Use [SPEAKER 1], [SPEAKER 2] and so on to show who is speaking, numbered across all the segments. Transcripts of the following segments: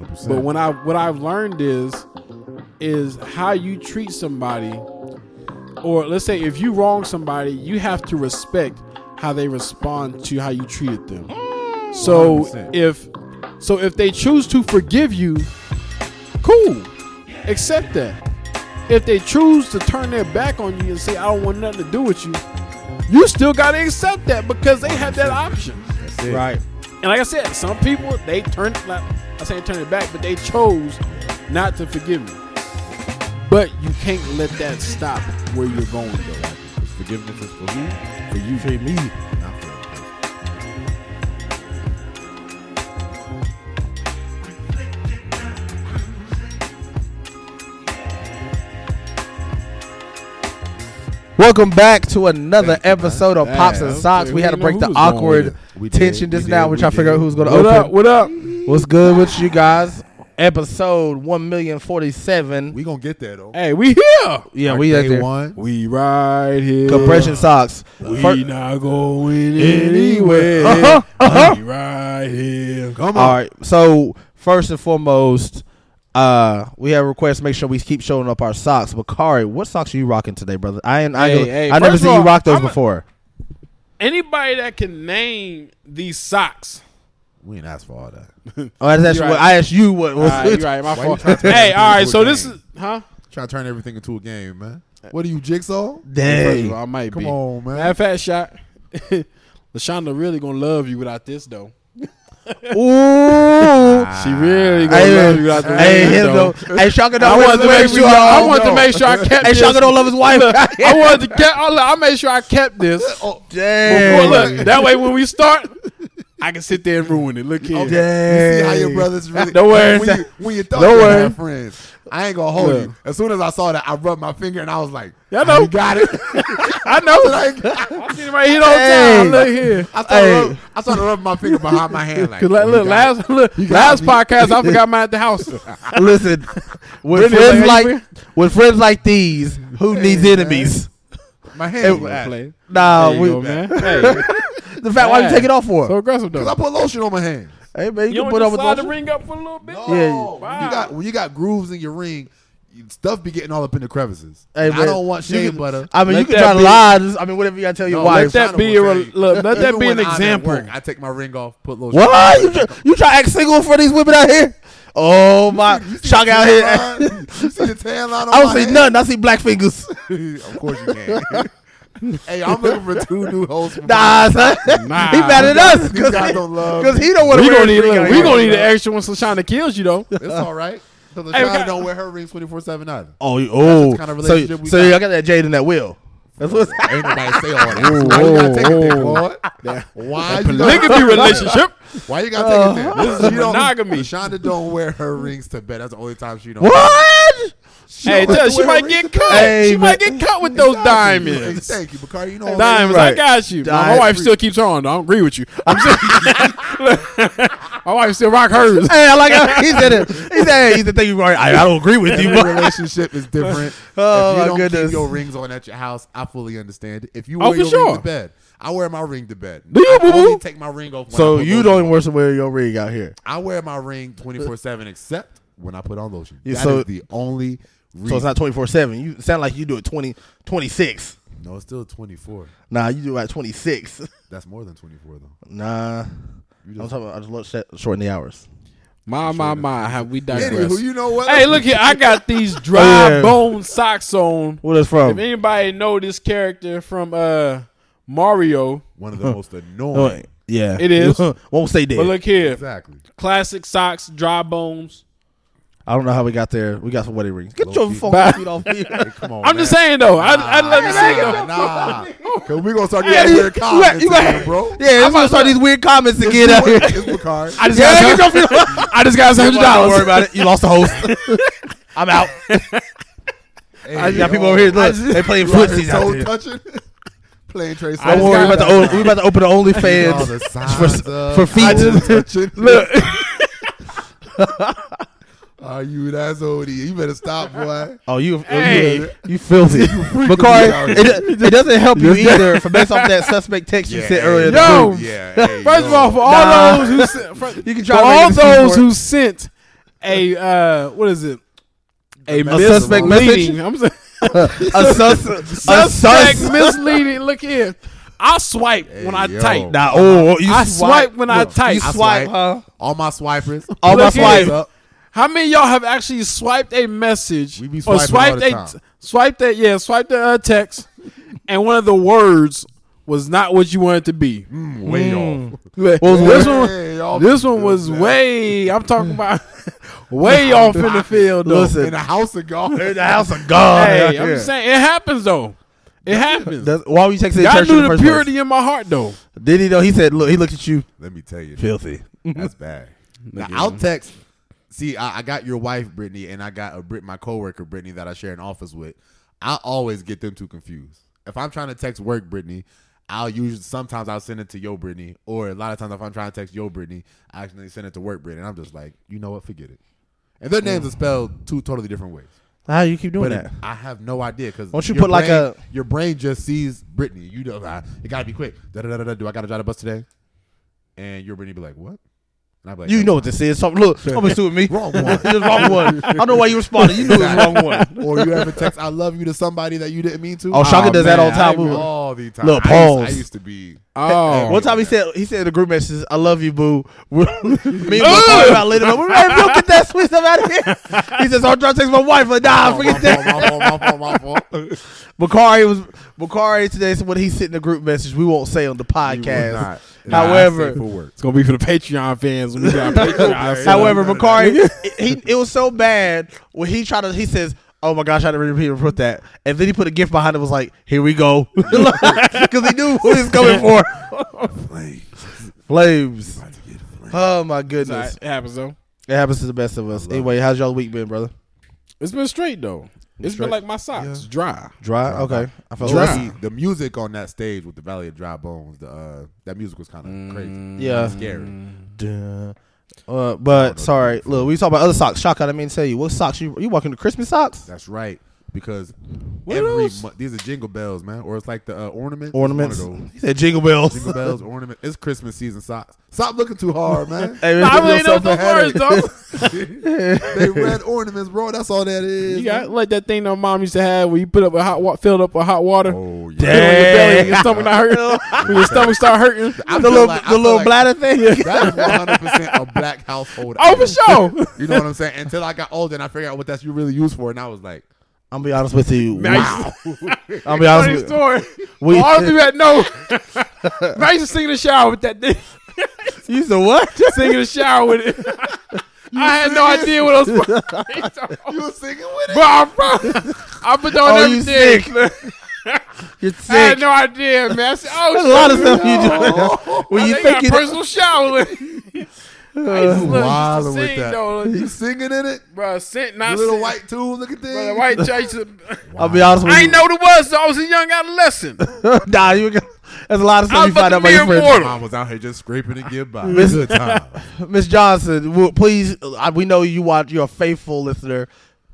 [SPEAKER 1] 100%.
[SPEAKER 2] But when I what I've learned is is how you treat somebody, or let's say if you wrong somebody, you have to respect how they respond to how you treated them. So
[SPEAKER 1] 100%.
[SPEAKER 2] if so if they choose to forgive you, cool, accept that. If they choose to turn their back on you and say I don't want nothing to do with you, you still gotta accept that because they had that option.
[SPEAKER 1] That's it.
[SPEAKER 3] Right.
[SPEAKER 2] And like I said, some people they turned like I say turn it back, but they chose not to forgive me. But you can't let that stop where you're going though.
[SPEAKER 1] Because forgiveness is for you, for you,
[SPEAKER 3] For me.
[SPEAKER 1] not for the person.
[SPEAKER 3] Welcome back to another
[SPEAKER 1] Thank you, man.
[SPEAKER 3] episode of Pops
[SPEAKER 2] Damn,
[SPEAKER 3] and
[SPEAKER 2] okay,
[SPEAKER 3] Socks. We
[SPEAKER 2] we
[SPEAKER 3] had to
[SPEAKER 2] didn't
[SPEAKER 3] break
[SPEAKER 2] know
[SPEAKER 3] the
[SPEAKER 2] who was going
[SPEAKER 3] awkward
[SPEAKER 2] with
[SPEAKER 1] it. We did,
[SPEAKER 3] tension just
[SPEAKER 1] we
[SPEAKER 3] now.
[SPEAKER 1] did,
[SPEAKER 3] We're
[SPEAKER 1] we
[SPEAKER 3] trying to figure out
[SPEAKER 1] did.
[SPEAKER 3] who's going to
[SPEAKER 2] What
[SPEAKER 3] open.
[SPEAKER 2] up? What up?
[SPEAKER 3] What's good with you guys? Episode one million forty-seven.
[SPEAKER 1] We gonna get there though.
[SPEAKER 2] Hey, we here.
[SPEAKER 3] yeah,
[SPEAKER 1] Like
[SPEAKER 3] we
[SPEAKER 1] day
[SPEAKER 3] out there.
[SPEAKER 1] one.
[SPEAKER 2] We right here.
[SPEAKER 3] Compression socks.
[SPEAKER 2] We
[SPEAKER 3] Fir-
[SPEAKER 2] not going anywhere.
[SPEAKER 3] Uh-huh,
[SPEAKER 2] We right here.
[SPEAKER 1] Come
[SPEAKER 3] All
[SPEAKER 1] on.
[SPEAKER 3] right. So first and foremost, uh, we have requests. Make sure we keep showing up our socks. But Kari, what socks are you rocking today, brother? I ain't, I,
[SPEAKER 2] Hey,
[SPEAKER 3] ain't-
[SPEAKER 2] hey,
[SPEAKER 3] I never
[SPEAKER 2] first
[SPEAKER 3] seen
[SPEAKER 2] of
[SPEAKER 3] you
[SPEAKER 2] all,
[SPEAKER 3] rock those
[SPEAKER 2] I'm a-
[SPEAKER 3] before.
[SPEAKER 2] Anybody that can name these socks.
[SPEAKER 1] We didn't ask for all that.
[SPEAKER 3] Oh, I, just asked
[SPEAKER 2] You're
[SPEAKER 3] you what,
[SPEAKER 2] right.
[SPEAKER 3] I asked you what was
[SPEAKER 2] All right, you right, my
[SPEAKER 1] Why you
[SPEAKER 2] fault.
[SPEAKER 1] trying to turn
[SPEAKER 2] Hey,
[SPEAKER 1] this
[SPEAKER 2] all right.
[SPEAKER 1] into a
[SPEAKER 2] So this
[SPEAKER 1] game?
[SPEAKER 2] is huh?
[SPEAKER 1] Try to turn everything into a game, man. What are you, Jigsaw?
[SPEAKER 2] First of
[SPEAKER 3] Dang.
[SPEAKER 2] all, I might
[SPEAKER 1] Come
[SPEAKER 2] be.
[SPEAKER 1] on, man.
[SPEAKER 2] Matter of fact, shot. Lashonda really gonna love you without this though.
[SPEAKER 3] Ooh.
[SPEAKER 2] She really gonna
[SPEAKER 3] Hey,
[SPEAKER 2] love you without this.
[SPEAKER 3] hey, him
[SPEAKER 2] though.
[SPEAKER 3] though. Hey, Shaka
[SPEAKER 2] I
[SPEAKER 3] don't
[SPEAKER 2] wanted to make sure. I, wanted
[SPEAKER 3] want
[SPEAKER 2] to make sure I kept.
[SPEAKER 3] Hey,
[SPEAKER 2] this.
[SPEAKER 3] Shaka don't love his wife.
[SPEAKER 2] Look, I wanted to get. I, look, I made sure I kept this.
[SPEAKER 1] Oh,
[SPEAKER 2] Well,
[SPEAKER 3] Dang.
[SPEAKER 2] look, that way when we start, I can sit there and ruin it. Look here.
[SPEAKER 1] You see how your
[SPEAKER 3] Dang.
[SPEAKER 1] brothers really.
[SPEAKER 2] Don't worry.
[SPEAKER 1] When you, when you thought
[SPEAKER 2] Don't
[SPEAKER 1] you
[SPEAKER 2] worry.
[SPEAKER 1] had friends, I ain't gonna hold
[SPEAKER 2] Look.
[SPEAKER 1] you. As soon as I saw that, I rubbed my finger and I was like,
[SPEAKER 2] Y'all know.
[SPEAKER 1] "You got it."
[SPEAKER 2] I know.
[SPEAKER 1] like,
[SPEAKER 2] I seen it right here the whole
[SPEAKER 3] Hey.
[SPEAKER 2] time. Look here.
[SPEAKER 1] I started,
[SPEAKER 3] Hey.
[SPEAKER 1] rub, I started rubbing my finger behind my hand. Like,
[SPEAKER 2] Cause like,
[SPEAKER 1] "Oh, you
[SPEAKER 2] look,
[SPEAKER 1] got it."
[SPEAKER 2] last look, last podcast, I forgot mine at the house.
[SPEAKER 3] Listen, with
[SPEAKER 2] Brittany,
[SPEAKER 3] friends
[SPEAKER 2] like,
[SPEAKER 3] like with friends like these, who needs
[SPEAKER 1] man.
[SPEAKER 3] enemies?
[SPEAKER 1] my hand. Because
[SPEAKER 2] Play.
[SPEAKER 3] Nah,
[SPEAKER 2] There you
[SPEAKER 3] Oh, we,
[SPEAKER 2] go, man. Hey,
[SPEAKER 3] the fact why you
[SPEAKER 2] Man.
[SPEAKER 3] take it off for?
[SPEAKER 2] so aggressive though.
[SPEAKER 1] I put lotion on my hand.
[SPEAKER 3] hey man,
[SPEAKER 2] You,
[SPEAKER 3] you,
[SPEAKER 2] don't
[SPEAKER 3] can put
[SPEAKER 2] just
[SPEAKER 3] up with
[SPEAKER 2] slide
[SPEAKER 3] those.
[SPEAKER 2] the ring up for a little bit.
[SPEAKER 3] Yeah.
[SPEAKER 1] When you got when you got grooves in your ring, you- stuff be getting all up in the crevices.
[SPEAKER 3] Hey,
[SPEAKER 1] I
[SPEAKER 3] man,
[SPEAKER 1] don't want
[SPEAKER 3] you
[SPEAKER 1] shea
[SPEAKER 3] can-
[SPEAKER 1] butter.
[SPEAKER 3] I mean,
[SPEAKER 2] Let
[SPEAKER 3] you can
[SPEAKER 2] that
[SPEAKER 3] try to
[SPEAKER 2] be-
[SPEAKER 3] lie. Just, I mean, whatever you gotta tell your
[SPEAKER 1] No,
[SPEAKER 3] wife.
[SPEAKER 2] Let that be a
[SPEAKER 1] Will tell
[SPEAKER 2] re-
[SPEAKER 1] you.
[SPEAKER 2] look. Let that
[SPEAKER 1] Even
[SPEAKER 2] be an
[SPEAKER 1] when I'm at
[SPEAKER 2] example.
[SPEAKER 1] work, I take my ring off, put lotion.
[SPEAKER 3] what you
[SPEAKER 1] on.
[SPEAKER 3] try, you try to act single for these women out here? Oh my, shock out here.
[SPEAKER 1] Tan line? you see the tan line on
[SPEAKER 3] I
[SPEAKER 1] my
[SPEAKER 3] don't see
[SPEAKER 1] hand?
[SPEAKER 3] nothing. I see black fingers.
[SPEAKER 1] of course you can. hey, I'm looking for two new hosts. for my-
[SPEAKER 3] Nah, son.
[SPEAKER 2] Nah.
[SPEAKER 3] he mad at us
[SPEAKER 1] These guys
[SPEAKER 3] because
[SPEAKER 1] don't love.
[SPEAKER 3] he don't want to
[SPEAKER 2] we
[SPEAKER 3] wear
[SPEAKER 2] gonna
[SPEAKER 3] his
[SPEAKER 2] need.
[SPEAKER 3] ring out
[SPEAKER 2] Look, we
[SPEAKER 3] here.
[SPEAKER 2] gonna need an extra one. Lashonda kills you though.
[SPEAKER 1] It's all right. So the
[SPEAKER 2] Hey, we
[SPEAKER 1] Shonda
[SPEAKER 2] got-
[SPEAKER 1] don't wear her rings 24 seven either.
[SPEAKER 3] Oh, you- oh.
[SPEAKER 1] kind of
[SPEAKER 3] so
[SPEAKER 1] relationship we
[SPEAKER 3] so
[SPEAKER 1] got.
[SPEAKER 3] I got that Jade in that will. That's what's
[SPEAKER 1] Ain't nobody say all that.
[SPEAKER 2] Ooh,
[SPEAKER 1] Why you gotta take it there,
[SPEAKER 2] ooh,
[SPEAKER 1] Lord? Why you gotta,
[SPEAKER 2] Polygamy relationship.
[SPEAKER 1] why you gotta take it there?
[SPEAKER 2] This is
[SPEAKER 1] She don't-
[SPEAKER 2] monogamy.
[SPEAKER 1] Shonda don't wear her rings to bed. That's the only time she don't.
[SPEAKER 3] what?
[SPEAKER 1] She
[SPEAKER 2] Hey,
[SPEAKER 1] don't
[SPEAKER 2] tell
[SPEAKER 1] like to
[SPEAKER 2] she
[SPEAKER 1] wear her
[SPEAKER 2] might
[SPEAKER 1] rings
[SPEAKER 2] get
[SPEAKER 1] to
[SPEAKER 2] cut.
[SPEAKER 1] bed.
[SPEAKER 3] Hey,
[SPEAKER 2] she
[SPEAKER 3] man.
[SPEAKER 2] might get cut with those
[SPEAKER 1] Exactly.
[SPEAKER 2] diamonds.
[SPEAKER 1] Thank you, Bakari. You know what I'm saying?
[SPEAKER 2] Diamonds, I
[SPEAKER 3] Right.
[SPEAKER 2] got you. My
[SPEAKER 3] Diamond.
[SPEAKER 2] wife still keeps her on. though. I don't agree with you. I'm still, my wife still rock hers.
[SPEAKER 3] Hey, I like how he said it. He said, hey, he's the thing you right. I, I don't agree with you.
[SPEAKER 1] Every
[SPEAKER 3] But
[SPEAKER 1] relationship is different.
[SPEAKER 3] Oh,
[SPEAKER 1] if you
[SPEAKER 3] my
[SPEAKER 1] don't
[SPEAKER 3] goodness.
[SPEAKER 1] keep your rings on at your house, I fully understand it. If you
[SPEAKER 2] Oh,
[SPEAKER 1] wear
[SPEAKER 2] for
[SPEAKER 1] your
[SPEAKER 2] sure.
[SPEAKER 1] ring to bed, I wear my ring to bed.
[SPEAKER 2] Do you,
[SPEAKER 1] I only
[SPEAKER 2] boo-boo?
[SPEAKER 1] take my ring off. When
[SPEAKER 3] so
[SPEAKER 1] I put
[SPEAKER 3] you
[SPEAKER 1] lotion
[SPEAKER 3] don't
[SPEAKER 1] on.
[SPEAKER 3] even worse wear your ring out here.
[SPEAKER 1] I wear my ring twenty four seven except when I put on lotion. That
[SPEAKER 3] Yeah,
[SPEAKER 1] is
[SPEAKER 3] so-
[SPEAKER 1] the only. Reason.
[SPEAKER 3] So it's not 24 7. You sound like you do it 20, 26.
[SPEAKER 1] no, it's still twenty four.
[SPEAKER 3] Nah, you do it at 26.
[SPEAKER 1] That's more than twenty four though.
[SPEAKER 3] Nah. I'm
[SPEAKER 1] just-
[SPEAKER 3] talking about, I just looked at shorten the hours.
[SPEAKER 2] My, my, my. Have we digressed?
[SPEAKER 1] Anywho, you know what?
[SPEAKER 2] Hey, look here. I got these dry
[SPEAKER 3] yeah.
[SPEAKER 2] bone socks on.
[SPEAKER 3] What is
[SPEAKER 2] If
[SPEAKER 3] from?
[SPEAKER 2] anybody know this character from uh Mario,
[SPEAKER 1] one of the most
[SPEAKER 3] Oh,
[SPEAKER 1] annoying.
[SPEAKER 3] yeah.
[SPEAKER 2] It is.
[SPEAKER 3] Won't say dead.
[SPEAKER 2] but look here.
[SPEAKER 1] Exactly.
[SPEAKER 2] Classic socks, dry bones.
[SPEAKER 3] I don't know how we got there. We got some wedding rings. Get
[SPEAKER 1] Low
[SPEAKER 3] your
[SPEAKER 1] key.
[SPEAKER 3] fucking feet off me.
[SPEAKER 1] Hey, come on.
[SPEAKER 2] I'm
[SPEAKER 1] man.
[SPEAKER 2] just saying though. I I let it sit though.
[SPEAKER 1] Nah, nah. Cause we're gonna start
[SPEAKER 2] Hey,
[SPEAKER 1] getting
[SPEAKER 2] you-
[SPEAKER 1] weird comments,
[SPEAKER 3] you right.
[SPEAKER 1] today, bro.
[SPEAKER 3] Yeah, I'm gonna start these weird comments to get out here.
[SPEAKER 1] It's Bakari.
[SPEAKER 2] I just
[SPEAKER 3] Yeah,
[SPEAKER 2] got I just got
[SPEAKER 3] Don't
[SPEAKER 2] hundred
[SPEAKER 3] worry
[SPEAKER 2] dollars.
[SPEAKER 3] about it. You lost the host. I'm out. I
[SPEAKER 1] Hey,
[SPEAKER 3] got people
[SPEAKER 1] yo.
[SPEAKER 3] over here. Look, they playing
[SPEAKER 1] Right,
[SPEAKER 3] footsies out
[SPEAKER 1] toe
[SPEAKER 3] there.
[SPEAKER 1] touching. Playing Trey Songz.
[SPEAKER 3] Don't worry about the
[SPEAKER 1] All
[SPEAKER 3] old, we about to open the OnlyFans
[SPEAKER 1] signs
[SPEAKER 3] for
[SPEAKER 1] of
[SPEAKER 3] feet.
[SPEAKER 1] I just touching.
[SPEAKER 2] Look,
[SPEAKER 1] Are you that's OD? You better stop, boy.
[SPEAKER 3] Oh, you,
[SPEAKER 2] Hey.
[SPEAKER 3] you, you filthy. Bakari,
[SPEAKER 1] me out
[SPEAKER 3] it, it, doesn't help you either for based off that suspect text you said earlier.
[SPEAKER 2] Yo.
[SPEAKER 1] yeah. hey,
[SPEAKER 2] first of
[SPEAKER 1] yo.
[SPEAKER 2] all, for all
[SPEAKER 3] Nah.
[SPEAKER 2] those who sent, for,
[SPEAKER 3] You can
[SPEAKER 2] for
[SPEAKER 3] try to make
[SPEAKER 2] all
[SPEAKER 3] an excuse
[SPEAKER 2] those
[SPEAKER 3] for it.
[SPEAKER 2] who sent a uh, what is it? A,
[SPEAKER 3] suspect
[SPEAKER 2] misleading- I'm saying,
[SPEAKER 3] a sus, a
[SPEAKER 2] suspect
[SPEAKER 3] sus-
[SPEAKER 2] misleading. Look here, I swipe when I
[SPEAKER 1] yo.
[SPEAKER 2] type.
[SPEAKER 3] Nah, oh, you
[SPEAKER 2] I swipe when I
[SPEAKER 1] Look,
[SPEAKER 2] type.
[SPEAKER 3] You
[SPEAKER 1] I
[SPEAKER 3] swipe,
[SPEAKER 1] swipe.
[SPEAKER 3] huh?
[SPEAKER 1] All my swipers.
[SPEAKER 3] All my
[SPEAKER 2] Look here.
[SPEAKER 3] swipe.
[SPEAKER 1] Up.
[SPEAKER 2] How many of y'all have actually swiped a message
[SPEAKER 1] We be
[SPEAKER 2] or
[SPEAKER 1] swiping all
[SPEAKER 2] swiped
[SPEAKER 1] the
[SPEAKER 2] a
[SPEAKER 1] time.
[SPEAKER 2] swiped a yeah swiped a uh, text, and one of the words was not what you wanted to be.
[SPEAKER 1] Mm, way off.
[SPEAKER 2] This
[SPEAKER 1] weird.
[SPEAKER 2] one,
[SPEAKER 1] Way off
[SPEAKER 2] this
[SPEAKER 1] the
[SPEAKER 2] one
[SPEAKER 1] field,
[SPEAKER 2] was
[SPEAKER 1] man.
[SPEAKER 2] way. I'm talking about way off in the field. Though.
[SPEAKER 3] Listen.
[SPEAKER 1] In the house of God.
[SPEAKER 3] the house of God.
[SPEAKER 2] hey, I'm just saying it happens though. It happens.
[SPEAKER 3] That's, why were you texting the
[SPEAKER 2] I
[SPEAKER 3] church in
[SPEAKER 2] knew
[SPEAKER 3] the
[SPEAKER 2] the
[SPEAKER 3] first
[SPEAKER 2] purity in my heart though.
[SPEAKER 3] place? Did he though? He said, "Look, he looked at you,
[SPEAKER 1] Let me tell you,
[SPEAKER 3] filthy."
[SPEAKER 1] that's bad. Now, I'll text. See, I, I got your wife, Brittany, and I got a Brit, my coworker, Brittany, that I share an office with. I always get them two confused. If I'm trying to text work, Brittany, I'll usually sometimes I'll send it to yo, Brittany, or a lot of times if I'm trying to text yo, Brittany, I actually send it to work, Brittany. And I'm just like, you know what? Forget it. And their names are spelled two totally different ways.
[SPEAKER 3] How you keep doing
[SPEAKER 1] But it- I have no idea because
[SPEAKER 3] Why don't you put, like, a-
[SPEAKER 1] your brain just sees Brittany. You know, ah, it gotta be quick. Da, da, da, da, da, do I gotta drive the bus today? And your Brittany be like, what? And I be like,
[SPEAKER 3] You
[SPEAKER 1] "That's
[SPEAKER 3] know what this is. So, look, don't be stupid with me.
[SPEAKER 1] Wrong one.
[SPEAKER 3] It was wrong one. I don't know why you responded. You knew it was the wrong one.
[SPEAKER 1] or you ever text "I love you" to somebody that you didn't mean to?
[SPEAKER 3] Oh, Shaka
[SPEAKER 2] Oh,
[SPEAKER 3] does that
[SPEAKER 2] man,
[SPEAKER 3] all the
[SPEAKER 2] I
[SPEAKER 3] time.
[SPEAKER 2] ain't
[SPEAKER 3] We were-
[SPEAKER 1] all the time.
[SPEAKER 3] Look,
[SPEAKER 1] I used- I
[SPEAKER 3] pause.
[SPEAKER 1] used, to be.
[SPEAKER 2] Oh,
[SPEAKER 3] One time he said he said in the group message, "I love you, boo." Me and my wife about later, but we're like, "Yo, get that sweet stuff out of here." He says, "I'm trying to text my wife." Like, nah,
[SPEAKER 1] Oh, my
[SPEAKER 3] Ah, forget
[SPEAKER 1] fault,
[SPEAKER 3] that.
[SPEAKER 1] my fault, my fault, my fault, my fault.
[SPEAKER 3] Bakari was Bakari today. So when he sent in the group message, we won't say on the
[SPEAKER 1] You will
[SPEAKER 3] podcast.
[SPEAKER 1] not. Nah, I
[SPEAKER 3] However-
[SPEAKER 1] say for work.
[SPEAKER 2] it's gonna be for the Patreon fans. When we got Patreon.
[SPEAKER 3] However, Bakari, it- he it was so bad when he tried to. He says. Oh my gosh! I didn't really even put that, and then he put a gift behind it. Was like, "Here we go," because he knew who he was coming for. Flames. Oh my goodness!
[SPEAKER 2] it happens though.
[SPEAKER 3] It happens to the best of us. Anyway, how's y'all week been, brother?
[SPEAKER 2] It's been straight though. It's
[SPEAKER 3] Straight.
[SPEAKER 2] been like my socks, dry.
[SPEAKER 3] Dry. Okay. I felt
[SPEAKER 1] Dry.
[SPEAKER 3] lucky.
[SPEAKER 1] The music on that stage with the Valley of Dry Bones, the uh, that music was kind of crazy,
[SPEAKER 3] Mm, Yeah.
[SPEAKER 1] scary.
[SPEAKER 3] Duh. Uh, but sorry, look, we talking about other socks. Shock out, I mean, tell you what socks you you walking to Christmas socks?
[SPEAKER 1] That's right, because
[SPEAKER 2] What
[SPEAKER 1] every
[SPEAKER 2] else?
[SPEAKER 1] month these are jingle bells, man, or it's like the uh, ornaments. It's one of
[SPEAKER 3] Ornaments.
[SPEAKER 1] those.
[SPEAKER 3] He said jingle bells.
[SPEAKER 1] Jingle bells, ornament. It's Christmas season socks. Stop looking too hard, man.
[SPEAKER 3] Hey,
[SPEAKER 2] I
[SPEAKER 3] give
[SPEAKER 2] really know
[SPEAKER 3] yourself a
[SPEAKER 2] the words
[SPEAKER 3] headache.
[SPEAKER 2] though.
[SPEAKER 1] they red ornaments, bro. That's all that is.
[SPEAKER 2] You got like that thing that mom used to have where you put up a hot wa- filled up with hot water.
[SPEAKER 1] Oh yeah.
[SPEAKER 2] Put it on your belly and your
[SPEAKER 3] Damn.
[SPEAKER 2] stomach not hurting. when your stomach start hurting.
[SPEAKER 1] I
[SPEAKER 3] The
[SPEAKER 1] feel
[SPEAKER 3] little
[SPEAKER 1] like- I
[SPEAKER 3] the
[SPEAKER 1] feel
[SPEAKER 3] little
[SPEAKER 1] like
[SPEAKER 3] bladder thing.
[SPEAKER 1] That is one hundred percent a black household.
[SPEAKER 2] Oh, for
[SPEAKER 1] item.
[SPEAKER 2] sure.
[SPEAKER 1] You know what I'm saying? Until I got older and I figured out what that's you really used for, and I was like,
[SPEAKER 3] I'm be honest with you.
[SPEAKER 2] Nice.
[SPEAKER 3] I'll be
[SPEAKER 2] Funny
[SPEAKER 3] honest with
[SPEAKER 2] story.
[SPEAKER 3] We-
[SPEAKER 2] We, all of you that know. I used to sing in the shower with that thing.
[SPEAKER 3] you. You said what?
[SPEAKER 2] Sing in the shower with it. I had no idea what I was
[SPEAKER 1] "You was singing with it."
[SPEAKER 2] Bro, I, bro, I put on
[SPEAKER 3] Oh, you
[SPEAKER 2] everything.
[SPEAKER 3] sick. You're sick.
[SPEAKER 2] I had no idea, man. I said, oh,
[SPEAKER 3] There's a lot of
[SPEAKER 2] shit.
[SPEAKER 3] stuff you do.
[SPEAKER 2] I
[SPEAKER 3] when you
[SPEAKER 2] think I got
[SPEAKER 3] think it,
[SPEAKER 2] personal shower. I used to
[SPEAKER 1] You
[SPEAKER 2] look, I used
[SPEAKER 1] wildin'
[SPEAKER 2] to
[SPEAKER 1] with
[SPEAKER 2] sing,
[SPEAKER 1] that.
[SPEAKER 2] though.
[SPEAKER 1] You singing in it?
[SPEAKER 2] Bro, sent, not
[SPEAKER 1] Little
[SPEAKER 2] sent.
[SPEAKER 1] white tune looking thing.
[SPEAKER 2] Bro, the white chase.
[SPEAKER 3] I'll be honest with
[SPEAKER 2] I
[SPEAKER 3] you.
[SPEAKER 2] ain't know what it was. So I was a young adolescent.
[SPEAKER 3] nah, you. There's a lot of
[SPEAKER 2] I
[SPEAKER 3] stuff
[SPEAKER 2] was
[SPEAKER 3] you find
[SPEAKER 2] fucking
[SPEAKER 3] out about
[SPEAKER 2] mere
[SPEAKER 3] your friends.
[SPEAKER 2] mortal.
[SPEAKER 1] Mom was out here just scraping to get by.
[SPEAKER 3] Miss-
[SPEAKER 1] Good time.
[SPEAKER 3] Miss Johnson, will, please, uh, we know you watch. You're a faithful listener.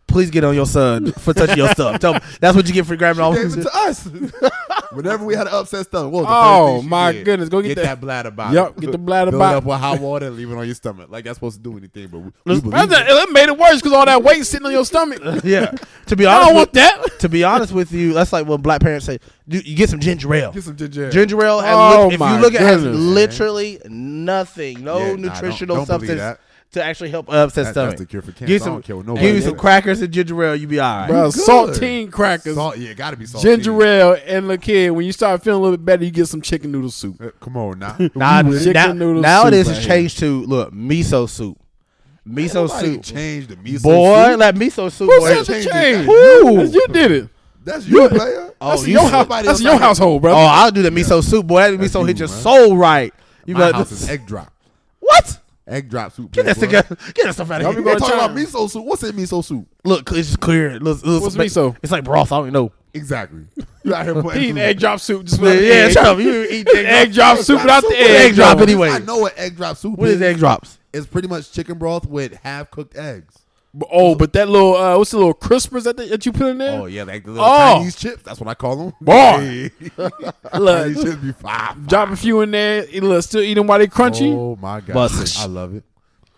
[SPEAKER 3] Please get on your son for touching your stuff. Tell him that's what you get for grabbing all.
[SPEAKER 1] Gave it to us. Whenever we had an upset stomach, what was the
[SPEAKER 2] Oh,
[SPEAKER 1] first thing she
[SPEAKER 2] my
[SPEAKER 1] did?
[SPEAKER 2] goodness. Go get
[SPEAKER 1] that.
[SPEAKER 2] that-
[SPEAKER 1] bladder bottle.
[SPEAKER 2] Yup, get the bladder
[SPEAKER 1] Fill it
[SPEAKER 2] bottle.
[SPEAKER 1] up with hot water and leave it on your stomach. Like that's supposed to do anything, but we, we
[SPEAKER 3] Listen,
[SPEAKER 1] believe
[SPEAKER 2] That's
[SPEAKER 1] it.
[SPEAKER 2] a- it made it worse because all that weight sitting on your stomach. I
[SPEAKER 3] Yeah. To be honest,
[SPEAKER 2] don't want
[SPEAKER 3] with,
[SPEAKER 2] that.
[SPEAKER 3] to be honest with you, that's like what black parents say. You, you get some ginger ale.
[SPEAKER 1] Get some ginger. ale.
[SPEAKER 3] Ginger ale has,
[SPEAKER 2] Oh,
[SPEAKER 3] lit- if
[SPEAKER 2] my
[SPEAKER 3] you look at, has
[SPEAKER 2] goodness.
[SPEAKER 3] literally nothing, no
[SPEAKER 1] Yeah, nah, don't-
[SPEAKER 3] nutritional
[SPEAKER 1] don't believe
[SPEAKER 3] substance
[SPEAKER 1] that.
[SPEAKER 3] to actually help upset
[SPEAKER 1] That-
[SPEAKER 3] stomach.
[SPEAKER 1] that's the cure for cancer.
[SPEAKER 3] Give you
[SPEAKER 1] I
[SPEAKER 3] some,
[SPEAKER 1] don't care what
[SPEAKER 3] give
[SPEAKER 1] nobody
[SPEAKER 3] you some
[SPEAKER 1] says.
[SPEAKER 3] crackers and ginger ale, you be all right.
[SPEAKER 2] Bro,
[SPEAKER 1] Good.
[SPEAKER 2] saltine crackers,
[SPEAKER 1] Salt, yeah, it gotta be salt.
[SPEAKER 2] ginger ale, and look here. When you start feeling a little bit better, you get some chicken noodle soup.
[SPEAKER 1] Uh, Come on now.
[SPEAKER 3] Nah,
[SPEAKER 2] Ooh, chicken
[SPEAKER 3] now,
[SPEAKER 2] noodle
[SPEAKER 3] now
[SPEAKER 2] soup
[SPEAKER 3] it is
[SPEAKER 2] right here.
[SPEAKER 3] changed to look miso soup, miso
[SPEAKER 1] Nobody
[SPEAKER 3] soup.
[SPEAKER 1] Change the miso
[SPEAKER 3] boy,
[SPEAKER 1] soup.
[SPEAKER 3] like miso soup.
[SPEAKER 2] Who
[SPEAKER 3] boy.
[SPEAKER 2] said
[SPEAKER 1] change
[SPEAKER 2] to
[SPEAKER 1] it.
[SPEAKER 2] change?
[SPEAKER 3] Who?
[SPEAKER 2] You did it.
[SPEAKER 1] That's you, player.
[SPEAKER 3] Oh,
[SPEAKER 2] That's
[SPEAKER 3] you
[SPEAKER 2] your
[SPEAKER 3] said-
[SPEAKER 2] house.
[SPEAKER 1] Nobody
[SPEAKER 2] That's
[SPEAKER 1] else
[SPEAKER 2] your
[SPEAKER 1] like it.
[SPEAKER 2] household, bro.
[SPEAKER 3] Oh, I'll do the miso soup, boy. That
[SPEAKER 1] That's
[SPEAKER 3] miso
[SPEAKER 1] you,
[SPEAKER 3] hit your
[SPEAKER 1] man.
[SPEAKER 3] soul right. You be
[SPEAKER 1] My
[SPEAKER 3] like,
[SPEAKER 1] house
[SPEAKER 3] this-
[SPEAKER 1] is egg drop.
[SPEAKER 3] what?
[SPEAKER 1] Egg drop soup.
[SPEAKER 3] Get this
[SPEAKER 1] boy.
[SPEAKER 3] together. Get this stuff out of
[SPEAKER 2] Y'all be
[SPEAKER 1] They
[SPEAKER 3] here.
[SPEAKER 2] going-
[SPEAKER 1] talking
[SPEAKER 2] What
[SPEAKER 1] about
[SPEAKER 2] time?
[SPEAKER 1] miso soup. What's in miso soup?
[SPEAKER 3] Look, it's just clear. It looks, it looks
[SPEAKER 2] What's miso?
[SPEAKER 3] It's like broth. I don't even know.
[SPEAKER 1] Exactly. You out here
[SPEAKER 2] He
[SPEAKER 1] putting
[SPEAKER 2] eating egg drop soup. Just
[SPEAKER 3] Yeah,
[SPEAKER 2] without the
[SPEAKER 3] yeah,
[SPEAKER 2] egg.
[SPEAKER 3] shut up. You eat
[SPEAKER 2] Egg, drop soup without the
[SPEAKER 1] soup.
[SPEAKER 2] egg.
[SPEAKER 3] Egg drop
[SPEAKER 2] though.
[SPEAKER 3] anyway.
[SPEAKER 1] I know what egg drop soup
[SPEAKER 3] What is egg drops?
[SPEAKER 1] It's pretty much chicken broth with half cooked eggs.
[SPEAKER 2] B- Oh, but that little uh, what's the little crispers that they, that you put in there?
[SPEAKER 1] Oh yeah, like the little
[SPEAKER 2] Oh.
[SPEAKER 1] Chinese chips. That's what I call them.
[SPEAKER 2] Boy.
[SPEAKER 1] Chinese
[SPEAKER 2] Look,
[SPEAKER 1] chips be fire.
[SPEAKER 2] drop a few in there. eat a little, still eat them while they crunchy.
[SPEAKER 1] Oh my god,
[SPEAKER 3] Bust.
[SPEAKER 1] I love it.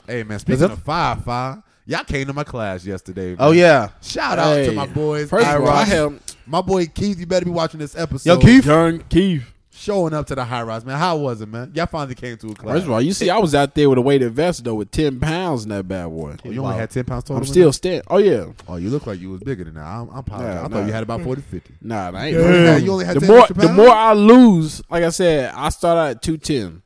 [SPEAKER 1] Hey man,
[SPEAKER 3] Is
[SPEAKER 1] speaking
[SPEAKER 3] that-
[SPEAKER 1] of fire, fire. Y'all came to my class yesterday.
[SPEAKER 3] Oh
[SPEAKER 1] man.
[SPEAKER 3] yeah.
[SPEAKER 1] Shout out to
[SPEAKER 2] Hey,
[SPEAKER 1] my boys.
[SPEAKER 2] First of all, I
[SPEAKER 1] High-Rise.
[SPEAKER 2] have
[SPEAKER 1] my boy Keith. You better be watching this episode.
[SPEAKER 3] Yo, Keith.
[SPEAKER 2] John Keith.
[SPEAKER 1] showing up to the high rise, man. How was it, man? Y'all finally came to a class.
[SPEAKER 2] First of all, you see, I was out there with a weighted vest though with ten pounds in that bad boy.
[SPEAKER 1] Oh, you only had ten pounds total.
[SPEAKER 2] I'm still stand. Oh yeah,
[SPEAKER 1] Oh, you look like you was bigger than that. I'm, I'm positive.
[SPEAKER 2] Nah,
[SPEAKER 1] I thought
[SPEAKER 2] nah.
[SPEAKER 1] you had about 40, 50.
[SPEAKER 2] nah, I ain't.
[SPEAKER 1] Yeah, you only had
[SPEAKER 2] the
[SPEAKER 1] 10
[SPEAKER 2] more
[SPEAKER 1] extra
[SPEAKER 2] the
[SPEAKER 1] pounds?
[SPEAKER 2] more I lose, like I said, I start out at two ten.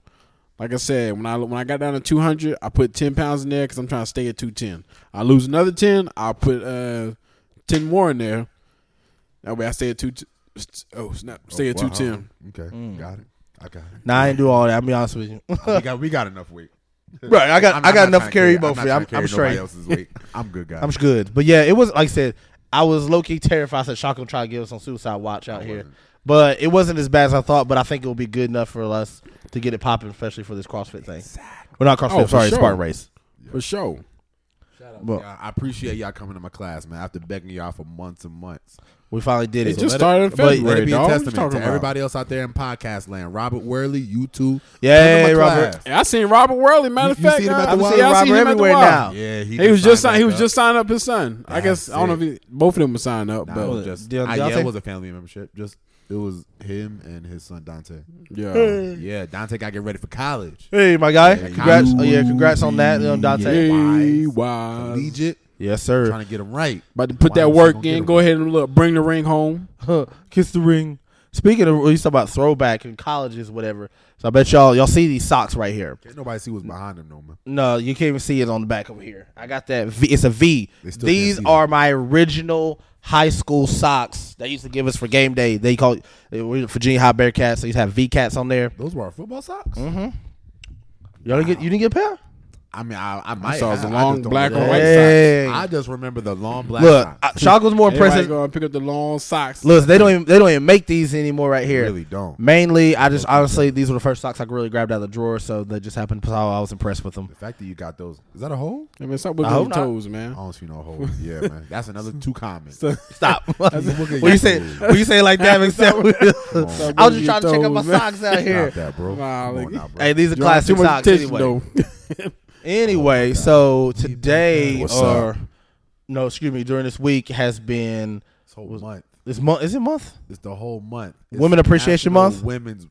[SPEAKER 2] Like I said, when I when I got down to two hundred, I put ten pounds in there because I'm trying to stay at two ten. I lose another ten, I put uh ten more in there. That way I stay at two. t- oh snap! Stay at
[SPEAKER 1] Wow.
[SPEAKER 2] two ten.
[SPEAKER 1] Okay,
[SPEAKER 3] Mm.
[SPEAKER 1] got it. I got it.
[SPEAKER 3] Nah, I didn't do all that. I'll be honest with you.
[SPEAKER 1] we got we got enough weight.
[SPEAKER 3] right. I got
[SPEAKER 1] I'm-
[SPEAKER 3] i
[SPEAKER 1] I'm not
[SPEAKER 3] got enough
[SPEAKER 1] trying
[SPEAKER 3] to carry you
[SPEAKER 1] I'm
[SPEAKER 3] both.
[SPEAKER 1] not
[SPEAKER 3] for you.
[SPEAKER 1] trying
[SPEAKER 3] I'm,
[SPEAKER 1] to
[SPEAKER 3] I'm
[SPEAKER 1] carry
[SPEAKER 3] straight.
[SPEAKER 1] Nobody else's weight. I'm good, guys.
[SPEAKER 3] I'm good. But yeah, it was like I said, I was low key terrified. I said Shaka would try to give us some suicide watch out here.
[SPEAKER 1] wasn't.
[SPEAKER 3] But it wasn't as bad as I thought, but I think it will be good enough for us to get it popping, especially for this CrossFit thing. Well, not CrossFit,
[SPEAKER 2] Oh, for
[SPEAKER 3] sorry,
[SPEAKER 2] sure.
[SPEAKER 3] Spartan Race.
[SPEAKER 2] For sure.
[SPEAKER 3] Well-
[SPEAKER 1] Yeah, I appreciate y'all coming to my class, man. After begging y'all for months and months,
[SPEAKER 3] We finally did it.
[SPEAKER 2] It just
[SPEAKER 3] So let
[SPEAKER 2] started in
[SPEAKER 3] but let it
[SPEAKER 1] let
[SPEAKER 2] February.
[SPEAKER 1] it be a
[SPEAKER 2] dog. What you
[SPEAKER 1] testament
[SPEAKER 2] talking
[SPEAKER 1] to
[SPEAKER 2] about?
[SPEAKER 1] everybody else out there in podcast land. Robert Worley, you too.
[SPEAKER 3] Yeah,
[SPEAKER 1] Come to my
[SPEAKER 3] Robert.
[SPEAKER 1] class.
[SPEAKER 2] And I seen Robert Worley. Matter of
[SPEAKER 1] You- you
[SPEAKER 2] fact,
[SPEAKER 1] seen him at
[SPEAKER 2] I-
[SPEAKER 1] the
[SPEAKER 2] I
[SPEAKER 1] Y?
[SPEAKER 2] see- I seen
[SPEAKER 3] Robert
[SPEAKER 2] him at the
[SPEAKER 3] everywhere
[SPEAKER 2] Y.
[SPEAKER 3] now.
[SPEAKER 1] Yeah,
[SPEAKER 2] He, was just
[SPEAKER 1] signed
[SPEAKER 2] sign, he
[SPEAKER 1] back
[SPEAKER 2] was
[SPEAKER 1] up.
[SPEAKER 2] just signing up his son. I guess
[SPEAKER 1] That's
[SPEAKER 2] I don't know if he, both of them were signed up,
[SPEAKER 1] Nah,
[SPEAKER 2] but
[SPEAKER 1] it was just,
[SPEAKER 3] Deon-
[SPEAKER 1] I- yeah,
[SPEAKER 3] Deontay?
[SPEAKER 1] it was a family membership. Just it was him and his son Dante.
[SPEAKER 2] yeah.
[SPEAKER 1] Yeah, Dante got to get ready for college.
[SPEAKER 3] Hey, my guy.
[SPEAKER 1] Yeah,
[SPEAKER 3] Congrats.
[SPEAKER 1] Kyle.
[SPEAKER 3] Oh, yeah, congrats on that, um, Dante.
[SPEAKER 1] Yeah.
[SPEAKER 2] Hey,
[SPEAKER 1] Wise.
[SPEAKER 2] wise.
[SPEAKER 1] Collegiate,
[SPEAKER 3] Yes,
[SPEAKER 1] trying
[SPEAKER 3] sir.
[SPEAKER 1] to get him right.
[SPEAKER 2] About to put
[SPEAKER 1] Wise
[SPEAKER 2] that
[SPEAKER 1] is
[SPEAKER 2] work
[SPEAKER 1] gonna get
[SPEAKER 2] in.
[SPEAKER 1] him.
[SPEAKER 2] Go ahead and look. Bring the ring home.
[SPEAKER 3] Kiss the ring. Speaking of, you talk about throwback in colleges, whatever. So I bet y'all y'all see these socks right here.
[SPEAKER 1] Can't nobody see what's behind him, no man.
[SPEAKER 3] No, you can't even see it on the back over here. I got that. V, it's a V.
[SPEAKER 1] They still
[SPEAKER 3] These
[SPEAKER 1] can't see
[SPEAKER 3] are my original high school socks they used to give us for game day. They call it they were Virginia High Bearcats. They used to have V cats on there.
[SPEAKER 1] Those were our football socks.
[SPEAKER 3] Y'all didn't get you didn't get a pair.
[SPEAKER 1] I mean, I, I might.
[SPEAKER 2] saw
[SPEAKER 1] I-
[SPEAKER 2] the
[SPEAKER 1] I
[SPEAKER 2] long
[SPEAKER 1] just don't
[SPEAKER 2] black and
[SPEAKER 1] remember.
[SPEAKER 2] white
[SPEAKER 3] Hey.
[SPEAKER 1] I just remember the long black.
[SPEAKER 3] Look,
[SPEAKER 1] socks.
[SPEAKER 3] I- Shock was more
[SPEAKER 2] Everybody
[SPEAKER 3] impressive.
[SPEAKER 2] go and pick up the long socks.
[SPEAKER 3] Look, they don't even they don't even make these anymore right
[SPEAKER 1] I
[SPEAKER 3] here.
[SPEAKER 1] really don't.
[SPEAKER 3] Mainly, I just honestly these were the first socks I really grabbed out of the drawer, so they just happened. So I was impressed with them.
[SPEAKER 1] The fact that you got those is that a hole?
[SPEAKER 2] I mean, stop looking
[SPEAKER 3] I
[SPEAKER 2] at
[SPEAKER 3] hope
[SPEAKER 2] your
[SPEAKER 3] not.
[SPEAKER 2] toes,
[SPEAKER 1] I
[SPEAKER 2] man.
[SPEAKER 1] don't see no hole. Yeah, man. That's another two comments.
[SPEAKER 2] So-
[SPEAKER 3] Stop.
[SPEAKER 1] Look at
[SPEAKER 3] when you say when you say it like that, except
[SPEAKER 1] Stop
[SPEAKER 3] I was just
[SPEAKER 2] looking at
[SPEAKER 3] trying to check out my
[SPEAKER 2] your toes,
[SPEAKER 3] socks out here.
[SPEAKER 1] Stop that, bro.
[SPEAKER 2] Nah,
[SPEAKER 1] Come
[SPEAKER 2] like-
[SPEAKER 1] on now, bro.
[SPEAKER 3] Hey, these are
[SPEAKER 2] You don't have
[SPEAKER 3] classic socks anyway.
[SPEAKER 2] though.
[SPEAKER 3] Anyway, so today
[SPEAKER 1] What's
[SPEAKER 3] or no, excuse me, during this week has been
[SPEAKER 1] this whole month.
[SPEAKER 3] this month. Is it month?
[SPEAKER 1] It's the whole month. It's
[SPEAKER 3] Women Appreciation
[SPEAKER 1] National
[SPEAKER 3] Month?
[SPEAKER 1] Women's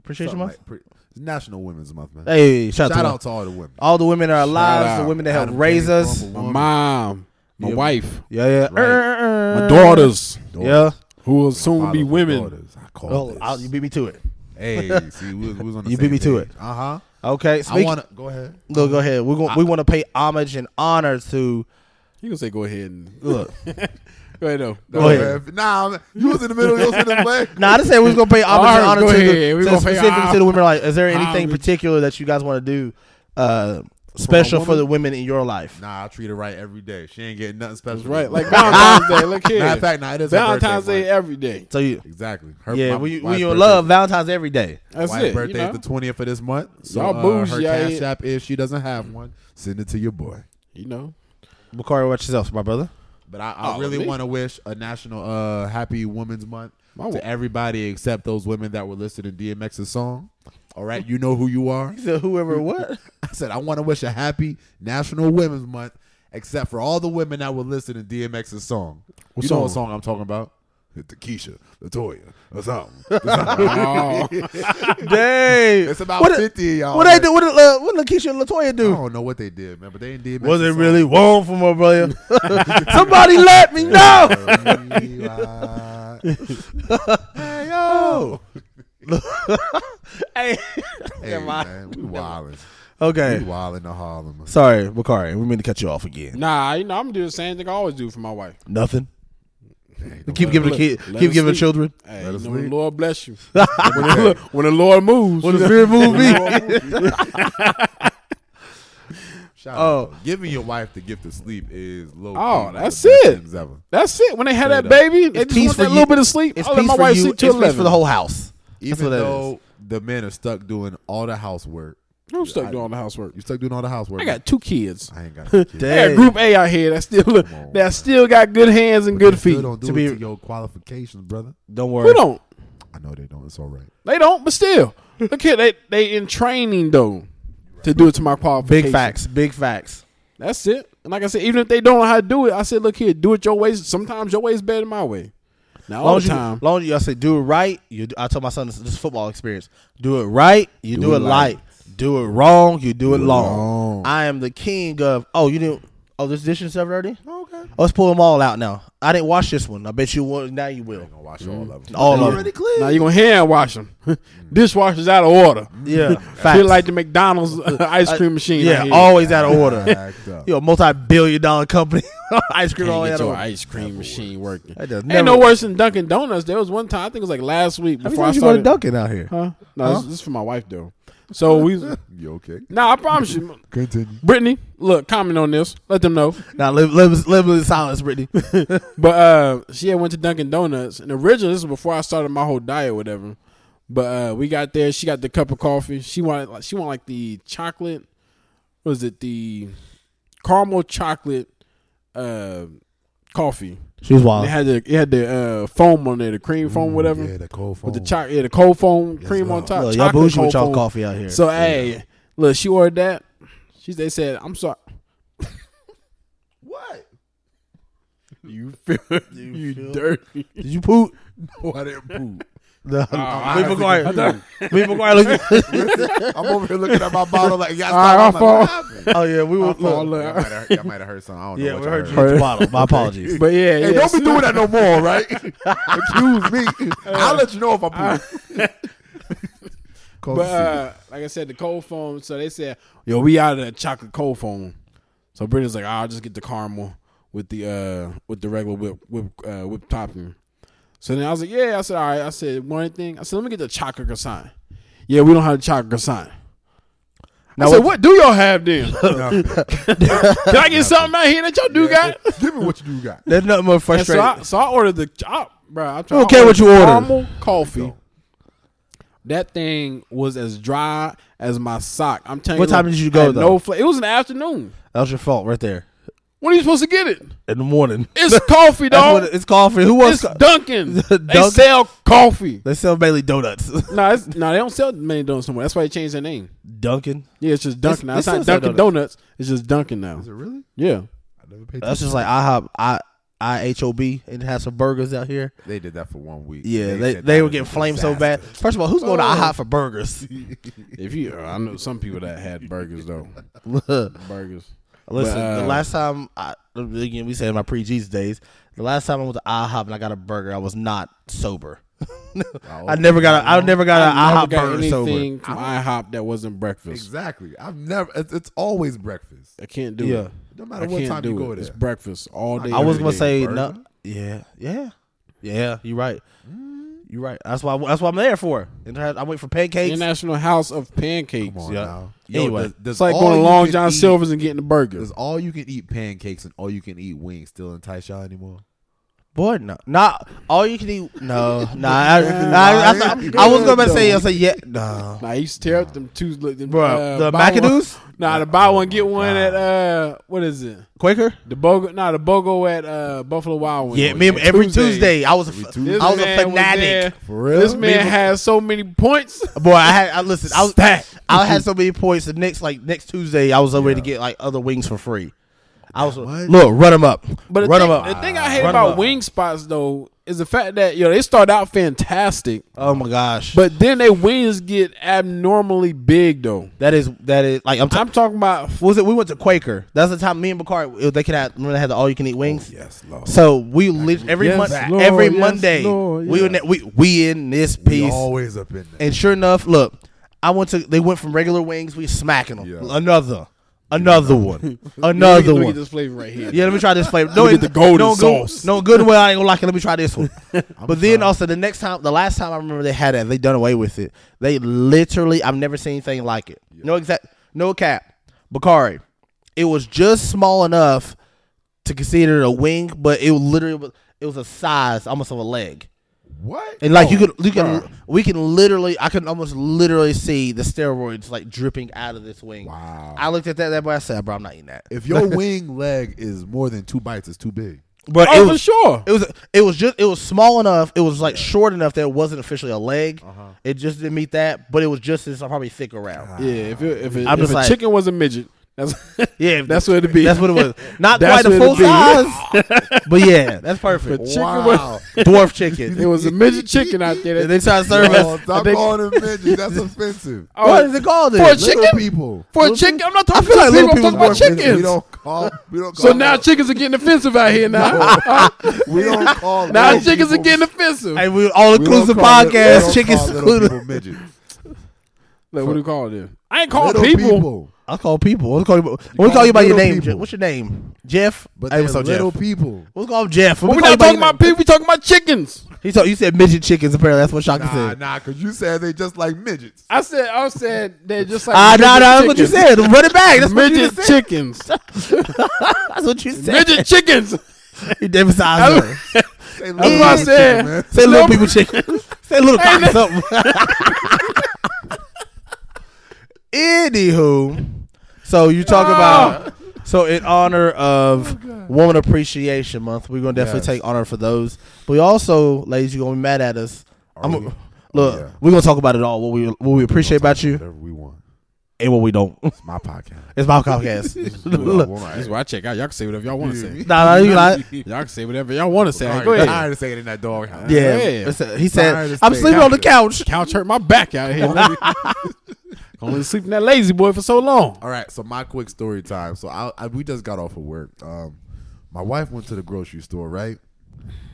[SPEAKER 3] Appreciation
[SPEAKER 1] something
[SPEAKER 3] month.
[SPEAKER 1] like pre- it's National Women's Month, man.
[SPEAKER 3] Hey, shout,
[SPEAKER 1] Shout
[SPEAKER 3] out, to
[SPEAKER 1] out to all the women.
[SPEAKER 3] all the women in our lives,
[SPEAKER 2] out.
[SPEAKER 3] the women that helped
[SPEAKER 1] Adam
[SPEAKER 3] raise
[SPEAKER 1] Payne,
[SPEAKER 3] us.
[SPEAKER 2] My
[SPEAKER 1] Bumble Woman.
[SPEAKER 2] mom, my
[SPEAKER 1] Yeah.
[SPEAKER 2] wife,
[SPEAKER 3] Yeah, yeah.
[SPEAKER 1] Right.
[SPEAKER 3] Uh,
[SPEAKER 2] my daughters,
[SPEAKER 3] Yeah.
[SPEAKER 2] who will soon
[SPEAKER 1] Father
[SPEAKER 2] be
[SPEAKER 1] of
[SPEAKER 2] women.
[SPEAKER 1] daughters. I call
[SPEAKER 3] Oh,
[SPEAKER 1] this.
[SPEAKER 3] I'll- you beat me to it.
[SPEAKER 1] hey, see, we, was- we was on the
[SPEAKER 3] You beat me to it.
[SPEAKER 1] Uh huh.
[SPEAKER 3] Okay,
[SPEAKER 1] I
[SPEAKER 3] speak.
[SPEAKER 1] want to go ahead.
[SPEAKER 3] look, go ahead. We're going. We want to pay homage and honor to.
[SPEAKER 2] You can say go ahead and go
[SPEAKER 3] Look,
[SPEAKER 2] ahead though.
[SPEAKER 3] Go ahead.
[SPEAKER 1] Nah, man, you was in the middle of those in play.
[SPEAKER 3] nah, I just said we was gonna pay homage
[SPEAKER 2] All
[SPEAKER 3] and
[SPEAKER 2] right,
[SPEAKER 3] honor
[SPEAKER 2] go
[SPEAKER 3] to,
[SPEAKER 2] ahead.
[SPEAKER 3] the,
[SPEAKER 2] We
[SPEAKER 3] to
[SPEAKER 2] gonna pay
[SPEAKER 3] specifically to the women. Like, is there anything
[SPEAKER 2] homage.
[SPEAKER 3] particular that you guys want to do uh, special for
[SPEAKER 1] woman?
[SPEAKER 3] the women in your life?
[SPEAKER 1] Nah, I treat her right every day. She ain't getting nothing special.
[SPEAKER 2] That's right. Like Valentine's Day. Look here.
[SPEAKER 1] matter of fact, nah, it is her
[SPEAKER 2] Valentine's
[SPEAKER 1] birthday
[SPEAKER 2] Day
[SPEAKER 1] month.
[SPEAKER 2] every day.
[SPEAKER 3] So you,
[SPEAKER 1] Exactly.
[SPEAKER 3] yeah, we we in love Valentine's every day.
[SPEAKER 2] That's
[SPEAKER 1] Wife's
[SPEAKER 2] it.
[SPEAKER 1] birthday
[SPEAKER 2] you know?
[SPEAKER 1] is the twentieth of this month. So
[SPEAKER 2] Y'all
[SPEAKER 1] uh,
[SPEAKER 2] bougie,
[SPEAKER 1] her
[SPEAKER 2] y'all
[SPEAKER 1] cash
[SPEAKER 2] ain't-
[SPEAKER 1] app, if she doesn't have one, send it to your boy.
[SPEAKER 2] you know.
[SPEAKER 3] Bakari, watch yourself, my brother.
[SPEAKER 1] But I, I
[SPEAKER 2] Oh,
[SPEAKER 1] really
[SPEAKER 2] me?
[SPEAKER 1] want to wish a national uh, happy Women's Month
[SPEAKER 2] My
[SPEAKER 1] to
[SPEAKER 2] wo-
[SPEAKER 1] everybody except those women that were listed in DMX's song. All right, you know who you are.
[SPEAKER 3] said, "Whoever what?"
[SPEAKER 1] I said I want to wish a happy National Women's Month, except for all the women that were listed in DMX's song.
[SPEAKER 2] What
[SPEAKER 1] you know what
[SPEAKER 2] song?
[SPEAKER 1] song I'm talking about? It's the Keisha, Latoya, or something.
[SPEAKER 2] Oh,
[SPEAKER 3] Dang,
[SPEAKER 1] It's about
[SPEAKER 3] what, did-
[SPEAKER 1] fifty of y'all.
[SPEAKER 3] What they do? What did uh, what did Lakeisha and Latoya
[SPEAKER 2] Oh,
[SPEAKER 1] I
[SPEAKER 3] do?
[SPEAKER 1] don't know what they did, man. But they didn't DMX.
[SPEAKER 3] Was it really warm for my brother? Somebody let me know.
[SPEAKER 1] hey yo,
[SPEAKER 3] hey,
[SPEAKER 1] hey
[SPEAKER 3] mind.
[SPEAKER 1] man, we wildin', we
[SPEAKER 3] okay.
[SPEAKER 1] wildin' to Harlem.
[SPEAKER 3] Sorry, Bakari. We mean to cut you off again.
[SPEAKER 2] nah, you know I'm gonna do the same thing I always do for my wife.
[SPEAKER 3] Nothing.
[SPEAKER 1] Hey,
[SPEAKER 3] Keep giving the kid.
[SPEAKER 2] let- let
[SPEAKER 3] keep
[SPEAKER 2] us
[SPEAKER 3] giving the
[SPEAKER 2] sleep.
[SPEAKER 3] children.
[SPEAKER 2] Hey,
[SPEAKER 1] Let
[SPEAKER 2] you
[SPEAKER 1] us
[SPEAKER 2] know, the
[SPEAKER 1] live.
[SPEAKER 2] Lord bless you.
[SPEAKER 1] Let me tell you.
[SPEAKER 2] when the Lord moves,
[SPEAKER 3] What
[SPEAKER 2] you
[SPEAKER 3] does
[SPEAKER 2] know?
[SPEAKER 3] spirit move me?
[SPEAKER 1] Shout
[SPEAKER 3] Oh.
[SPEAKER 1] out. Giving your wife the gift of sleep is low. key
[SPEAKER 2] Oh,
[SPEAKER 1] one of the
[SPEAKER 2] that's
[SPEAKER 1] best
[SPEAKER 2] it.
[SPEAKER 1] things ever.
[SPEAKER 2] that's it. When they had
[SPEAKER 1] Straight
[SPEAKER 2] that
[SPEAKER 1] up.
[SPEAKER 2] baby, they
[SPEAKER 3] It's
[SPEAKER 2] just
[SPEAKER 3] peace
[SPEAKER 2] want
[SPEAKER 3] for
[SPEAKER 2] that
[SPEAKER 3] you.
[SPEAKER 2] little bit of sleep.
[SPEAKER 3] It's
[SPEAKER 2] I let
[SPEAKER 3] peace
[SPEAKER 2] my
[SPEAKER 3] for
[SPEAKER 2] wife
[SPEAKER 3] you.
[SPEAKER 2] sleep
[SPEAKER 3] It's
[SPEAKER 2] till
[SPEAKER 3] peace
[SPEAKER 2] eleven.
[SPEAKER 3] for the whole house. That's
[SPEAKER 1] Even
[SPEAKER 3] what it
[SPEAKER 1] though the men are stuck doing all the housework,
[SPEAKER 2] I'm stuck doing all the housework.
[SPEAKER 1] you stuck doing all the housework.
[SPEAKER 2] I got two kids.
[SPEAKER 1] I ain't got. no kids.
[SPEAKER 3] Damn.
[SPEAKER 2] I got
[SPEAKER 3] Hey.
[SPEAKER 2] Group A out here that still look,
[SPEAKER 1] on,
[SPEAKER 2] that still got good hands and good
[SPEAKER 1] They still
[SPEAKER 2] feet.
[SPEAKER 1] Don't do
[SPEAKER 3] to
[SPEAKER 1] it
[SPEAKER 3] be-
[SPEAKER 1] to your qualifications, brother.
[SPEAKER 3] Don't worry.
[SPEAKER 2] Who don't?
[SPEAKER 1] I know they don't. It's all right.
[SPEAKER 2] They don't, but still, look here. They they in training though to do it to my qualifications.
[SPEAKER 3] Big facts. Big facts.
[SPEAKER 2] That's it. And like I said, even if they don't know how to do it, I said, look here, do it your way. Sometimes your way is better than my way. Now all
[SPEAKER 3] Long
[SPEAKER 2] the
[SPEAKER 3] as you,
[SPEAKER 2] time.
[SPEAKER 3] long as you, I say do it right. You, do, I told my son this, this is football experience. Do it right. You do, it light. Do it wrong. You do, it long.
[SPEAKER 1] wrong.
[SPEAKER 3] I am the king of. Oh, you didn't. Oh, this dish is seven thirty. Okay. Oh, Let's pull them all out now. I didn't watch this one. I bet you will. Now you will.
[SPEAKER 1] Gonna watch all of them.
[SPEAKER 3] Mm-hmm. All of
[SPEAKER 1] Already
[SPEAKER 3] them.
[SPEAKER 1] clear.
[SPEAKER 2] Now you're gonna hand wash them. Dishwasher's out of order.
[SPEAKER 3] Yeah.
[SPEAKER 2] Feel
[SPEAKER 3] Facts.
[SPEAKER 2] like the McDonald's ice cream machine.
[SPEAKER 3] yeah.
[SPEAKER 2] out here.
[SPEAKER 3] Always out of order.
[SPEAKER 1] Backed up.
[SPEAKER 3] Yo, multi-billion-dollar company. ice cream
[SPEAKER 2] Can't
[SPEAKER 3] all
[SPEAKER 2] get
[SPEAKER 3] out of
[SPEAKER 2] your
[SPEAKER 3] order.
[SPEAKER 2] ice cream machine working.
[SPEAKER 3] That does
[SPEAKER 2] Ain't
[SPEAKER 3] never-
[SPEAKER 2] no worse than Dunkin' Donuts. There was one time, I think it was like last week
[SPEAKER 3] How many
[SPEAKER 2] before I
[SPEAKER 3] times you go to
[SPEAKER 2] started.
[SPEAKER 3] Dunkin' out here?
[SPEAKER 2] huh? No, this, this is for my wife though. So we.
[SPEAKER 1] You okay?
[SPEAKER 2] Nah, I promise you,
[SPEAKER 1] Continue.
[SPEAKER 2] Brittany. Look, comment on this. Let them know.
[SPEAKER 3] Now live, live, live in silence, Brittany.
[SPEAKER 2] But uh, she had went to Dunkin' Donuts, and originally this was before I started my whole diet, or whatever. But uh, we got there. She got the cup of coffee. She wanted, like, she wanted like the chocolate. Was it the caramel chocolate uh, coffee?
[SPEAKER 3] She's
[SPEAKER 2] It
[SPEAKER 3] wild.
[SPEAKER 2] had the it had the uh, foam on there, the cream
[SPEAKER 3] Mm,
[SPEAKER 2] foam, whatever.
[SPEAKER 1] Mm, Yeah, the cold phone.
[SPEAKER 2] With the chocolate, yeah, the cold foam cream
[SPEAKER 1] Lord.
[SPEAKER 2] on top.
[SPEAKER 3] Look, y'all
[SPEAKER 2] chocolate
[SPEAKER 3] bougie with
[SPEAKER 2] cold
[SPEAKER 3] y'all
[SPEAKER 2] foam.
[SPEAKER 3] coffee out here.
[SPEAKER 2] So hey, look, she ordered that. She they said, "I'm sorry."
[SPEAKER 1] what?
[SPEAKER 2] You feel you,
[SPEAKER 3] feel-
[SPEAKER 2] dirty.
[SPEAKER 3] Did you poop?
[SPEAKER 1] No, I didn't poop.
[SPEAKER 3] No.
[SPEAKER 1] Oh,
[SPEAKER 2] I
[SPEAKER 3] Lee
[SPEAKER 2] think
[SPEAKER 3] McGuire. Lee McGuire. look-
[SPEAKER 1] I'm over here looking at my bottle like, y'all
[SPEAKER 2] All right,
[SPEAKER 1] stop. I'm
[SPEAKER 2] I'll
[SPEAKER 1] like,
[SPEAKER 2] fall.
[SPEAKER 1] what happened?
[SPEAKER 3] Oh yeah, we were.
[SPEAKER 2] Oh,
[SPEAKER 3] Look.
[SPEAKER 2] look.
[SPEAKER 1] Y'all might have- Y'all might have heard something. I don't know.
[SPEAKER 3] Yeah,
[SPEAKER 1] what
[SPEAKER 3] we
[SPEAKER 1] y'all
[SPEAKER 3] heard you
[SPEAKER 2] heard.
[SPEAKER 3] at the bottom. My apologies.
[SPEAKER 2] But yeah,
[SPEAKER 1] Hey,
[SPEAKER 2] yeah,
[SPEAKER 1] don't be
[SPEAKER 2] so-
[SPEAKER 1] doing that no more, right? Excuse me.
[SPEAKER 3] Uh,
[SPEAKER 1] I'll let you know if I poop. Cold
[SPEAKER 2] But
[SPEAKER 1] seat.
[SPEAKER 2] uh, like I said, the cold foam. So they said, "Yo, we out of that chocolate cold foam." So Brittany's like, "Ah, "I'll just get the caramel with the uh with the regular whip whip uh, whip topping." So then I was like, "Yeah," I said, "All right." I said, "One thing," I said, "Let me get the chocolate croissant." Yeah, we don't have the chocolate croissant.
[SPEAKER 3] Now
[SPEAKER 2] I said,
[SPEAKER 3] what-
[SPEAKER 2] what, do y'all have then? Did I get something out here that y'all do got?
[SPEAKER 1] Give me what you do got.
[SPEAKER 3] There's nothing more
[SPEAKER 2] And so
[SPEAKER 3] frustrating.
[SPEAKER 2] I, so I ordered the I, bro. I
[SPEAKER 3] don't care what you ordered.
[SPEAKER 2] Caramel coffee. That thing was as dry as my sock. I'm telling
[SPEAKER 3] What
[SPEAKER 2] you. like,
[SPEAKER 3] time did you go,
[SPEAKER 2] had
[SPEAKER 3] though?
[SPEAKER 2] No, fla- it was in the afternoon.
[SPEAKER 3] that was your fault right there.
[SPEAKER 2] When are you supposed to get it?
[SPEAKER 3] In the morning.
[SPEAKER 2] It's coffee,
[SPEAKER 3] That's
[SPEAKER 2] dog.
[SPEAKER 3] what it- it's coffee. Who
[SPEAKER 2] It's
[SPEAKER 3] wants? co-
[SPEAKER 2] Dunkin'. They
[SPEAKER 3] Dunkin'?
[SPEAKER 2] sell coffee.
[SPEAKER 3] They sell Bailey donuts.
[SPEAKER 2] No, it's, no, they don't sell many donuts anymore. That's why they changed their name.
[SPEAKER 3] Dunkin'.
[SPEAKER 2] Yeah, it's just Dunkin' now.
[SPEAKER 3] they
[SPEAKER 2] It's
[SPEAKER 3] still
[SPEAKER 2] not
[SPEAKER 3] sell
[SPEAKER 2] Dunkin' donuts. It's just Dunkin' now.
[SPEAKER 1] Is it really?
[SPEAKER 2] Yeah.
[SPEAKER 1] I never paid
[SPEAKER 3] That's just like IHOP. I I H O B and it has some burgers out here.
[SPEAKER 1] They did that for one week.
[SPEAKER 3] Yeah, they they,
[SPEAKER 1] said that
[SPEAKER 3] were
[SPEAKER 1] was
[SPEAKER 3] getting
[SPEAKER 1] a
[SPEAKER 3] flamed so
[SPEAKER 1] disaster.
[SPEAKER 3] bad. First of all, who's going to
[SPEAKER 2] Oh.
[SPEAKER 3] IHOP for burgers?
[SPEAKER 2] If you, uh, I know some people that had burgers though.
[SPEAKER 3] Listen,
[SPEAKER 2] Burgers.
[SPEAKER 3] the
[SPEAKER 2] uh,
[SPEAKER 3] last time I again we said in my pre Jesus days, the last time I went to IHOP and I got a burger, I was not sober. I never got a I never got an
[SPEAKER 2] I
[SPEAKER 3] IHOP
[SPEAKER 2] never got
[SPEAKER 3] burger sober.
[SPEAKER 2] anything from IHOP that wasn't breakfast.
[SPEAKER 1] Exactly. I've never. It's, it's always breakfast.
[SPEAKER 2] I can't do
[SPEAKER 3] Yeah.
[SPEAKER 2] it.
[SPEAKER 1] No matter
[SPEAKER 2] I
[SPEAKER 1] what
[SPEAKER 2] can't
[SPEAKER 1] time
[SPEAKER 2] do
[SPEAKER 1] you go
[SPEAKER 2] it. It's
[SPEAKER 1] there.
[SPEAKER 2] breakfast all day.
[SPEAKER 3] I was gonna
[SPEAKER 2] every day.
[SPEAKER 3] say
[SPEAKER 1] burger?
[SPEAKER 3] no. Yeah, yeah, yeah. You're right. You're right. That's why. That's what I'm there for. And I I went for pancakes.
[SPEAKER 2] International House of Pancakes.
[SPEAKER 1] Come on
[SPEAKER 3] Yeah.
[SPEAKER 1] now.
[SPEAKER 3] Anyway.
[SPEAKER 1] does- does
[SPEAKER 2] It's like
[SPEAKER 1] all
[SPEAKER 2] going to
[SPEAKER 1] you
[SPEAKER 2] Long
[SPEAKER 1] can
[SPEAKER 2] John
[SPEAKER 1] eat-
[SPEAKER 2] Silver's and getting the burger.
[SPEAKER 1] Does all you can eat pancakes and all you can eat wings still entice y'all anymore?
[SPEAKER 3] Boy, no, not all you can eat. No, nah. I, I, I, I, was gonna say, I say, yeah, no.
[SPEAKER 2] Nah, I used to tear up them two. li- Them,
[SPEAKER 3] Bro,
[SPEAKER 2] uh,
[SPEAKER 3] the
[SPEAKER 2] buy one-
[SPEAKER 3] McAdoo's,
[SPEAKER 2] Nah, the buy one get one at uh, what is it?
[SPEAKER 3] Quaker.
[SPEAKER 2] The bogo. Nah, the bogo at uh Buffalo Wild Wings.
[SPEAKER 3] Yeah, me every Tuesday. I was, a f-
[SPEAKER 1] Tuesday.
[SPEAKER 3] I was a
[SPEAKER 2] man there.
[SPEAKER 3] fanatic.
[SPEAKER 1] For real?
[SPEAKER 2] This
[SPEAKER 3] Me-
[SPEAKER 2] man has so many points.
[SPEAKER 3] Boy, I had, I listen, I was,
[SPEAKER 2] Stat.
[SPEAKER 3] I had so many points. The next, like next Tuesday, I was over to get like other wings for free. I was
[SPEAKER 1] What?
[SPEAKER 3] look, run them up,
[SPEAKER 2] But the,
[SPEAKER 3] run
[SPEAKER 2] thing,
[SPEAKER 3] them up.
[SPEAKER 2] the thing I hate
[SPEAKER 3] Run 'em
[SPEAKER 2] about
[SPEAKER 3] up.
[SPEAKER 2] wing spots though is the fact that yo they start out fantastic,
[SPEAKER 3] oh my gosh,
[SPEAKER 2] but then their wings get abnormally big though.
[SPEAKER 3] that is that is like I'm. T-
[SPEAKER 2] I'm talking about
[SPEAKER 3] what was it? We went to Quaker. That's the time me and Bakari. They could have remember they had the all you can eat wings.
[SPEAKER 1] Yes, Lord.
[SPEAKER 3] So we lit every
[SPEAKER 2] Oh, Yes,
[SPEAKER 3] month,
[SPEAKER 2] Lord,
[SPEAKER 3] every
[SPEAKER 2] yes,
[SPEAKER 3] Monday
[SPEAKER 2] Lord,
[SPEAKER 3] we
[SPEAKER 2] yeah.
[SPEAKER 3] in that- we we in this
[SPEAKER 1] We
[SPEAKER 3] piece.
[SPEAKER 1] always up in there.
[SPEAKER 3] And sure enough, look, I went to they went from regular wings, we smacking them.
[SPEAKER 1] Yeah.
[SPEAKER 3] Another, another one,
[SPEAKER 2] Let me-
[SPEAKER 3] another
[SPEAKER 2] let me get
[SPEAKER 3] one.
[SPEAKER 2] this flavor right here.
[SPEAKER 3] Yeah, let me try this flavor. No,
[SPEAKER 2] me get the golden
[SPEAKER 3] no,
[SPEAKER 2] sauce.
[SPEAKER 3] Good, no, good and well, I ain't gonna like it. Let me try this one. but then also the next time, the last time I remember they had it, they done away with it. They literally, I've never seen anything like it. No exact, no cap. Bakari, it was just small enough to consider it a wing, but it literally was, it was a size almost of a leg.
[SPEAKER 1] What?
[SPEAKER 3] And like you could, you can, we can literally, I can almost literally see the steroids like dripping out of this wing.
[SPEAKER 1] Wow.
[SPEAKER 3] I looked at that, that boy. I said, "Bro, I'm not eating that."
[SPEAKER 1] If your wing leg is more than two bites, it's too big.
[SPEAKER 3] But
[SPEAKER 2] Oh,
[SPEAKER 3] it
[SPEAKER 2] for
[SPEAKER 3] was,
[SPEAKER 2] sure.
[SPEAKER 3] it was, it was just, it was small enough. It was like short enough that it wasn't officially a leg.
[SPEAKER 1] Uh-huh.
[SPEAKER 3] It just didn't meet that, but it was just as probably thick around.
[SPEAKER 2] Yeah, if it, if, it,
[SPEAKER 3] I'm
[SPEAKER 2] if
[SPEAKER 3] just
[SPEAKER 2] a
[SPEAKER 3] like-
[SPEAKER 2] chicken was a midget,
[SPEAKER 4] That's
[SPEAKER 3] Yeah,
[SPEAKER 4] that's what it'd be.
[SPEAKER 3] That's what it was. Not
[SPEAKER 4] That's
[SPEAKER 3] quite a full
[SPEAKER 4] what it'd
[SPEAKER 3] size, but yeah, that's perfect.
[SPEAKER 4] chicken
[SPEAKER 1] wow.
[SPEAKER 3] Dwarf chicken.
[SPEAKER 4] There was a midget chicken out there.
[SPEAKER 3] And
[SPEAKER 4] That,
[SPEAKER 3] they try to serve
[SPEAKER 1] Yo,
[SPEAKER 3] us.
[SPEAKER 1] stop
[SPEAKER 4] think-
[SPEAKER 1] calling them midgets. That's offensive.
[SPEAKER 4] Oh,
[SPEAKER 3] what is it called? then?
[SPEAKER 4] For a
[SPEAKER 1] Little
[SPEAKER 4] chicken?
[SPEAKER 1] people.
[SPEAKER 4] for a chicken, I'm not talking
[SPEAKER 3] I feel
[SPEAKER 4] about
[SPEAKER 3] like
[SPEAKER 4] people.
[SPEAKER 3] little
[SPEAKER 4] I'm talking
[SPEAKER 3] people
[SPEAKER 4] about
[SPEAKER 3] more offensive.
[SPEAKER 1] We
[SPEAKER 4] chickens.
[SPEAKER 1] don't call. We don't call
[SPEAKER 4] So now chickens are getting offensive out here now.
[SPEAKER 1] we don't call.
[SPEAKER 4] now
[SPEAKER 1] little
[SPEAKER 4] chickens are
[SPEAKER 1] people-
[SPEAKER 4] getting offensive.
[SPEAKER 3] Hey, we all
[SPEAKER 1] we don't
[SPEAKER 3] inclusive
[SPEAKER 1] call li- we don't
[SPEAKER 3] podcast.
[SPEAKER 1] call
[SPEAKER 3] Chickens
[SPEAKER 1] little
[SPEAKER 3] included.
[SPEAKER 1] people midgets.
[SPEAKER 4] Like, what do you call them? I ain't calling
[SPEAKER 1] Little
[SPEAKER 4] people.
[SPEAKER 3] I call people. I'll call you. I'll
[SPEAKER 1] call
[SPEAKER 3] call you by your
[SPEAKER 1] little
[SPEAKER 3] name.
[SPEAKER 1] people.
[SPEAKER 3] Je- What's your name? Jeff.
[SPEAKER 1] but
[SPEAKER 3] Hey,
[SPEAKER 1] they're
[SPEAKER 3] what's up,
[SPEAKER 1] little
[SPEAKER 3] Jeff?
[SPEAKER 1] people.
[SPEAKER 3] What's called Jef?
[SPEAKER 4] But we're not talking about people. We're talking about chickens.
[SPEAKER 3] He told you said midget chickens. Apparently, that's what Shaka
[SPEAKER 1] Nah,
[SPEAKER 3] said.
[SPEAKER 1] nah, because you said they just like midgets.
[SPEAKER 4] I said, I said they're just like
[SPEAKER 3] Ah, nah,
[SPEAKER 4] midget
[SPEAKER 3] nah, that's what you
[SPEAKER 4] chickens.
[SPEAKER 3] said. Run it back. That's what you
[SPEAKER 4] Midget
[SPEAKER 3] said.
[SPEAKER 4] chickens.
[SPEAKER 3] That's what you said.
[SPEAKER 4] Midget chickens.
[SPEAKER 3] You emphasized it.
[SPEAKER 1] Say
[SPEAKER 4] That's
[SPEAKER 1] little
[SPEAKER 4] what I
[SPEAKER 1] people,
[SPEAKER 4] said.
[SPEAKER 1] man.
[SPEAKER 3] Say little
[SPEAKER 4] Little-
[SPEAKER 3] people chicken. Say little cock something. Anywho, so you
[SPEAKER 4] Ah.
[SPEAKER 3] talk about so in honor of
[SPEAKER 4] Oh
[SPEAKER 3] Woman Appreciation Month, we're gonna definitely
[SPEAKER 1] Yes.
[SPEAKER 3] take honor for those. But we also, ladies, you're gonna be mad at us. I'm
[SPEAKER 1] we?
[SPEAKER 3] gonna look.
[SPEAKER 1] Oh, yeah.
[SPEAKER 3] We're gonna talk about it all. What we what we appreciate about you
[SPEAKER 1] Whatever we want.
[SPEAKER 3] and what we don't.
[SPEAKER 1] It's my podcast.
[SPEAKER 3] It's my podcast. look,
[SPEAKER 1] Well,
[SPEAKER 2] This is where I check out. Y'all can say whatever y'all want to say.
[SPEAKER 3] nah, nah, you like.
[SPEAKER 2] Y'all can say whatever y'all want to say.
[SPEAKER 1] Sorry,
[SPEAKER 2] Go
[SPEAKER 1] I'm
[SPEAKER 2] ahead.
[SPEAKER 1] tired of saying it in that doghouse.
[SPEAKER 3] Yeah,
[SPEAKER 2] Yeah.
[SPEAKER 3] It's a- he
[SPEAKER 1] Tired
[SPEAKER 3] said,
[SPEAKER 1] as
[SPEAKER 3] "I'm
[SPEAKER 1] fuck.
[SPEAKER 3] sleeping on the couch."
[SPEAKER 2] Couch hurt my back out here. Can Only sleep in that lazy boy for so long.
[SPEAKER 1] All right, so my quick story time. So I, I we just got off of work. Um, my wife went to the grocery store, right?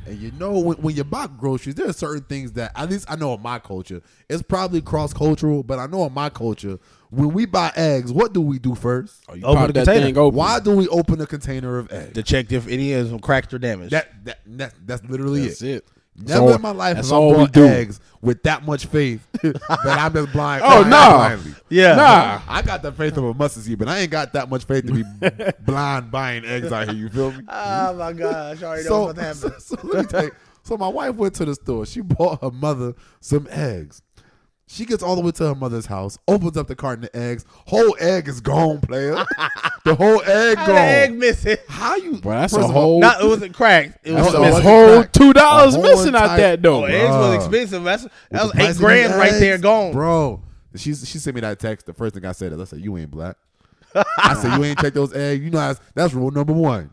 [SPEAKER 1] And you know when, when you buy groceries, there are certain things that at least I know in my culture. It's probably cross cultural, but I know in my culture, when we buy eggs, what do we do first?
[SPEAKER 2] Oh, you
[SPEAKER 3] Open
[SPEAKER 2] popped
[SPEAKER 3] the
[SPEAKER 2] that
[SPEAKER 3] container.
[SPEAKER 2] thing open.
[SPEAKER 1] Why do we open a container of eggs?
[SPEAKER 3] to check if any of them cracked or damaged.
[SPEAKER 1] That, that, that that's literally
[SPEAKER 2] That's it.
[SPEAKER 1] Never
[SPEAKER 2] all-
[SPEAKER 1] in my life
[SPEAKER 2] that's
[SPEAKER 1] have I
[SPEAKER 2] all we
[SPEAKER 1] bought
[SPEAKER 2] do.
[SPEAKER 1] eggs with that much faith that I'm just blind.
[SPEAKER 4] Oh,
[SPEAKER 1] blind
[SPEAKER 4] no.
[SPEAKER 1] blindly.
[SPEAKER 3] yeah,
[SPEAKER 4] Nah.
[SPEAKER 1] I got the faith of a mustard seed, but I ain't got that much faith to be blind buying eggs out here. You feel me?
[SPEAKER 3] Oh my gosh, I
[SPEAKER 1] So,
[SPEAKER 3] already
[SPEAKER 1] so, so let me tell you. So my wife went to the store. She bought her mother some eggs. She gets all the way to her mother's house, opens up the carton of eggs. Whole egg is gone, player. the whole egg
[SPEAKER 3] How
[SPEAKER 1] gone.
[SPEAKER 3] the egg miss it?
[SPEAKER 1] How you?
[SPEAKER 2] Bro, that's
[SPEAKER 1] First
[SPEAKER 2] a
[SPEAKER 1] of
[SPEAKER 2] whole.
[SPEAKER 3] No, it wasn't cracked. It was
[SPEAKER 1] That's
[SPEAKER 3] just
[SPEAKER 1] a
[SPEAKER 3] missing.
[SPEAKER 4] This
[SPEAKER 1] what
[SPEAKER 4] whole
[SPEAKER 1] exact-
[SPEAKER 4] two dollars
[SPEAKER 1] a whole
[SPEAKER 4] missing out
[SPEAKER 1] entire-
[SPEAKER 4] that
[SPEAKER 3] Oh,
[SPEAKER 4] though.
[SPEAKER 3] eggs
[SPEAKER 1] Bruh.
[SPEAKER 3] was expensive. That's that was
[SPEAKER 1] the
[SPEAKER 3] eight
[SPEAKER 1] price of
[SPEAKER 3] grand
[SPEAKER 1] these
[SPEAKER 3] right there
[SPEAKER 1] eggs,
[SPEAKER 3] gone.
[SPEAKER 1] Bro, she's, she sent me that text. The first thing I said is, I said, you ain't black. I said, you ain't check those eggs. You know, that's, that's rule number one.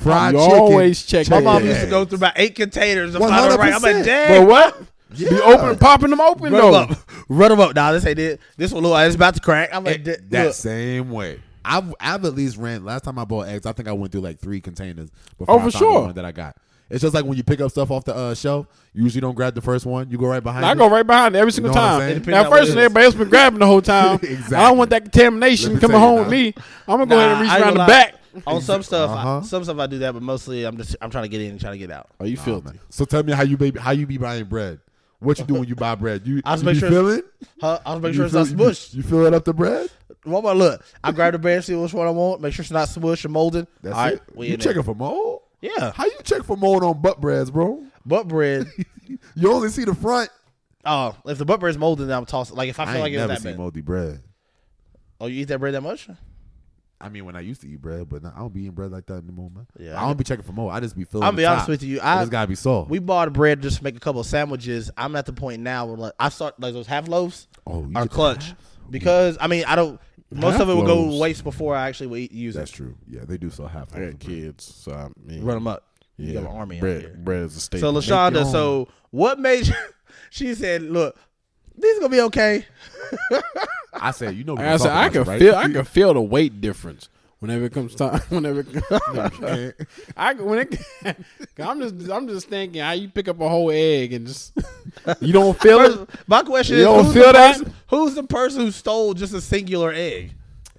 [SPEAKER 1] Fried
[SPEAKER 4] You
[SPEAKER 1] chicken.
[SPEAKER 4] always check
[SPEAKER 3] My
[SPEAKER 4] that.
[SPEAKER 3] mom
[SPEAKER 1] Yeah.
[SPEAKER 3] used to go through about eight containers to find the right. I'm like,
[SPEAKER 1] 100%.
[SPEAKER 4] But
[SPEAKER 3] dang.
[SPEAKER 4] what?
[SPEAKER 1] Yeah.
[SPEAKER 4] Be opening, popping them open
[SPEAKER 3] Run them
[SPEAKER 4] though.
[SPEAKER 3] up, run them up. Nah, this ain't it. This one, little, it's about to crack. I'm like,
[SPEAKER 1] It-
[SPEAKER 3] "Th-
[SPEAKER 1] that
[SPEAKER 3] look."
[SPEAKER 1] same way. I've I've at least ran. Last time I bought eggs, I think I went through like three containers before
[SPEAKER 4] Oh,
[SPEAKER 1] I
[SPEAKER 4] for
[SPEAKER 1] found the
[SPEAKER 4] sure.
[SPEAKER 1] one that I got. It's just like when you pick up stuff off the uh, shelf. You usually don't grab the first one. You go right behind.
[SPEAKER 4] I
[SPEAKER 1] it.
[SPEAKER 4] go right behind it every single
[SPEAKER 1] know what I'm saying?
[SPEAKER 4] time.
[SPEAKER 1] It
[SPEAKER 3] depends
[SPEAKER 4] Now,
[SPEAKER 3] on what
[SPEAKER 4] first,
[SPEAKER 3] it is.
[SPEAKER 4] everybody else been grabbing the whole time.
[SPEAKER 1] Exactly.
[SPEAKER 4] I don't want that contamination
[SPEAKER 1] Let me
[SPEAKER 4] coming
[SPEAKER 1] tell you
[SPEAKER 4] home with
[SPEAKER 1] now.
[SPEAKER 4] me. I'm gonna go
[SPEAKER 3] Nah,
[SPEAKER 4] ahead and reach
[SPEAKER 3] I ain't
[SPEAKER 4] around the
[SPEAKER 3] gonna lie.
[SPEAKER 4] back.
[SPEAKER 3] On some stuff, I,
[SPEAKER 1] Uh-huh.
[SPEAKER 3] some stuff I do that, but mostly I'm just I'm trying to get in and trying to get out.
[SPEAKER 2] Are you filthy?
[SPEAKER 1] So tell me how you baby how you be buying bread. What you do when you buy bread? You
[SPEAKER 3] I just
[SPEAKER 1] you
[SPEAKER 3] make
[SPEAKER 1] be
[SPEAKER 3] sure it's-
[SPEAKER 1] filling.
[SPEAKER 3] Huh? I'll make
[SPEAKER 1] You
[SPEAKER 3] sure it's
[SPEAKER 1] fill-
[SPEAKER 3] not smushed.
[SPEAKER 1] You, you fill it up the bread.
[SPEAKER 3] What about look? I grab the bread, see which one I want. Make sure it's not smushed or molded.
[SPEAKER 1] That's
[SPEAKER 3] All right,
[SPEAKER 1] it.
[SPEAKER 3] we
[SPEAKER 1] You
[SPEAKER 3] in there.
[SPEAKER 1] checking for mold?
[SPEAKER 3] Yeah,
[SPEAKER 1] How you check for mold on butt breads, bro?
[SPEAKER 3] butt bread.
[SPEAKER 1] You only see the front.
[SPEAKER 3] Oh, if the butt bread's molded, then I'm tossing. Like if I feel
[SPEAKER 1] I
[SPEAKER 3] like
[SPEAKER 1] ain't
[SPEAKER 3] it was
[SPEAKER 1] never
[SPEAKER 3] that
[SPEAKER 1] seen
[SPEAKER 3] bad.
[SPEAKER 1] moldy bread.
[SPEAKER 3] oh, you eat that bread that much?
[SPEAKER 1] I mean, when I used to eat bread, but now I don't be eating bread like that anymore, man.
[SPEAKER 3] Yeah,
[SPEAKER 1] I
[SPEAKER 3] I
[SPEAKER 1] don't be checking for more. I just be filling.
[SPEAKER 3] I'll
[SPEAKER 1] the
[SPEAKER 3] be honest
[SPEAKER 1] top.
[SPEAKER 3] with you,
[SPEAKER 1] It
[SPEAKER 3] I-
[SPEAKER 1] just gotta be salt.
[SPEAKER 3] We bought bread just to make a couple of sandwiches. I'm at the point now where like I start like those half loaves
[SPEAKER 1] Oh, you get
[SPEAKER 3] are
[SPEAKER 1] the
[SPEAKER 3] clutch because I mean I don't. Most of it will
[SPEAKER 2] Half
[SPEAKER 3] go
[SPEAKER 2] loaves?
[SPEAKER 3] waste before I actually will eat, use
[SPEAKER 1] That's
[SPEAKER 3] it.
[SPEAKER 1] true. Yeah, they do sell half.
[SPEAKER 2] I got kids, so I mean,
[SPEAKER 3] Run them up. You
[SPEAKER 2] yeah,
[SPEAKER 3] got an army out
[SPEAKER 2] bread,
[SPEAKER 3] here.
[SPEAKER 2] bread is a staple.
[SPEAKER 3] So Lashonda, so what made you? She said, "Look, these gonna be okay."
[SPEAKER 1] I said, you know,
[SPEAKER 2] I said I can feel, I can feel the weight difference whenever it comes time. Whenever it,
[SPEAKER 1] can.
[SPEAKER 4] I when it, 'cause I'm just I'm just thinking how you pick up a whole egg and just you don't feel it.
[SPEAKER 3] My question
[SPEAKER 4] You
[SPEAKER 3] is,
[SPEAKER 4] don't
[SPEAKER 3] who's
[SPEAKER 4] feel
[SPEAKER 3] the
[SPEAKER 4] that?
[SPEAKER 3] person, who's the person who stole just a singular egg?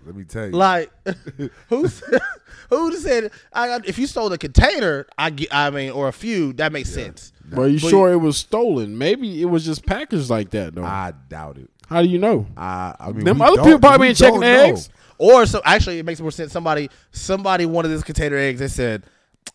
[SPEAKER 1] Let me tell you.
[SPEAKER 3] Like, who's who said? I got, if you stole a container, I get. I mean, or a few, that makes sense.
[SPEAKER 2] Bro, you
[SPEAKER 3] But-
[SPEAKER 2] sure it was stolen? Maybe it was just packaged like that though.
[SPEAKER 1] I doubt it.
[SPEAKER 2] How do you know?
[SPEAKER 1] I, I mean,
[SPEAKER 4] Them
[SPEAKER 1] we
[SPEAKER 4] other
[SPEAKER 1] don't-
[SPEAKER 4] people probably
[SPEAKER 1] we
[SPEAKER 4] ain't checking
[SPEAKER 1] don't
[SPEAKER 4] the
[SPEAKER 1] know.
[SPEAKER 4] eggs.
[SPEAKER 3] Or so actually, it makes more sense. Somebody somebody wanted this container of eggs. They said,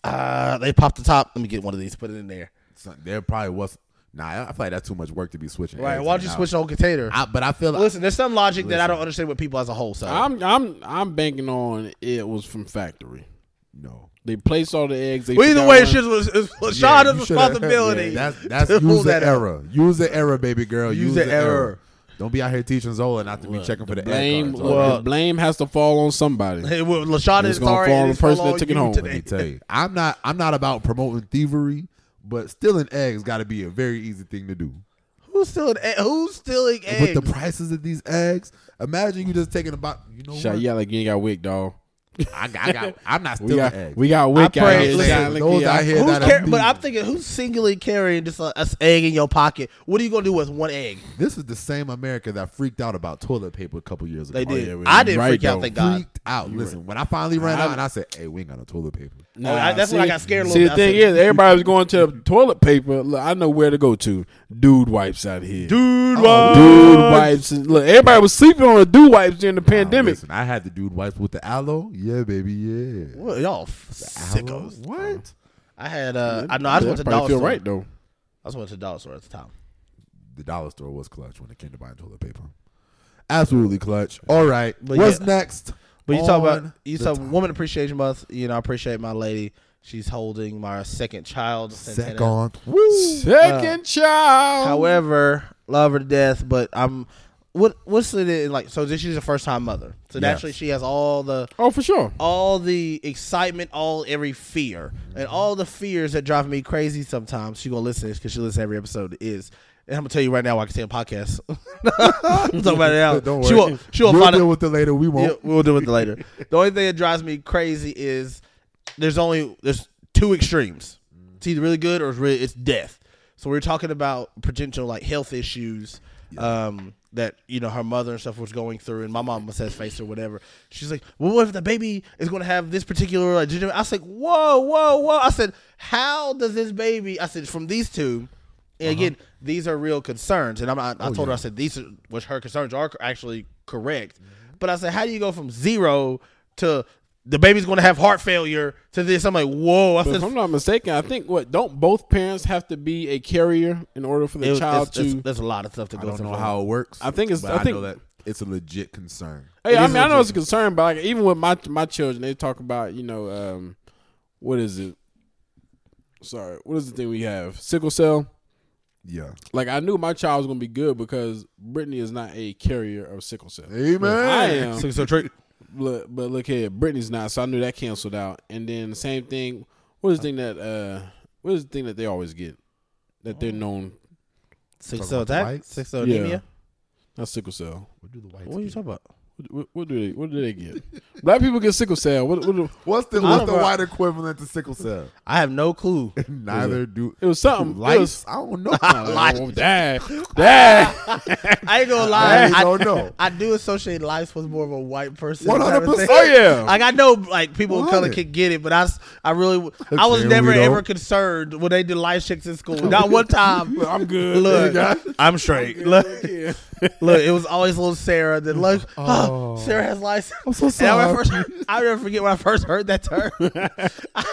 [SPEAKER 3] uh, they popped the top. Let me get one of these. Put it in there.
[SPEAKER 1] So There probably was. Nah, I I feel like that's too much work to be switching.
[SPEAKER 3] Right?
[SPEAKER 1] eggs
[SPEAKER 3] Why
[SPEAKER 1] in
[SPEAKER 3] don't you
[SPEAKER 1] and out.
[SPEAKER 3] switch the whole container?
[SPEAKER 1] I, but I feel like
[SPEAKER 3] Listen, there's some logic that I don't understand with people as a whole. So
[SPEAKER 2] I'm, I'm, I'm banking on it was from factory.
[SPEAKER 1] no.
[SPEAKER 2] They placed all the eggs. They
[SPEAKER 3] Well, either
[SPEAKER 2] forgot
[SPEAKER 3] way,
[SPEAKER 2] one-
[SPEAKER 3] it's just was it's
[SPEAKER 1] Yeah, you
[SPEAKER 3] Lashonda's
[SPEAKER 1] shoulda-
[SPEAKER 3] responsibility.
[SPEAKER 1] yeah, that's that's
[SPEAKER 3] to pull
[SPEAKER 1] user
[SPEAKER 3] that out.
[SPEAKER 1] error. User error, baby girl.
[SPEAKER 3] User error.
[SPEAKER 1] Don't be out here teaching Zola not to be
[SPEAKER 2] Look,
[SPEAKER 1] checking for the,
[SPEAKER 2] blame.
[SPEAKER 1] ad cards.
[SPEAKER 2] look,
[SPEAKER 1] Well,
[SPEAKER 3] Well-
[SPEAKER 2] the blame has to fall on somebody.
[SPEAKER 3] Hey, well, Lashada
[SPEAKER 2] It's
[SPEAKER 3] is
[SPEAKER 2] gonna
[SPEAKER 3] sorry.
[SPEAKER 2] fall on
[SPEAKER 3] and
[SPEAKER 2] the
[SPEAKER 3] it's gonna
[SPEAKER 2] person that
[SPEAKER 3] fall
[SPEAKER 2] took
[SPEAKER 3] on
[SPEAKER 2] it
[SPEAKER 3] you
[SPEAKER 2] home.
[SPEAKER 1] let me
[SPEAKER 3] Today.
[SPEAKER 1] tell you, I'm not I'm not about promoting thievery, but stealing eggs got to be a very easy thing to do.
[SPEAKER 3] Who's stealing? egg- Who's stealing eggs?
[SPEAKER 1] With the prices of these eggs, imagine you just taking about you know
[SPEAKER 2] Shout
[SPEAKER 1] what?
[SPEAKER 2] you out like you ain't got wick, dog.
[SPEAKER 1] I, got- I got I'm not
[SPEAKER 2] We
[SPEAKER 1] stealing
[SPEAKER 2] got
[SPEAKER 1] eggs.
[SPEAKER 2] we got wick
[SPEAKER 3] I
[SPEAKER 2] out
[SPEAKER 3] pray-
[SPEAKER 2] here.
[SPEAKER 3] listen,
[SPEAKER 2] Shout out like
[SPEAKER 1] those
[SPEAKER 2] you
[SPEAKER 1] out
[SPEAKER 2] out
[SPEAKER 1] here
[SPEAKER 3] Who's
[SPEAKER 1] that are
[SPEAKER 3] car-
[SPEAKER 1] beat-
[SPEAKER 3] but I'm thinking, who's singly carrying just a, a s- egg in your pocket? What are you gonna do with one egg?
[SPEAKER 1] This is the same America that freaked out about toilet paper a couple years ago.
[SPEAKER 3] They did.
[SPEAKER 2] Oh, yeah, we-
[SPEAKER 3] I didn't
[SPEAKER 2] right,
[SPEAKER 3] freak out.
[SPEAKER 2] though.
[SPEAKER 3] Thank God.
[SPEAKER 1] Freaked out. Listen, when I finally ran
[SPEAKER 2] I-
[SPEAKER 1] out and I said, "Hey, we ain't got no toilet paper."
[SPEAKER 2] Nah,
[SPEAKER 3] Oh, I- that's when I got scared a
[SPEAKER 2] See,
[SPEAKER 3] little
[SPEAKER 2] the
[SPEAKER 3] bit. I
[SPEAKER 2] thing
[SPEAKER 3] said-
[SPEAKER 2] is, everybody was going to the toilet paper. Look, I know where to go to. Dude wipes out here.
[SPEAKER 3] Dude,
[SPEAKER 2] Dude wipes. and- Look, everybody was sleeping on the dude wipes during the
[SPEAKER 1] Now,
[SPEAKER 2] pandemic.
[SPEAKER 1] listen, I had the dude wipes with the aloe. Yeah, baby, yeah.
[SPEAKER 3] What, y'all f-
[SPEAKER 1] Aloe?
[SPEAKER 3] sickos.
[SPEAKER 1] What?
[SPEAKER 3] I had. Uh, I know. I just went to
[SPEAKER 2] Everybody
[SPEAKER 3] dollar
[SPEAKER 2] feel
[SPEAKER 3] store.
[SPEAKER 2] right though.
[SPEAKER 3] I just went to dollar store at the time.
[SPEAKER 1] The dollar store was clutch when it came to buying toilet paper. Absolutely clutch. All right, what's
[SPEAKER 3] yeah.
[SPEAKER 1] next?
[SPEAKER 3] But you talk
[SPEAKER 1] on
[SPEAKER 3] about you
[SPEAKER 1] the
[SPEAKER 3] talk
[SPEAKER 1] top?
[SPEAKER 3] Woman Appreciation Month. You know, I appreciate my lady. She's holding my second child. Santana.
[SPEAKER 1] second. Woo.
[SPEAKER 2] Second child.
[SPEAKER 3] Uh, However, love her to death, but I'm. What what's it in, like? So this she's a first time mother. So naturally, she has all the
[SPEAKER 2] oh, for sure.
[SPEAKER 3] all the excitement, all every fear, and
[SPEAKER 1] Mm-hmm.
[SPEAKER 3] all the fears that drive me crazy. Sometimes she gonna listen to this because she listens to every episode. Is and I'm gonna tell you right now, I can say a podcast. I'm talking about it now.
[SPEAKER 1] Don't
[SPEAKER 3] She
[SPEAKER 1] worry.
[SPEAKER 3] will. She will
[SPEAKER 1] we'll
[SPEAKER 3] find
[SPEAKER 1] deal
[SPEAKER 3] out.
[SPEAKER 1] with it later. We won't.
[SPEAKER 3] Yeah, we'll do it later. the only thing that drives me crazy is there's only there's two extremes. It's either really good or it's really it's death. So we we're talking about potential like health issues um, that you know her mother and stuff was going through, and my mom must have faced or whatever. She's like, "Well, what if the baby is going to have this particular?" Like, genetic-" I was like, "Whoa, whoa, whoa!" I said, "How does this baby?" I said, "From these two, and
[SPEAKER 1] Uh-huh.
[SPEAKER 3] again, these are real concerns. And I'm, I, I
[SPEAKER 1] Oh,
[SPEAKER 3] told her, I said, these are, which her concerns are actually correct.
[SPEAKER 1] Mm-hmm.
[SPEAKER 3] But I said, how do you go from zero to the baby's going to have heart failure to this? I'm like, whoa. I
[SPEAKER 2] But
[SPEAKER 3] said,
[SPEAKER 2] if I'm not mistaken, I think what don't both parents have to be a carrier in order for the
[SPEAKER 3] it was-
[SPEAKER 2] child
[SPEAKER 3] it's-
[SPEAKER 2] to?
[SPEAKER 3] it's- there's a lot of stuff to
[SPEAKER 1] I
[SPEAKER 3] go
[SPEAKER 1] don't
[SPEAKER 3] through.
[SPEAKER 1] know how it works.
[SPEAKER 2] I think it's-
[SPEAKER 1] But
[SPEAKER 2] I think-
[SPEAKER 1] know that it's a legit concern.
[SPEAKER 2] Hey, I
[SPEAKER 3] is
[SPEAKER 2] mean, I know it's
[SPEAKER 3] legit.
[SPEAKER 2] a concern, but like, even with my my children, they talk about you know, um, what is it? Sorry, what is the thing we have? Sickle cell.
[SPEAKER 1] Yeah.
[SPEAKER 2] Like I knew my child was gonna be good because Brittany is not a carrier of sickle cell.
[SPEAKER 1] Amen.
[SPEAKER 2] I am,
[SPEAKER 1] um,
[SPEAKER 3] So, so Trey-
[SPEAKER 2] look, but look here, Brittany's not, so I knew that canceled out. And then the same thing. What is the thing that uh, what is the thing that they always get that
[SPEAKER 3] Oh.
[SPEAKER 2] they're known?
[SPEAKER 3] six
[SPEAKER 1] Talking
[SPEAKER 3] cell
[SPEAKER 1] about the
[SPEAKER 3] attack,
[SPEAKER 1] whites?
[SPEAKER 3] six cell
[SPEAKER 2] Yeah.
[SPEAKER 3] anemia.
[SPEAKER 2] Not sickle cell.
[SPEAKER 1] What do the whites
[SPEAKER 3] What are you
[SPEAKER 1] get?
[SPEAKER 3] talking about?
[SPEAKER 2] What, what, what do they? What do they get? Black people get sickle cell. What? what do-
[SPEAKER 1] What's the
[SPEAKER 2] I
[SPEAKER 1] what's
[SPEAKER 2] don't
[SPEAKER 1] the
[SPEAKER 2] know.
[SPEAKER 1] white equivalent to sickle cell?
[SPEAKER 3] I have no clue.
[SPEAKER 1] Neither do
[SPEAKER 2] it was something. It was
[SPEAKER 1] lice. I don't know. I
[SPEAKER 2] Oh, dad, dad.
[SPEAKER 3] I ain't gonna lie. I,
[SPEAKER 1] don't know.
[SPEAKER 3] I do associate life with more of a white person.
[SPEAKER 1] One hundred
[SPEAKER 3] type of thing.
[SPEAKER 1] percent.
[SPEAKER 2] Oh yeah.
[SPEAKER 3] Like I know, like people of color
[SPEAKER 1] 100.
[SPEAKER 3] can get it, but I, s- I really, w- I was
[SPEAKER 1] Okay,
[SPEAKER 3] never
[SPEAKER 1] we don't.
[SPEAKER 3] ever concerned when they did life checks in school. Not one time.
[SPEAKER 2] I'm good.
[SPEAKER 3] Look, I'm straight. Look,
[SPEAKER 2] yeah.
[SPEAKER 3] look, it was always little Sarah. Then look, oh, Sarah has lice. I'm so sorry. I first, I'll never forget when I first heard that term.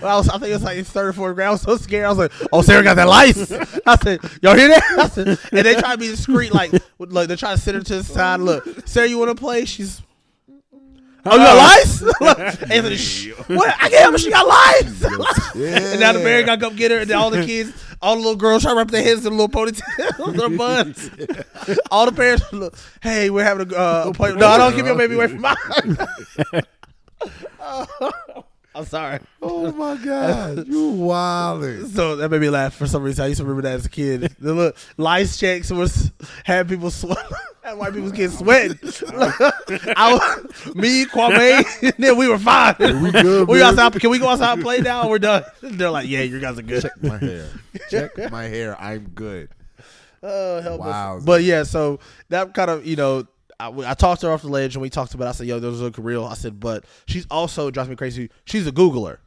[SPEAKER 3] When I was, I think it was like in third or fourth grade. I was so scared. I was like, "Oh, Sarah got that lice." I said, "Y'all hear that?" I said, and they try to be discreet, like, with- like they try to sit her to the side. Look, Sarah, you want to play? She's Oh, you got lice? Look, Anthony, shh. What? I can't help it. She got lice. and now the mayor got to come get her, and then all the kids, all the little girls try to wrap their heads in little ponytails, their buns. all the parents, look, hey, we're having a uh, play. No, I don't give your baby away from mine. I'm sorry.
[SPEAKER 1] Oh my god, you wildin'.
[SPEAKER 3] So that made me laugh for some reason. I used to remember that as a kid. The look, lice checks was had people sweat, had white people kids sweating. I, was- me, Kwame, and then we were fine.
[SPEAKER 1] We good?
[SPEAKER 3] We
[SPEAKER 1] baby?
[SPEAKER 3] outside. Can we go outside and play now? We're done. They're like, yeah, you guys are good.
[SPEAKER 1] Check my hair. Check my hair. I'm good.
[SPEAKER 3] Oh, help
[SPEAKER 1] Wow.
[SPEAKER 3] us. But yeah, so that kind of, you know, I, I talked to her off the ledge and we talked about it. I said, yo, those look real. I said, but she's also, it drives me crazy, she's a Googler.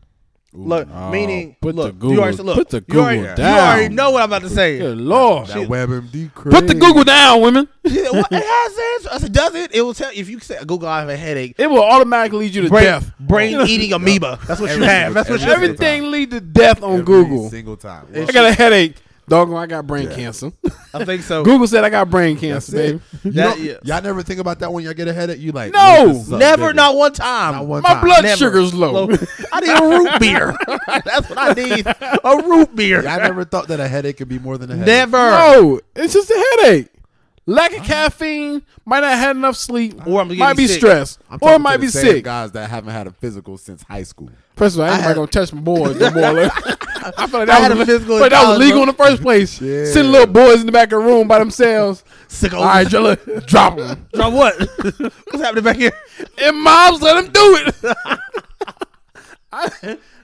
[SPEAKER 3] look, meaning,
[SPEAKER 2] put the
[SPEAKER 3] look, you
[SPEAKER 2] Google-
[SPEAKER 3] already, look,
[SPEAKER 2] put the
[SPEAKER 3] you already,
[SPEAKER 2] Google
[SPEAKER 3] You already
[SPEAKER 2] down.
[SPEAKER 3] know what I'm about to say.
[SPEAKER 2] Good lord.
[SPEAKER 1] That WebMD.
[SPEAKER 2] Put the Google down, women.
[SPEAKER 3] She said, "What? it has answers. I said, does it? It will tell if you say Google, I have a headache.
[SPEAKER 2] It will automatically lead you to
[SPEAKER 3] Brain,
[SPEAKER 2] death.
[SPEAKER 3] brain eating amoeba. That's what you
[SPEAKER 1] Every
[SPEAKER 3] have.
[SPEAKER 1] single-
[SPEAKER 3] That's what you
[SPEAKER 1] every-
[SPEAKER 2] Everything lead to death on
[SPEAKER 1] Every
[SPEAKER 2] Google.
[SPEAKER 1] Single time.
[SPEAKER 2] I got a headache. Doggone, I got brain cancer.
[SPEAKER 3] I think so.
[SPEAKER 2] Google said I got brain
[SPEAKER 1] That's
[SPEAKER 2] cancer,
[SPEAKER 1] it.
[SPEAKER 2] baby.
[SPEAKER 1] You
[SPEAKER 3] That-
[SPEAKER 1] don't-
[SPEAKER 3] yeah.
[SPEAKER 1] Y'all never think about that when y'all get a headache. You like
[SPEAKER 2] No,
[SPEAKER 1] this is up,
[SPEAKER 3] Never,
[SPEAKER 1] baby.
[SPEAKER 3] not one time.
[SPEAKER 1] Not one
[SPEAKER 2] My
[SPEAKER 1] time.
[SPEAKER 2] blood
[SPEAKER 3] Never.
[SPEAKER 2] sugar's low.
[SPEAKER 3] Low. I need a root beer. That's what I need. A root beer.
[SPEAKER 1] Y'all never thought that a headache could be more than a headache.
[SPEAKER 3] Never.
[SPEAKER 2] No, it's just a headache.
[SPEAKER 4] Lack of caffeine, might not had enough sleep,
[SPEAKER 3] Or I'm
[SPEAKER 4] might
[SPEAKER 3] getting
[SPEAKER 4] be
[SPEAKER 3] sick.
[SPEAKER 4] stressed,
[SPEAKER 1] I'm
[SPEAKER 4] or
[SPEAKER 1] talking
[SPEAKER 4] might
[SPEAKER 1] to the
[SPEAKER 4] be
[SPEAKER 1] same
[SPEAKER 4] sick.
[SPEAKER 1] Guys that haven't had a physical since high school.
[SPEAKER 4] First of all, I ain't
[SPEAKER 3] had-
[SPEAKER 4] gonna touch my boys no more. Like, I feel like
[SPEAKER 3] I
[SPEAKER 4] that,
[SPEAKER 3] had a
[SPEAKER 4] was,
[SPEAKER 3] physical in
[SPEAKER 4] but that was
[SPEAKER 3] college,
[SPEAKER 4] legal
[SPEAKER 3] bro.
[SPEAKER 4] in the first place.
[SPEAKER 1] Yeah.
[SPEAKER 4] Send little boys in the back of the room by themselves.
[SPEAKER 3] Sick
[SPEAKER 4] All right, Drilla, drop them.
[SPEAKER 3] Drop what? What's happening back here?
[SPEAKER 4] And moms let them do it.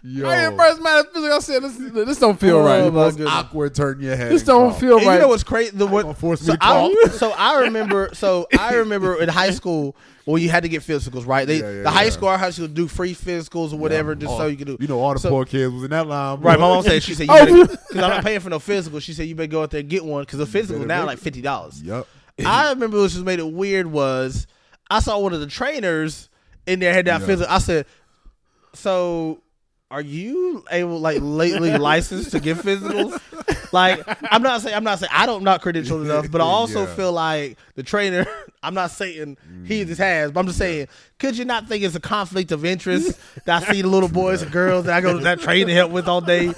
[SPEAKER 1] Yo,
[SPEAKER 4] I ain't first man physical. I said, this, this don't feel
[SPEAKER 3] Oh,
[SPEAKER 4] right.
[SPEAKER 3] my
[SPEAKER 1] most
[SPEAKER 3] goodness.
[SPEAKER 1] awkward turn your head.
[SPEAKER 4] This
[SPEAKER 1] and
[SPEAKER 4] don't
[SPEAKER 1] cough.
[SPEAKER 4] feel
[SPEAKER 3] And
[SPEAKER 4] right.
[SPEAKER 3] you know what's crazy? The
[SPEAKER 1] gonna
[SPEAKER 3] what
[SPEAKER 1] force me
[SPEAKER 3] so
[SPEAKER 1] to
[SPEAKER 3] I,
[SPEAKER 1] talk.
[SPEAKER 3] so I remember. So I remember in high school when you had to get physicals, right? They
[SPEAKER 1] Yeah, yeah,
[SPEAKER 3] the high
[SPEAKER 1] yeah.
[SPEAKER 3] school, our high school do free physicals or whatever, just so you can do.
[SPEAKER 1] You know, all the
[SPEAKER 3] So-
[SPEAKER 1] poor kids was in that line.
[SPEAKER 3] Right, my mom said she said you
[SPEAKER 4] Oh,
[SPEAKER 3] because I'm not paying for no physical. She said you better go out there and get one because the physical
[SPEAKER 1] better
[SPEAKER 3] now
[SPEAKER 1] make
[SPEAKER 3] like fifty dollars.
[SPEAKER 1] Yep.
[SPEAKER 3] I remember what just made it weird was I saw one of the trainers in there had that
[SPEAKER 1] Yeah.
[SPEAKER 3] physical. I said, "So are you able like lately licensed to give physicals?" Like I'm not saying I'm not saying I don't not credentialed enough, but I also
[SPEAKER 1] Yeah.
[SPEAKER 3] feel like the trainer. I'm not saying he just
[SPEAKER 1] Mm.
[SPEAKER 3] has, but I'm just saying, could you not think it's a conflict of interest that I see the little boys and girls that I go to that train to help with all day?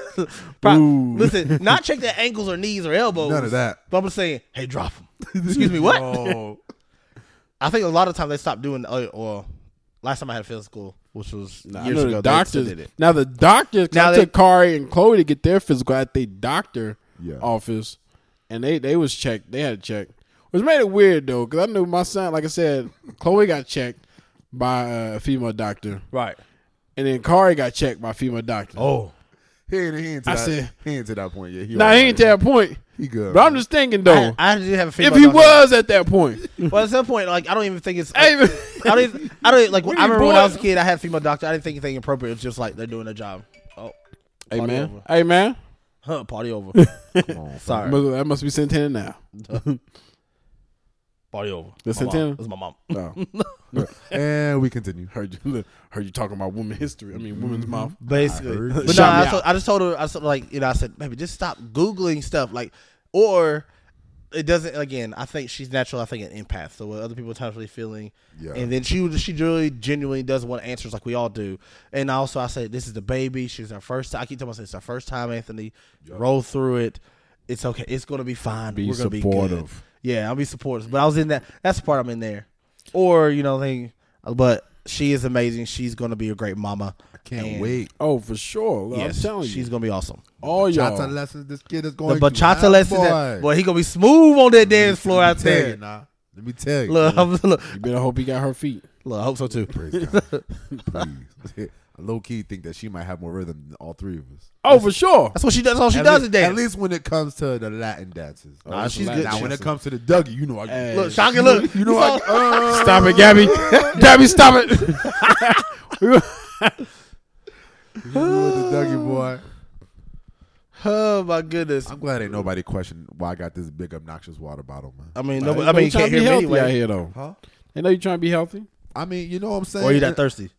[SPEAKER 3] Pro- listen, not check their ankles or knees or elbows.
[SPEAKER 1] None of that.
[SPEAKER 3] But I'm just saying, hey, drop them. Excuse me, what?
[SPEAKER 1] Oh,
[SPEAKER 3] I think a lot of times they stopped doing. Oh, well, last time I had a physical, which was
[SPEAKER 2] Nah, I
[SPEAKER 3] years
[SPEAKER 2] know
[SPEAKER 3] ago,
[SPEAKER 2] the
[SPEAKER 3] they still
[SPEAKER 2] doctors
[SPEAKER 3] did it.
[SPEAKER 2] now the doctors
[SPEAKER 3] Now
[SPEAKER 2] now
[SPEAKER 3] they-
[SPEAKER 2] took Kari and Chloe to get their physical at the doctor
[SPEAKER 1] Yeah.
[SPEAKER 2] office, and they they was checked. They had checked, which made it weird though, because I knew my son. Like I said, Chloe got checked by uh, a female doctor,
[SPEAKER 3] Right.
[SPEAKER 2] and then Kari got checked by a female doctor.
[SPEAKER 3] Oh,
[SPEAKER 1] he ain't, he ain't to
[SPEAKER 2] I
[SPEAKER 1] that.
[SPEAKER 2] said-
[SPEAKER 1] he ain't to that point yet. He
[SPEAKER 2] now he ain't to that point,
[SPEAKER 1] He good.
[SPEAKER 2] but I'm just thinking
[SPEAKER 3] I,
[SPEAKER 2] though,
[SPEAKER 3] I did have a
[SPEAKER 2] if
[SPEAKER 3] female
[SPEAKER 2] he
[SPEAKER 3] doctor.
[SPEAKER 2] was at that point,
[SPEAKER 3] well, at some point, like I don't even think it's.
[SPEAKER 2] I even-
[SPEAKER 3] I don't. Even, I don't even- like.
[SPEAKER 2] What
[SPEAKER 3] I
[SPEAKER 2] are you
[SPEAKER 3] remember when I
[SPEAKER 2] doing?
[SPEAKER 3] was a kid, I had a female doctor. I didn't think anything appropriate. It's just like they're doing their job. Oh,
[SPEAKER 2] hey
[SPEAKER 3] Party
[SPEAKER 2] man,
[SPEAKER 3] over.
[SPEAKER 2] hey man,
[SPEAKER 3] huh, party over.
[SPEAKER 1] sorry.
[SPEAKER 3] Sorry,
[SPEAKER 2] Must- that must be Santana now.
[SPEAKER 3] party over.
[SPEAKER 2] That's
[SPEAKER 3] My mom.
[SPEAKER 2] Santana?
[SPEAKER 3] This is my mom.
[SPEAKER 2] Oh.
[SPEAKER 1] And we continue.
[SPEAKER 2] heard you heard you talking about woman history. I mean,
[SPEAKER 3] Mm-hmm.
[SPEAKER 2] women's mouth.
[SPEAKER 3] Basically,
[SPEAKER 1] I heard you.
[SPEAKER 3] but no,
[SPEAKER 2] Shout
[SPEAKER 3] I,
[SPEAKER 2] me
[SPEAKER 3] told- I just told her. I was like, you know, I said, baby, just stop googling stuff, like, or it doesn't. Again, I think she's natural. I think an empath, so what other people are naturally feeling,
[SPEAKER 1] Yeah.
[SPEAKER 3] and then she was- she really genuinely does want answers, like we all do. And also, I said, this is the baby. She's her first. time. I keep telling myself, it's her first time. Anthony, roll through it. It's okay. It's gonna be fine.
[SPEAKER 2] Be
[SPEAKER 3] We're gonna be good.
[SPEAKER 2] supportive.
[SPEAKER 3] Yeah, I'll be supportive. But I was in that. That's the part I'm in there. Or you know, thing. But she is amazing. She's gonna be a great mama.
[SPEAKER 1] Can't
[SPEAKER 3] And-
[SPEAKER 1] wait.
[SPEAKER 2] Oh, for sure. Look,
[SPEAKER 3] Yes,
[SPEAKER 2] I'm telling
[SPEAKER 3] she's
[SPEAKER 2] you,
[SPEAKER 3] gonna be awesome.
[SPEAKER 2] all y'all.
[SPEAKER 1] Bachata lessons. This kid is
[SPEAKER 3] The
[SPEAKER 1] going.
[SPEAKER 3] bachata lesson, that, boy, he gonna be smooth on that dance floor out
[SPEAKER 1] Tell you,
[SPEAKER 3] there.
[SPEAKER 1] nah. Let me tell you.
[SPEAKER 3] Look, I'm, look,
[SPEAKER 2] You better hope he got her feet.
[SPEAKER 3] look, I hope so too.
[SPEAKER 1] Praise God. Please. Low key think that she might have more rhythm than all three of us.
[SPEAKER 2] Oh, for sure.
[SPEAKER 3] That's what she does. All she
[SPEAKER 1] at
[SPEAKER 3] does
[SPEAKER 1] least,
[SPEAKER 3] is dance.
[SPEAKER 1] At least when it comes to the Latin dances.
[SPEAKER 2] Nah,
[SPEAKER 1] Oh,
[SPEAKER 2] she's
[SPEAKER 1] now
[SPEAKER 2] good.
[SPEAKER 1] Now when it comes to the Dougie, you know I
[SPEAKER 2] Hey.
[SPEAKER 3] look, shocking. Look,
[SPEAKER 1] you know I uh,
[SPEAKER 2] Stop it, Gabby. Gabby, stop it.
[SPEAKER 1] you know the Dougie boy.
[SPEAKER 3] oh my goodness.
[SPEAKER 1] I'm glad ain't nobody questioned why I got this big obnoxious water bottle, man.
[SPEAKER 3] I mean, nobody, I mean, you
[SPEAKER 2] trying
[SPEAKER 3] can't
[SPEAKER 2] to be
[SPEAKER 3] hear me
[SPEAKER 2] healthy out
[SPEAKER 3] anyway.
[SPEAKER 2] here though.
[SPEAKER 1] Huh?
[SPEAKER 2] They know you trying to be healthy.
[SPEAKER 1] I mean, you know what I'm saying?
[SPEAKER 3] Or you that thirsty?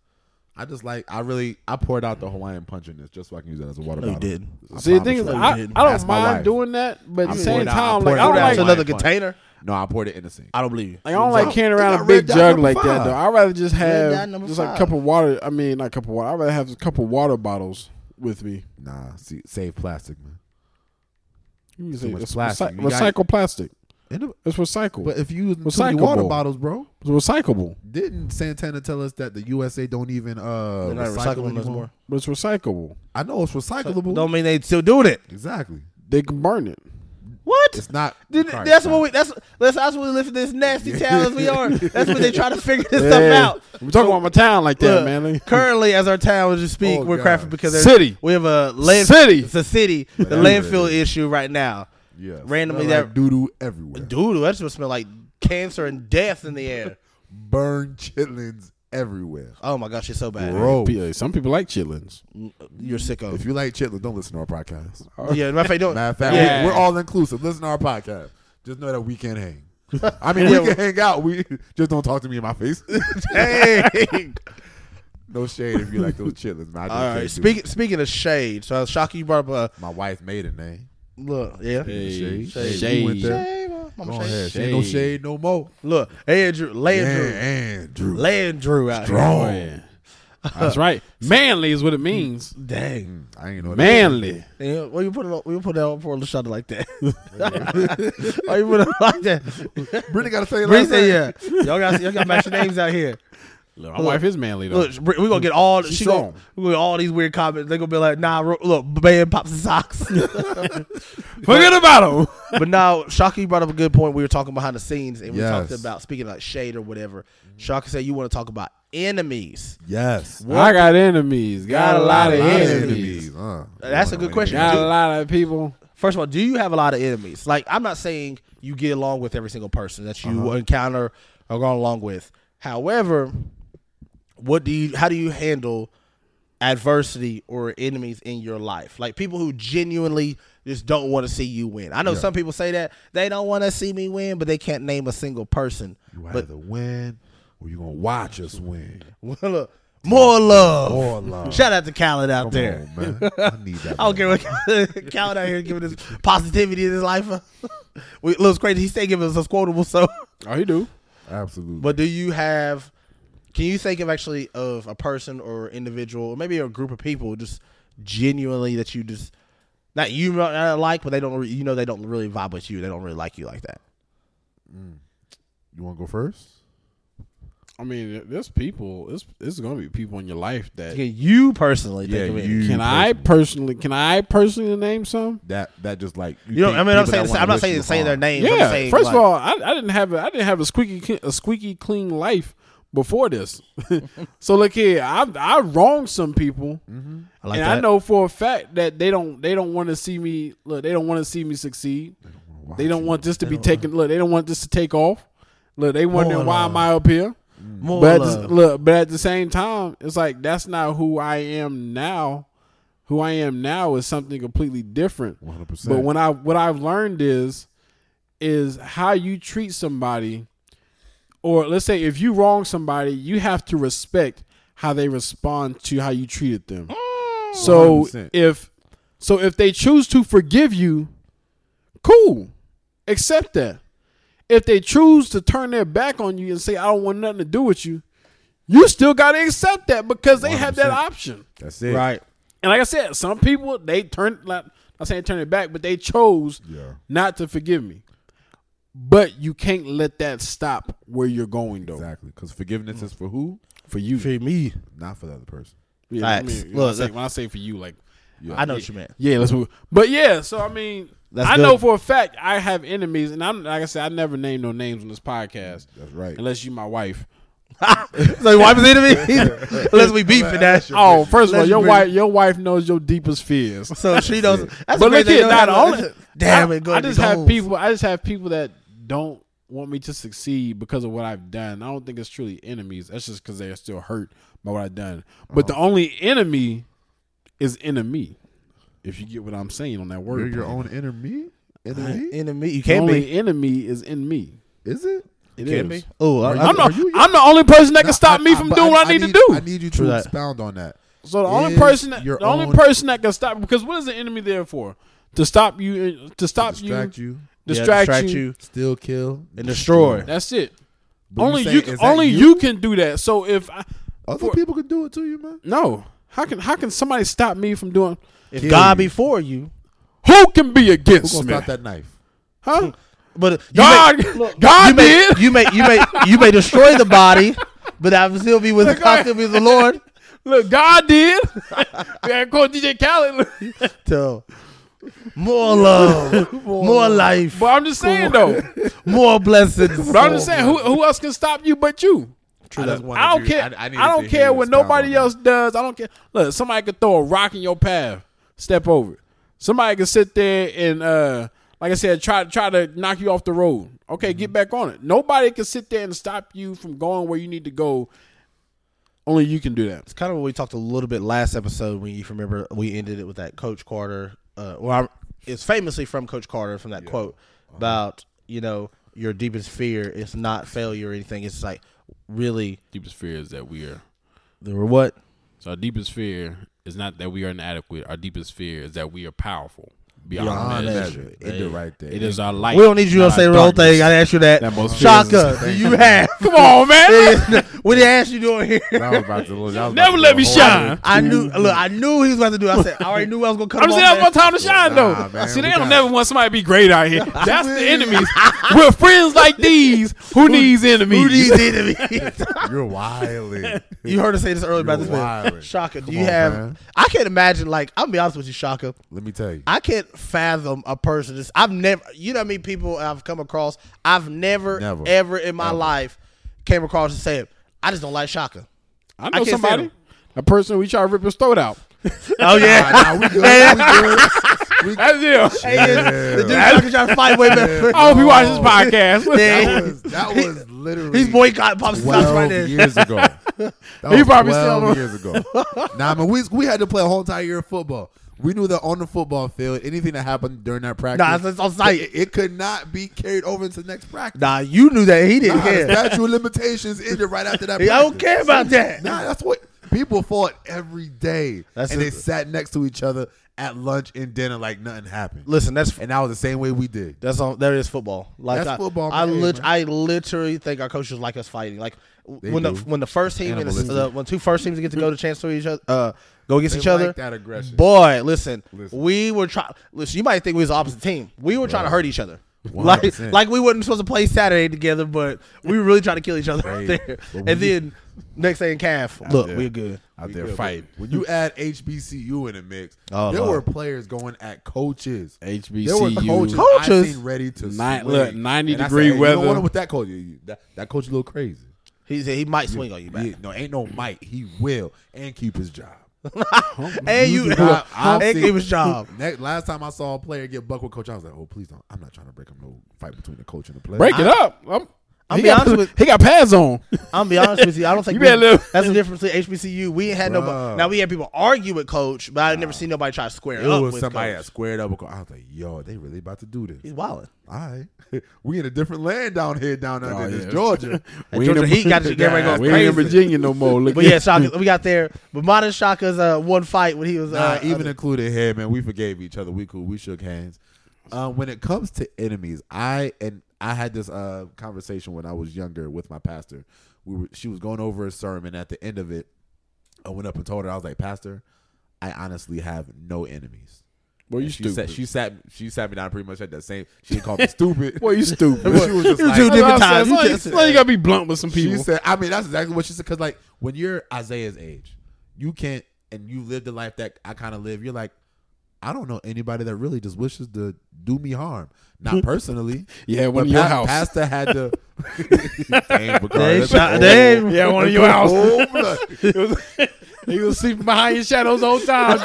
[SPEAKER 1] I just like I really I poured out the Hawaiian punch in this just so I can use it as a water
[SPEAKER 3] No, you
[SPEAKER 1] bottle.
[SPEAKER 3] didn't.
[SPEAKER 1] I
[SPEAKER 2] See, the
[SPEAKER 1] promise
[SPEAKER 2] thing is,
[SPEAKER 1] you.
[SPEAKER 2] I, I don't
[SPEAKER 1] That's my
[SPEAKER 2] mind
[SPEAKER 1] life.
[SPEAKER 2] doing that, but at the
[SPEAKER 1] I'm
[SPEAKER 2] same
[SPEAKER 1] pouring out-
[SPEAKER 2] time,
[SPEAKER 1] I'm
[SPEAKER 2] like
[SPEAKER 1] pouring
[SPEAKER 2] I
[SPEAKER 1] out
[SPEAKER 2] don't
[SPEAKER 3] Put out
[SPEAKER 2] like,
[SPEAKER 3] to
[SPEAKER 2] like
[SPEAKER 3] another
[SPEAKER 1] Fine.
[SPEAKER 3] container.
[SPEAKER 1] No, I poured it in the sink.
[SPEAKER 3] I don't believe you.
[SPEAKER 2] I don't
[SPEAKER 1] out.
[SPEAKER 2] like carrying
[SPEAKER 1] They
[SPEAKER 2] around a
[SPEAKER 1] got
[SPEAKER 2] big
[SPEAKER 1] Red Dot
[SPEAKER 2] jug
[SPEAKER 1] number
[SPEAKER 2] like that
[SPEAKER 1] five.
[SPEAKER 2] though. I'd rather just
[SPEAKER 3] Red Dot
[SPEAKER 2] have
[SPEAKER 3] number
[SPEAKER 2] just like
[SPEAKER 3] five.
[SPEAKER 2] a couple water. I mean, not a couple water. I'd rather have a couple water bottles with me.
[SPEAKER 1] Nah, see, save plastic, man.
[SPEAKER 2] You can
[SPEAKER 1] Too
[SPEAKER 2] say
[SPEAKER 1] much
[SPEAKER 2] it's
[SPEAKER 1] plastic.
[SPEAKER 2] recyc-
[SPEAKER 1] You got-
[SPEAKER 2] recycle plastic.
[SPEAKER 1] And the-
[SPEAKER 2] It's recyclable.
[SPEAKER 1] but if you use too many
[SPEAKER 2] Recyclable.
[SPEAKER 1] water bottles, bro,
[SPEAKER 2] it's recyclable.
[SPEAKER 1] didn't Santana tell us that the USA don't even uh
[SPEAKER 3] They're not
[SPEAKER 1] recycle
[SPEAKER 3] recycling
[SPEAKER 1] anymore?
[SPEAKER 3] those more.
[SPEAKER 2] But it's recyclable.
[SPEAKER 1] I know it's recyclable.
[SPEAKER 3] Don't mean they still doing it.
[SPEAKER 1] exactly.
[SPEAKER 2] They can burn it.
[SPEAKER 3] What?
[SPEAKER 1] It's not.
[SPEAKER 3] Did-
[SPEAKER 1] Sorry,
[SPEAKER 3] that's
[SPEAKER 1] sorry.
[SPEAKER 3] what we. That's that's, that's what we live in this nasty town as we are. That's what they try to figure this
[SPEAKER 2] Yeah.
[SPEAKER 3] stuff out.
[SPEAKER 2] We talking about my town like that,
[SPEAKER 3] Look,
[SPEAKER 2] man. Like-
[SPEAKER 3] Currently, as our town as you speak,
[SPEAKER 1] Oh,
[SPEAKER 3] we're
[SPEAKER 1] God.
[SPEAKER 3] crafting because there's-
[SPEAKER 2] City.
[SPEAKER 3] We have a land,
[SPEAKER 2] City.
[SPEAKER 3] It's a city. The
[SPEAKER 1] Whatever it
[SPEAKER 3] landfill
[SPEAKER 1] is.
[SPEAKER 3] issue right now.
[SPEAKER 1] Yes.
[SPEAKER 3] randomly
[SPEAKER 1] Smell
[SPEAKER 3] that-
[SPEAKER 1] like doo doo everywhere.
[SPEAKER 3] Dude, that's just smell like cancer and death in the air.
[SPEAKER 1] Burn chitlins everywhere.
[SPEAKER 3] Oh my gosh, it's so bad.
[SPEAKER 1] Bro,
[SPEAKER 2] Yeah, Some people like chitlins.
[SPEAKER 3] You're sicko.
[SPEAKER 1] if you like chitlins, don't listen to our podcast.
[SPEAKER 3] yeah, matter of fact, don't.
[SPEAKER 1] Matter of fact,
[SPEAKER 3] Yeah.
[SPEAKER 1] we, are all inclusive. Listen to our podcast. Just know that we can hang. I mean,
[SPEAKER 3] Yeah,
[SPEAKER 1] we
[SPEAKER 3] well-
[SPEAKER 1] can hang out. We just don't talk to me in my face.
[SPEAKER 3] Dang.
[SPEAKER 1] no shade if you like those chitlins. man. I just
[SPEAKER 3] all
[SPEAKER 1] can't do
[SPEAKER 3] right.
[SPEAKER 1] it.
[SPEAKER 3] Speaking speaking of shade, so I was shocking you brought up
[SPEAKER 1] my wife made a name.
[SPEAKER 3] a look. Yeah.
[SPEAKER 1] Shade.
[SPEAKER 2] shade.
[SPEAKER 1] You went there.
[SPEAKER 3] Shade, mama, mama
[SPEAKER 1] Go
[SPEAKER 3] shade.
[SPEAKER 1] ahead. She ain't no shade no more.
[SPEAKER 3] Look, Andrew, Landrew,
[SPEAKER 1] Yeah, Andrew.
[SPEAKER 3] Landrew out here.
[SPEAKER 1] Strong.
[SPEAKER 2] Man. Oh, That's right. Manly is what it means.
[SPEAKER 3] Dang.
[SPEAKER 1] I ain't know what
[SPEAKER 2] Manly.
[SPEAKER 3] Yeah, why you put it? Why you put that on for a shot like that? why you put it like that?
[SPEAKER 1] that- Brittany got to say it
[SPEAKER 3] Bree
[SPEAKER 1] like
[SPEAKER 3] said,
[SPEAKER 1] that.
[SPEAKER 3] "Yeah, y'all got y'all got match your names out here."
[SPEAKER 2] Look, my wife is manly though.
[SPEAKER 3] Look, Bri- we gonna get all she gonna,
[SPEAKER 1] strong.
[SPEAKER 3] we gonna get all these weird comments. They gonna be like, "Nah, ro- look, man, pops and socks."
[SPEAKER 2] Forget about him.
[SPEAKER 3] but now, Shaka, you brought up a good point. We were talking behind the scenes, and we talked
[SPEAKER 1] Yes.
[SPEAKER 3] about speaking like shade or whatever. Shaka said you want to talk about enemies.
[SPEAKER 1] Yes.
[SPEAKER 2] I got enemies. Got, a lot of
[SPEAKER 1] A lot of
[SPEAKER 2] enemies.
[SPEAKER 1] Uh,
[SPEAKER 3] That's a
[SPEAKER 1] you
[SPEAKER 3] good
[SPEAKER 1] wanna
[SPEAKER 3] question.
[SPEAKER 1] win.
[SPEAKER 2] Got a lot of people.
[SPEAKER 3] First of all, do you have a lot of enemies? Like, I'm not saying you get along with every single person that you
[SPEAKER 1] Uh-huh.
[SPEAKER 3] encounter or go along with. However, what do you? How do you handle adversity or enemies in your life? Like people who genuinely just don't want to see you win. I know some people say that they don't want to see me win, but they can't name a single person.
[SPEAKER 1] You
[SPEAKER 3] But
[SPEAKER 1] either win or you gonna watch us win.
[SPEAKER 3] look, more love.
[SPEAKER 1] More love.
[SPEAKER 3] Shout out to Khaled out
[SPEAKER 1] Come
[SPEAKER 3] there.
[SPEAKER 1] on, man. I need that.
[SPEAKER 3] I don't care what Khaled out here giving us positivity in his life. we, it looks crazy. He stay giving us a quotable. So,
[SPEAKER 2] Oh, you do.
[SPEAKER 1] Absolutely.
[SPEAKER 3] but do you have? Can you think of actually of a person or individual, or maybe a group of people, just genuinely that you just not you not like, but they don't re- you know they don't really vibe with you. They don't really like you like that.
[SPEAKER 1] you want to go first?
[SPEAKER 2] I mean, there's people. It's it's gonna be people in your life that.
[SPEAKER 3] Can you personally think
[SPEAKER 1] Yeah,
[SPEAKER 3] of it?
[SPEAKER 1] you-
[SPEAKER 2] Can I personally? Can I personally name some?
[SPEAKER 1] That that just like
[SPEAKER 3] You know,
[SPEAKER 1] think
[SPEAKER 3] I mean, I'm
[SPEAKER 1] people
[SPEAKER 3] saying
[SPEAKER 1] that
[SPEAKER 3] I'm
[SPEAKER 1] wanna
[SPEAKER 3] not
[SPEAKER 1] wish
[SPEAKER 3] saying
[SPEAKER 1] you
[SPEAKER 3] saying their
[SPEAKER 1] harm.
[SPEAKER 3] names. I'm
[SPEAKER 2] Yeah.
[SPEAKER 3] saying,
[SPEAKER 2] First
[SPEAKER 3] like-
[SPEAKER 2] of all, I, I didn't have a, I didn't have a squeaky cl- a squeaky clean life before this. so look here, I I wronged some people,
[SPEAKER 3] I like
[SPEAKER 2] and I
[SPEAKER 3] that.
[SPEAKER 2] know for a fact that they don't they don't want to see me look. They don't want to see me succeed. They don't want this to be taken. Look, they don't want this to take off. Look, they wondering
[SPEAKER 3] More
[SPEAKER 2] why
[SPEAKER 3] love.
[SPEAKER 2] am I up here?
[SPEAKER 3] more
[SPEAKER 2] But at
[SPEAKER 3] love.
[SPEAKER 2] the, look, but at the same time, it's like that's not who I am now. Who I am now is something completely different.
[SPEAKER 1] 100%.
[SPEAKER 2] But when I what I've learned is is how you treat somebody, or let's say if you wrong somebody, you have to respect how they respond to how you treated them. So
[SPEAKER 1] 100%.
[SPEAKER 2] if so if they choose to forgive you, cool. Accept that. If they choose to turn their back on you and say, I don't want nothing to do with you, you still gotta accept that because they have that
[SPEAKER 1] 100%.
[SPEAKER 2] option.
[SPEAKER 1] That's it.
[SPEAKER 3] right.
[SPEAKER 2] And like I said, some people they turned like I saying turn it back, but they chose
[SPEAKER 1] Yeah.
[SPEAKER 2] not to forgive me. But you can't let that stop where you're going though.
[SPEAKER 1] Exactly. Because forgiveness is for who,
[SPEAKER 2] For you,
[SPEAKER 3] For me,
[SPEAKER 1] not for the other person.
[SPEAKER 2] yeah,
[SPEAKER 3] Facts.
[SPEAKER 2] I mean,
[SPEAKER 3] Look,
[SPEAKER 2] when, I say,
[SPEAKER 3] that-
[SPEAKER 2] when I say for you, like
[SPEAKER 3] I know what you meant.
[SPEAKER 2] yeah, let's move. But yeah, so I mean,
[SPEAKER 3] That's
[SPEAKER 2] I
[SPEAKER 3] good.
[SPEAKER 2] know for a fact I have enemies, and I'm like I said, I never name no names on this podcast
[SPEAKER 1] That's right.
[SPEAKER 2] unless you my wife.
[SPEAKER 3] so your wife is enemy unless we beef in that.
[SPEAKER 2] Oh, first of all, your
[SPEAKER 3] Unless you bring-
[SPEAKER 2] wife, your wife knows your deepest fears.
[SPEAKER 3] So she knows. That's
[SPEAKER 2] but
[SPEAKER 3] the
[SPEAKER 2] look
[SPEAKER 3] thing they
[SPEAKER 2] here,
[SPEAKER 3] know
[SPEAKER 2] not
[SPEAKER 3] how to-
[SPEAKER 2] only
[SPEAKER 3] Damn
[SPEAKER 2] I,
[SPEAKER 3] it, go
[SPEAKER 2] I
[SPEAKER 3] to
[SPEAKER 2] just have
[SPEAKER 3] McDonald's.
[SPEAKER 2] people. I just have people that don't want me to succeed because of what I've done. I don't think it's truly enemies. That's just because they are still hurt by what I've done. But
[SPEAKER 1] Uh-huh.
[SPEAKER 2] the only enemy is enemy. If you get what I'm saying on that word,
[SPEAKER 1] You're your
[SPEAKER 2] play.
[SPEAKER 1] own inner me. Inner me?
[SPEAKER 3] Enemy, you
[SPEAKER 2] The
[SPEAKER 3] can't
[SPEAKER 2] only
[SPEAKER 3] be.
[SPEAKER 2] enemy is in me.
[SPEAKER 1] Is it?
[SPEAKER 2] It
[SPEAKER 3] Can't
[SPEAKER 2] is.
[SPEAKER 3] be. Oh, I- I-
[SPEAKER 2] I'm
[SPEAKER 1] Are
[SPEAKER 2] not.
[SPEAKER 1] you-
[SPEAKER 2] I'm the only person that can stop
[SPEAKER 1] I-
[SPEAKER 2] me
[SPEAKER 1] I-
[SPEAKER 2] from
[SPEAKER 1] but
[SPEAKER 2] doing what I need, to do.
[SPEAKER 1] I need you
[SPEAKER 3] True
[SPEAKER 1] to
[SPEAKER 3] that.
[SPEAKER 1] expound on that.
[SPEAKER 2] So the only
[SPEAKER 1] is
[SPEAKER 2] person, that,
[SPEAKER 1] your
[SPEAKER 2] the only
[SPEAKER 1] own-
[SPEAKER 2] person that can stop because what is the enemy there for? To stop you, to stop
[SPEAKER 1] Distract
[SPEAKER 2] you,
[SPEAKER 1] you,
[SPEAKER 2] distract, you,
[SPEAKER 1] still kill,
[SPEAKER 3] and destroy.
[SPEAKER 2] That's it.
[SPEAKER 1] But
[SPEAKER 2] only
[SPEAKER 1] say-
[SPEAKER 2] you,
[SPEAKER 1] is
[SPEAKER 2] can,
[SPEAKER 1] that
[SPEAKER 2] only you? can do that. So if I,
[SPEAKER 1] Other
[SPEAKER 2] for-
[SPEAKER 1] people can do it to you, man.
[SPEAKER 2] no, how can how can somebody stop me from doing?
[SPEAKER 3] If
[SPEAKER 1] Kill
[SPEAKER 3] God
[SPEAKER 1] you.
[SPEAKER 3] be for you,
[SPEAKER 2] Who can be
[SPEAKER 1] Who's
[SPEAKER 2] against
[SPEAKER 1] gonna
[SPEAKER 2] me?
[SPEAKER 1] stop that knife?
[SPEAKER 2] Huh?
[SPEAKER 3] but you
[SPEAKER 2] God,
[SPEAKER 3] may, look,
[SPEAKER 2] God
[SPEAKER 3] you may,
[SPEAKER 2] did.
[SPEAKER 3] you may, you may, you may destroy the body, but I will still be with the, I still be with the Lord.
[SPEAKER 2] Look, God did. yeah, quote DJ Khaled.
[SPEAKER 3] So more love, more, life,
[SPEAKER 2] but I'm just saying though.
[SPEAKER 3] more blessings.
[SPEAKER 2] But I'm just saying, who who else can stop you but you?
[SPEAKER 1] True,
[SPEAKER 2] I don't care. I, don't care what nobody else does. I don't care. Look, somebody could throw a rock in your path. Step over it. Somebody could sit there and, uh, like I said, try try to knock you off the road. Okay, get back on it. Nobody can sit there and stop you from going where you need to go. Only you can do that.
[SPEAKER 3] It's kind of what we talked a little bit last episode when you if you remember we ended it with that Coach Carter. Uh, well, I, it's famously from Coach Carter from that quote about you know your deepest fear is not failure or anything. It's like really
[SPEAKER 2] Deepest fear is that we are.
[SPEAKER 3] there were what
[SPEAKER 2] So our deepest fear is not that we are inadequate. Our deepest fear is that we are powerful.
[SPEAKER 1] Beyond
[SPEAKER 3] Beyond
[SPEAKER 1] measure.
[SPEAKER 3] measure.
[SPEAKER 1] It did right there.
[SPEAKER 2] It is our light.
[SPEAKER 3] We don't need you to
[SPEAKER 2] not
[SPEAKER 3] say
[SPEAKER 2] our
[SPEAKER 3] the whole
[SPEAKER 2] darkness.
[SPEAKER 3] thing. I didn't ask you that.
[SPEAKER 2] That most
[SPEAKER 3] Shaka,
[SPEAKER 2] feels-
[SPEAKER 3] do you have?
[SPEAKER 2] Come on, man.
[SPEAKER 3] what did I ask you doing here?
[SPEAKER 1] That was about to look. that was
[SPEAKER 2] Never
[SPEAKER 1] about to
[SPEAKER 2] let
[SPEAKER 1] be
[SPEAKER 2] me
[SPEAKER 1] a whole
[SPEAKER 2] shine.
[SPEAKER 3] I knew. Look, I knew he was about to do. it. I said, I already knew I was gonna come.
[SPEAKER 2] I'm
[SPEAKER 3] off
[SPEAKER 2] saying that's my
[SPEAKER 3] that.
[SPEAKER 2] time to shine, though.
[SPEAKER 1] Nah, man,
[SPEAKER 2] See, they
[SPEAKER 1] we
[SPEAKER 2] don't
[SPEAKER 1] got-
[SPEAKER 2] never want somebody to be great out here. That's the enemies. We're friends like these. Who needs enemies?
[SPEAKER 3] Who these enemies?
[SPEAKER 1] other- You're wilding.
[SPEAKER 3] you heard us say this earlier about
[SPEAKER 1] You're
[SPEAKER 3] this man.
[SPEAKER 1] wildin'.
[SPEAKER 3] Shaka, do
[SPEAKER 1] Come
[SPEAKER 3] you
[SPEAKER 1] on,
[SPEAKER 3] have?
[SPEAKER 1] man.
[SPEAKER 3] I can't imagine. Like, I'll be honest with you, Shaka.
[SPEAKER 1] Let me tell you.
[SPEAKER 3] I can't fathom a person. That's, I've never, you know, how many people I've come across. I've never,
[SPEAKER 1] Never.
[SPEAKER 3] ever in my
[SPEAKER 1] Never.
[SPEAKER 3] life came across and said, "I just don't like Shaka."
[SPEAKER 2] I
[SPEAKER 3] I
[SPEAKER 2] know
[SPEAKER 3] can't stand
[SPEAKER 2] somebody.
[SPEAKER 3] them.
[SPEAKER 2] A person we try to rip his throat out.
[SPEAKER 3] Oh yeah,
[SPEAKER 1] Nah, we good. We good. We-
[SPEAKER 2] That's him.
[SPEAKER 3] the dude
[SPEAKER 1] Yeah.
[SPEAKER 3] Shaka trying to fight Oh, way better.
[SPEAKER 2] I hope you watch this podcast.
[SPEAKER 1] That was that was literally
[SPEAKER 3] He's boycotting Papa Stops right
[SPEAKER 1] twelve
[SPEAKER 3] there.
[SPEAKER 1] years ago. That was
[SPEAKER 2] He probably still-
[SPEAKER 1] twelve years ago. Nah, man, we we had to play a whole entire year of football. We knew that on the football field, anything that happened during that practice,
[SPEAKER 3] Nah, it's, it's on site.
[SPEAKER 1] it, it could not be carried over into the next practice.
[SPEAKER 3] Nah, you knew that he didn't
[SPEAKER 1] Nah, the
[SPEAKER 3] care.
[SPEAKER 1] statute of limitations ended right after that.
[SPEAKER 3] I don't
[SPEAKER 1] practice.
[SPEAKER 3] care about that.
[SPEAKER 1] Nah, that's what people fought every day,
[SPEAKER 3] That's
[SPEAKER 1] and
[SPEAKER 3] it.
[SPEAKER 1] they sat next to each other at lunch and dinner like nothing happened.
[SPEAKER 3] Listen, that's
[SPEAKER 1] And that was the same way we did.
[SPEAKER 3] that's on. There is football. Like
[SPEAKER 1] That's
[SPEAKER 3] I,
[SPEAKER 1] football,
[SPEAKER 3] I,
[SPEAKER 1] man.
[SPEAKER 3] lit, I literally think our coaches like us fighting. Like
[SPEAKER 1] They
[SPEAKER 3] when
[SPEAKER 1] do.
[SPEAKER 3] the when the first team and the,
[SPEAKER 1] Animalistic.
[SPEAKER 3] the- when two first teams get to go to chance to each other, uh, go against
[SPEAKER 1] They
[SPEAKER 3] each other.
[SPEAKER 1] like that aggression.
[SPEAKER 3] Boy, listen,
[SPEAKER 1] Listen.
[SPEAKER 3] we were trying. Listen, you might think we was the opposite team. We were trying to hurt each other. Like
[SPEAKER 1] 100%.
[SPEAKER 3] like we wasn't supposed to play Saturday together, but we were really trying to kill each other out
[SPEAKER 1] Right.
[SPEAKER 3] there.
[SPEAKER 1] But
[SPEAKER 3] And
[SPEAKER 1] we-
[SPEAKER 3] then next day in calf, look,
[SPEAKER 1] there.
[SPEAKER 3] we're good.
[SPEAKER 1] out there fighting. When you add HBCU in the mix,
[SPEAKER 3] Oh,
[SPEAKER 1] there
[SPEAKER 3] Lord.
[SPEAKER 1] were players going at coaches. There were coaches,
[SPEAKER 2] HBCU.
[SPEAKER 1] I
[SPEAKER 3] Coaches?
[SPEAKER 1] seen ready to
[SPEAKER 2] Nine-
[SPEAKER 1] swing.
[SPEAKER 2] look, 90
[SPEAKER 1] And I
[SPEAKER 2] degree
[SPEAKER 1] said, hey, You
[SPEAKER 2] weather.
[SPEAKER 1] don't want with that coach. You- you- That, that coach a little crazy.
[SPEAKER 3] He said he might swing on you, man.
[SPEAKER 1] Yeah, no, ain't no Mike. He will and keep his job.
[SPEAKER 3] And you,
[SPEAKER 1] do not- I've
[SPEAKER 3] and
[SPEAKER 1] seen-
[SPEAKER 3] keep his job.
[SPEAKER 1] Next, last time I saw a player get bucked with coach, I was like, oh please don't. I'm not trying to break up no fight between the coach and the player.
[SPEAKER 2] Break it up. I'm,
[SPEAKER 3] I'll
[SPEAKER 2] he
[SPEAKER 3] be
[SPEAKER 2] got-
[SPEAKER 3] honest with-
[SPEAKER 2] He got pads on.
[SPEAKER 3] I'm gonna be honest with you. I don't think
[SPEAKER 2] You better
[SPEAKER 3] we-
[SPEAKER 2] live-
[SPEAKER 3] that's the difference between HBCU. We ain't had
[SPEAKER 1] Bruh.
[SPEAKER 3] nobody. Now we had people argue with coach, but I never seen nobody try to square
[SPEAKER 1] It
[SPEAKER 3] up
[SPEAKER 1] was
[SPEAKER 3] with
[SPEAKER 1] somebody
[SPEAKER 3] coach.
[SPEAKER 1] that squared up. With coach. I was like, yo, they really about to do this.
[SPEAKER 3] He's wilding.
[SPEAKER 1] All right, we in a different land down here, down under
[SPEAKER 2] Oh,
[SPEAKER 1] this
[SPEAKER 2] yeah.
[SPEAKER 1] Georgia.
[SPEAKER 3] And Georgia
[SPEAKER 2] in-
[SPEAKER 3] Heat got you- everybody
[SPEAKER 2] Nah,
[SPEAKER 3] goes
[SPEAKER 2] We ain't in
[SPEAKER 3] crazy.
[SPEAKER 2] Virginia no more. Look
[SPEAKER 3] But yeah, Shaka, we got there. But modern Shaka's uh, one fight when he was
[SPEAKER 1] Nah,
[SPEAKER 3] uh,
[SPEAKER 1] even
[SPEAKER 3] uh,
[SPEAKER 1] included here, man. We forgave each other. We cool. We shook hands. Um, when it comes to enemies, I and I had this uh conversation when I was younger with my pastor. We were, she was going over a sermon. At the end of it, I went up and told her I was like, Pastor, I honestly have no enemies.
[SPEAKER 2] Boy, you
[SPEAKER 1] And she
[SPEAKER 2] stupid.
[SPEAKER 1] sat, she sat she sat me down pretty much at that same. She didn't call me stupid.
[SPEAKER 2] Boy, you stupid.
[SPEAKER 1] But she was just
[SPEAKER 3] You
[SPEAKER 1] like,
[SPEAKER 2] That's
[SPEAKER 3] two
[SPEAKER 2] what
[SPEAKER 3] different
[SPEAKER 2] I'm saying.
[SPEAKER 3] times. You
[SPEAKER 2] Sometimes-
[SPEAKER 3] just-
[SPEAKER 2] sometimes you gotta be blunt with some
[SPEAKER 1] She
[SPEAKER 2] people.
[SPEAKER 1] said, I mean, that's exactly what she said. Because, like, when you're Isaiah's age, you can't, and you live the life that I kind of live, you're like, I don't know anybody that really just wishes to do me harm. Not personally.
[SPEAKER 2] Yeah, one
[SPEAKER 1] But
[SPEAKER 2] in your
[SPEAKER 1] pa-
[SPEAKER 2] house.
[SPEAKER 1] Pastor had to. Dang, Bakari,
[SPEAKER 3] They
[SPEAKER 1] that's
[SPEAKER 3] shot-
[SPEAKER 1] old-
[SPEAKER 3] they-
[SPEAKER 2] yeah, one in your house.
[SPEAKER 3] Oh,
[SPEAKER 1] old blood.
[SPEAKER 2] He was sleeping behind your shadows the whole time.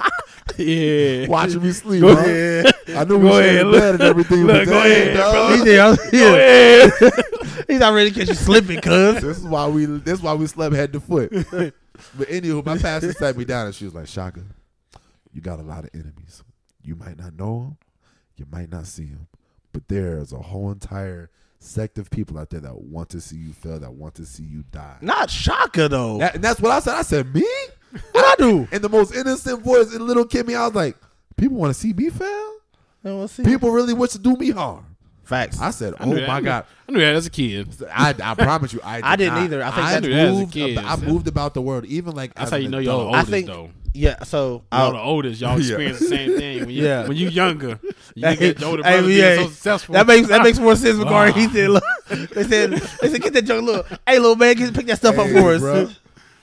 [SPEAKER 2] yeah.
[SPEAKER 1] Watching me sleep. Go
[SPEAKER 3] ahead.
[SPEAKER 1] I knew we
[SPEAKER 2] Go
[SPEAKER 1] shared
[SPEAKER 2] ahead,
[SPEAKER 1] the
[SPEAKER 2] look.
[SPEAKER 1] bed and everything.
[SPEAKER 2] Look,
[SPEAKER 1] but
[SPEAKER 2] go
[SPEAKER 1] dang,
[SPEAKER 2] ahead,
[SPEAKER 1] dog.
[SPEAKER 3] He's there. Yeah.
[SPEAKER 2] Yeah.
[SPEAKER 3] He's not ready to catch you slipping, cuz.
[SPEAKER 1] This is why we. This is why we slept head to foot. but anywho, my pastor sat me down and she was like, "Shaka, you got a lot of enemies. You might not know them, you might not see them, but there's a whole entire sect of people out there that want to see you fail, that want to see you die."
[SPEAKER 3] Not Shaka though.
[SPEAKER 1] That- and that's what I said. I said, "Me?"
[SPEAKER 3] what I do?
[SPEAKER 1] In the most innocent voice, in little Kimmy, I was like, "People want to see me fail.
[SPEAKER 3] And we'll see.
[SPEAKER 1] People really wish to do me harm."
[SPEAKER 3] Facts.
[SPEAKER 1] I said,
[SPEAKER 2] I
[SPEAKER 1] "Oh
[SPEAKER 2] knew that.
[SPEAKER 1] my god."
[SPEAKER 2] I knew that as a kid.
[SPEAKER 1] I, I promise you, I, did
[SPEAKER 3] I didn't
[SPEAKER 1] not.
[SPEAKER 3] either. I think
[SPEAKER 1] I,
[SPEAKER 3] that's-
[SPEAKER 2] I knew that as a
[SPEAKER 1] moved.
[SPEAKER 2] kid.
[SPEAKER 1] ab- I moved about the world, even like
[SPEAKER 2] That's
[SPEAKER 1] as
[SPEAKER 2] how
[SPEAKER 1] an
[SPEAKER 2] you know
[SPEAKER 1] adult.
[SPEAKER 2] y'all
[SPEAKER 3] I
[SPEAKER 2] oldest
[SPEAKER 3] think.
[SPEAKER 2] though.
[SPEAKER 3] Yeah. So uh,
[SPEAKER 2] Y'all
[SPEAKER 3] I-
[SPEAKER 2] the oldest. Y'all experience the same thing when you
[SPEAKER 3] Yeah.
[SPEAKER 2] when you younger. You
[SPEAKER 3] Hey,
[SPEAKER 2] look at your older
[SPEAKER 3] hey,
[SPEAKER 2] brother being
[SPEAKER 3] yeah.
[SPEAKER 2] so successful.
[SPEAKER 3] That makes that makes more sense regarding he said look, they said they said get that junk look hey little man get pick that stuff up
[SPEAKER 1] Hey,
[SPEAKER 3] for us.
[SPEAKER 1] bruh.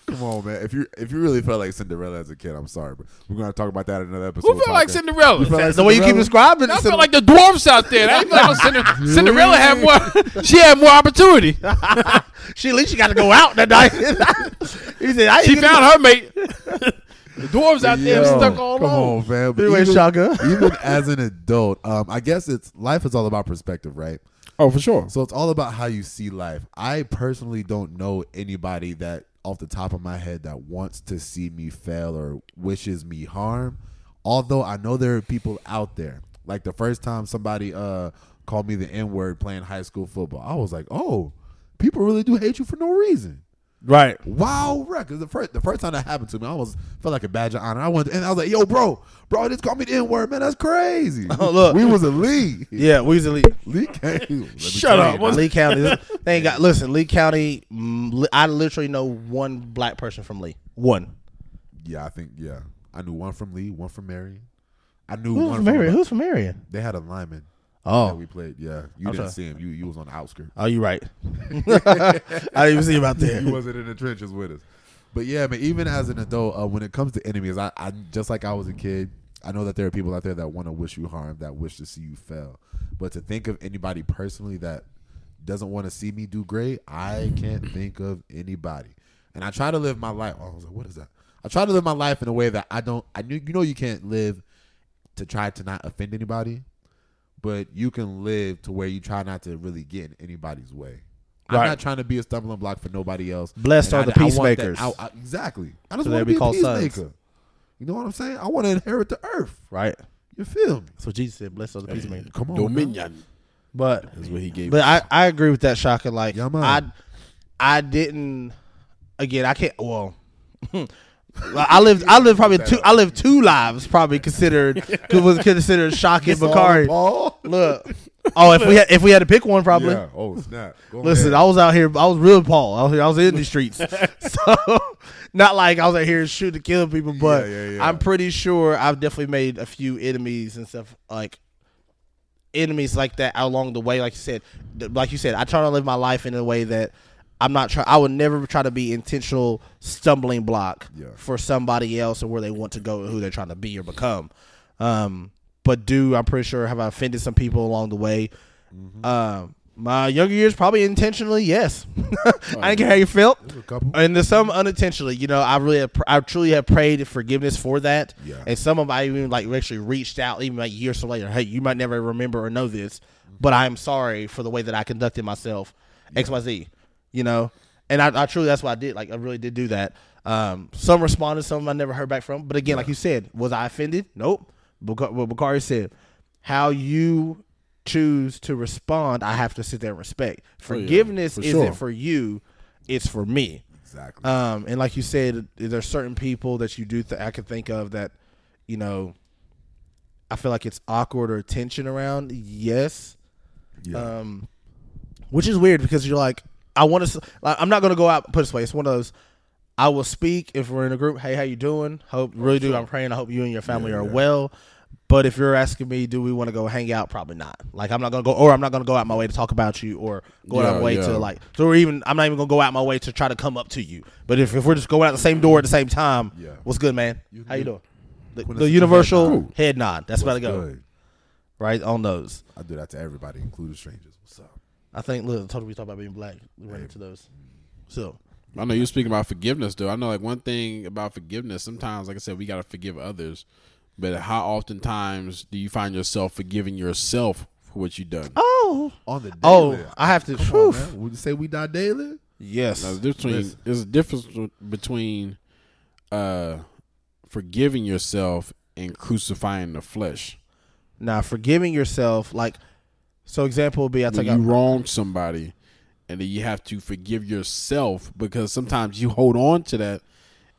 [SPEAKER 1] Come on, man. If you if you really felt like Cinderella as a kid, I'm sorry, but we're gonna talk about that in another episode.
[SPEAKER 2] Who feel like Cinderella?
[SPEAKER 1] like
[SPEAKER 3] The way you keep
[SPEAKER 1] Cinderella?
[SPEAKER 3] describing
[SPEAKER 2] I
[SPEAKER 3] it,
[SPEAKER 2] feel like the dwarfs out there. I feel like Cinder- Cinderella had more. She had more opportunity.
[SPEAKER 3] she at least she got to go out that night. he said I
[SPEAKER 2] She
[SPEAKER 3] ain't
[SPEAKER 2] found her mate. The dwarves out there
[SPEAKER 1] Yo,
[SPEAKER 2] stuck all
[SPEAKER 1] come
[SPEAKER 2] alone.
[SPEAKER 1] on, man. But
[SPEAKER 3] Anyway,
[SPEAKER 1] even,
[SPEAKER 3] Shaka.
[SPEAKER 1] even as an adult, um, I guess it's life is all about perspective, right?
[SPEAKER 2] Oh, for sure.
[SPEAKER 1] So it's all about how you see life. I personally don't know anybody that off the top of my head that wants to see me fail or wishes me harm. Although I know there are people out there. Like the first time somebody uh called me the N-word playing high school football, I was like, "Oh, people really do hate you for no reason."
[SPEAKER 3] Right.
[SPEAKER 1] Wild records. The first the first time that happened to me, I almost felt like a badge of honor. I went and I was like, "Yo, bro, bro, just call me the N word, man. That's crazy."
[SPEAKER 3] Oh, look.
[SPEAKER 1] we was a league.
[SPEAKER 3] Yeah, we usually
[SPEAKER 1] Lee came. Let me
[SPEAKER 3] Shut
[SPEAKER 1] tell
[SPEAKER 3] up.
[SPEAKER 1] you, man.
[SPEAKER 3] Lee County. They ain't got. Listen, Lee County. mm, li- I literally know one black person from Lee. One.
[SPEAKER 1] Yeah, I think yeah. I knew one from Lee, one from Marion. I knew
[SPEAKER 3] Who's
[SPEAKER 1] one
[SPEAKER 3] from Marion?
[SPEAKER 1] From,
[SPEAKER 3] Who's from Marion?
[SPEAKER 1] they had a lineman. that
[SPEAKER 3] Oh.
[SPEAKER 1] we played. Yeah, you didn't
[SPEAKER 3] sorry.
[SPEAKER 1] see him. You you was on the outskirts.
[SPEAKER 3] Oh, you right. I didn't even see about that.
[SPEAKER 1] You wasn't in the trenches with us. But yeah, man. Even as an adult, uh, when it comes to enemies, I, I just like I was a kid. I know that there are people out there that want to wish you harm, that wish to see you fail. But to think of anybody personally that doesn't want to see me do great, I can't think of anybody. And I try to live my life. Oh, I was like, what is that? I try to live my life in a way that I don't. I knew you know you can't live to try to not offend anybody, but you can live to where you try not to really get in anybody's way.
[SPEAKER 3] Right.
[SPEAKER 1] I'm not trying to be a stumbling block for nobody else.
[SPEAKER 3] Blessed
[SPEAKER 1] And
[SPEAKER 3] are the
[SPEAKER 1] I- I want that-
[SPEAKER 3] peacemakers.
[SPEAKER 1] I- I- exactly. I just want
[SPEAKER 3] So they
[SPEAKER 1] to be,
[SPEAKER 3] be
[SPEAKER 1] a
[SPEAKER 3] called sons.
[SPEAKER 1] peacemaker. You know what I'm saying? I want to inherit the earth.
[SPEAKER 3] Right.
[SPEAKER 1] You feel me?
[SPEAKER 3] That's what Jesus said. Blessed are the peacemakers.
[SPEAKER 1] Come on. man.
[SPEAKER 2] Dominion.
[SPEAKER 3] But
[SPEAKER 2] That's what he gave.
[SPEAKER 3] But I, I agree with that, Shaka. Like
[SPEAKER 1] Yeah,
[SPEAKER 3] I
[SPEAKER 1] man.
[SPEAKER 3] I didn't again I can't well Well, I lived I lived probably two I lived two lives probably considered was considered Shaka and Bakari.
[SPEAKER 1] Paul.
[SPEAKER 3] Look. Oh if we had if we had to pick one probably.
[SPEAKER 1] Yeah. Oh snap. Go
[SPEAKER 3] Listen,
[SPEAKER 1] ahead.
[SPEAKER 3] I was out here. I was real Paul. I was, here, I was in the streets, so not like I was out here shooting, killing people. But
[SPEAKER 1] yeah, yeah.
[SPEAKER 3] I'm pretty sure I've definitely made a few enemies and stuff like enemies like that along the way. Like you said, th- like you said, I try to live my life in a way that I'm not trying. I would never try to be intentional stumbling block
[SPEAKER 1] Yeah.
[SPEAKER 3] for somebody else or where they want to go and who they're trying to be or become. Um, but do I'm pretty sure have I offended some people along the way. Um, my younger years probably intentionally, yes. I didn't care how you felt.
[SPEAKER 1] a couple.
[SPEAKER 3] And there's some unintentionally, you know, I really, have, pr- I truly have prayed forgiveness for that.
[SPEAKER 1] Yeah.
[SPEAKER 3] And some of I even like actually reached out, even like years later. Hey, you might never remember or know this, but I am sorry for the way that I conducted myself, X Y Z. You know, and I, I truly that's what I did. Like I really did do that. Um, some responded, some I never heard back from. But again, like you said, was I offended? Nope. Buka- what Bakari said, how you choose to respond, I have to sit there and respect. Forgiveness
[SPEAKER 1] Oh, for
[SPEAKER 3] isn't
[SPEAKER 1] sure.
[SPEAKER 3] for you, it's for me.
[SPEAKER 1] Exactly.
[SPEAKER 3] Um, and like you said, there's certain people that you do th- I can think of that, you know, I feel like it's awkward or tension around. Yes,
[SPEAKER 1] yeah.
[SPEAKER 3] um, which is weird because you're like, I want to. Like, I'm not gonna go out. Put it this way, it's one of those. I will speak if we're in a group. Hey, how you doing? Hope really do. I'm praying. I hope you and your family are well. But if you're asking me, do we want to go hang out? Probably not. Like I'm not gonna go, or I'm not gonna go out my way to talk about you, or go out
[SPEAKER 2] Yeah,
[SPEAKER 3] my way
[SPEAKER 2] yeah.
[SPEAKER 3] to like, or even I'm not even gonna go out my way to try to come up to you. But if, if we're just going out the same door at the same time,
[SPEAKER 1] Yeah.
[SPEAKER 3] what's good, man?
[SPEAKER 1] You can
[SPEAKER 3] how you
[SPEAKER 1] do-
[SPEAKER 3] doing? The,
[SPEAKER 1] Quintessential
[SPEAKER 3] the
[SPEAKER 1] head
[SPEAKER 3] universal head
[SPEAKER 1] nod.
[SPEAKER 3] nod. That's about to go
[SPEAKER 1] Good.
[SPEAKER 3] right on those.
[SPEAKER 1] I do that to everybody, including strangers. What's up?
[SPEAKER 3] I think look, totally we talk about being black. We ran into those. So
[SPEAKER 2] I know you're speaking about forgiveness, though. I know, like one thing about forgiveness. Sometimes, like I said, we gotta forgive others, but how oftentimes do you find yourself forgiving yourself for what you done?
[SPEAKER 3] Oh
[SPEAKER 1] On the daily.
[SPEAKER 3] Oh, I have to
[SPEAKER 1] Come on,
[SPEAKER 3] Oof.
[SPEAKER 1] man. Would you say we die daily?
[SPEAKER 3] Yes.
[SPEAKER 2] Now, there's, between,
[SPEAKER 1] Listen.
[SPEAKER 2] there's a difference w- between uh, forgiving yourself and crucifying the flesh.
[SPEAKER 3] Now forgiving yourself, like so example would be I
[SPEAKER 2] When
[SPEAKER 3] take
[SPEAKER 2] you
[SPEAKER 3] out
[SPEAKER 2] wrong somebody, and then you have to forgive yourself because sometimes you hold on to that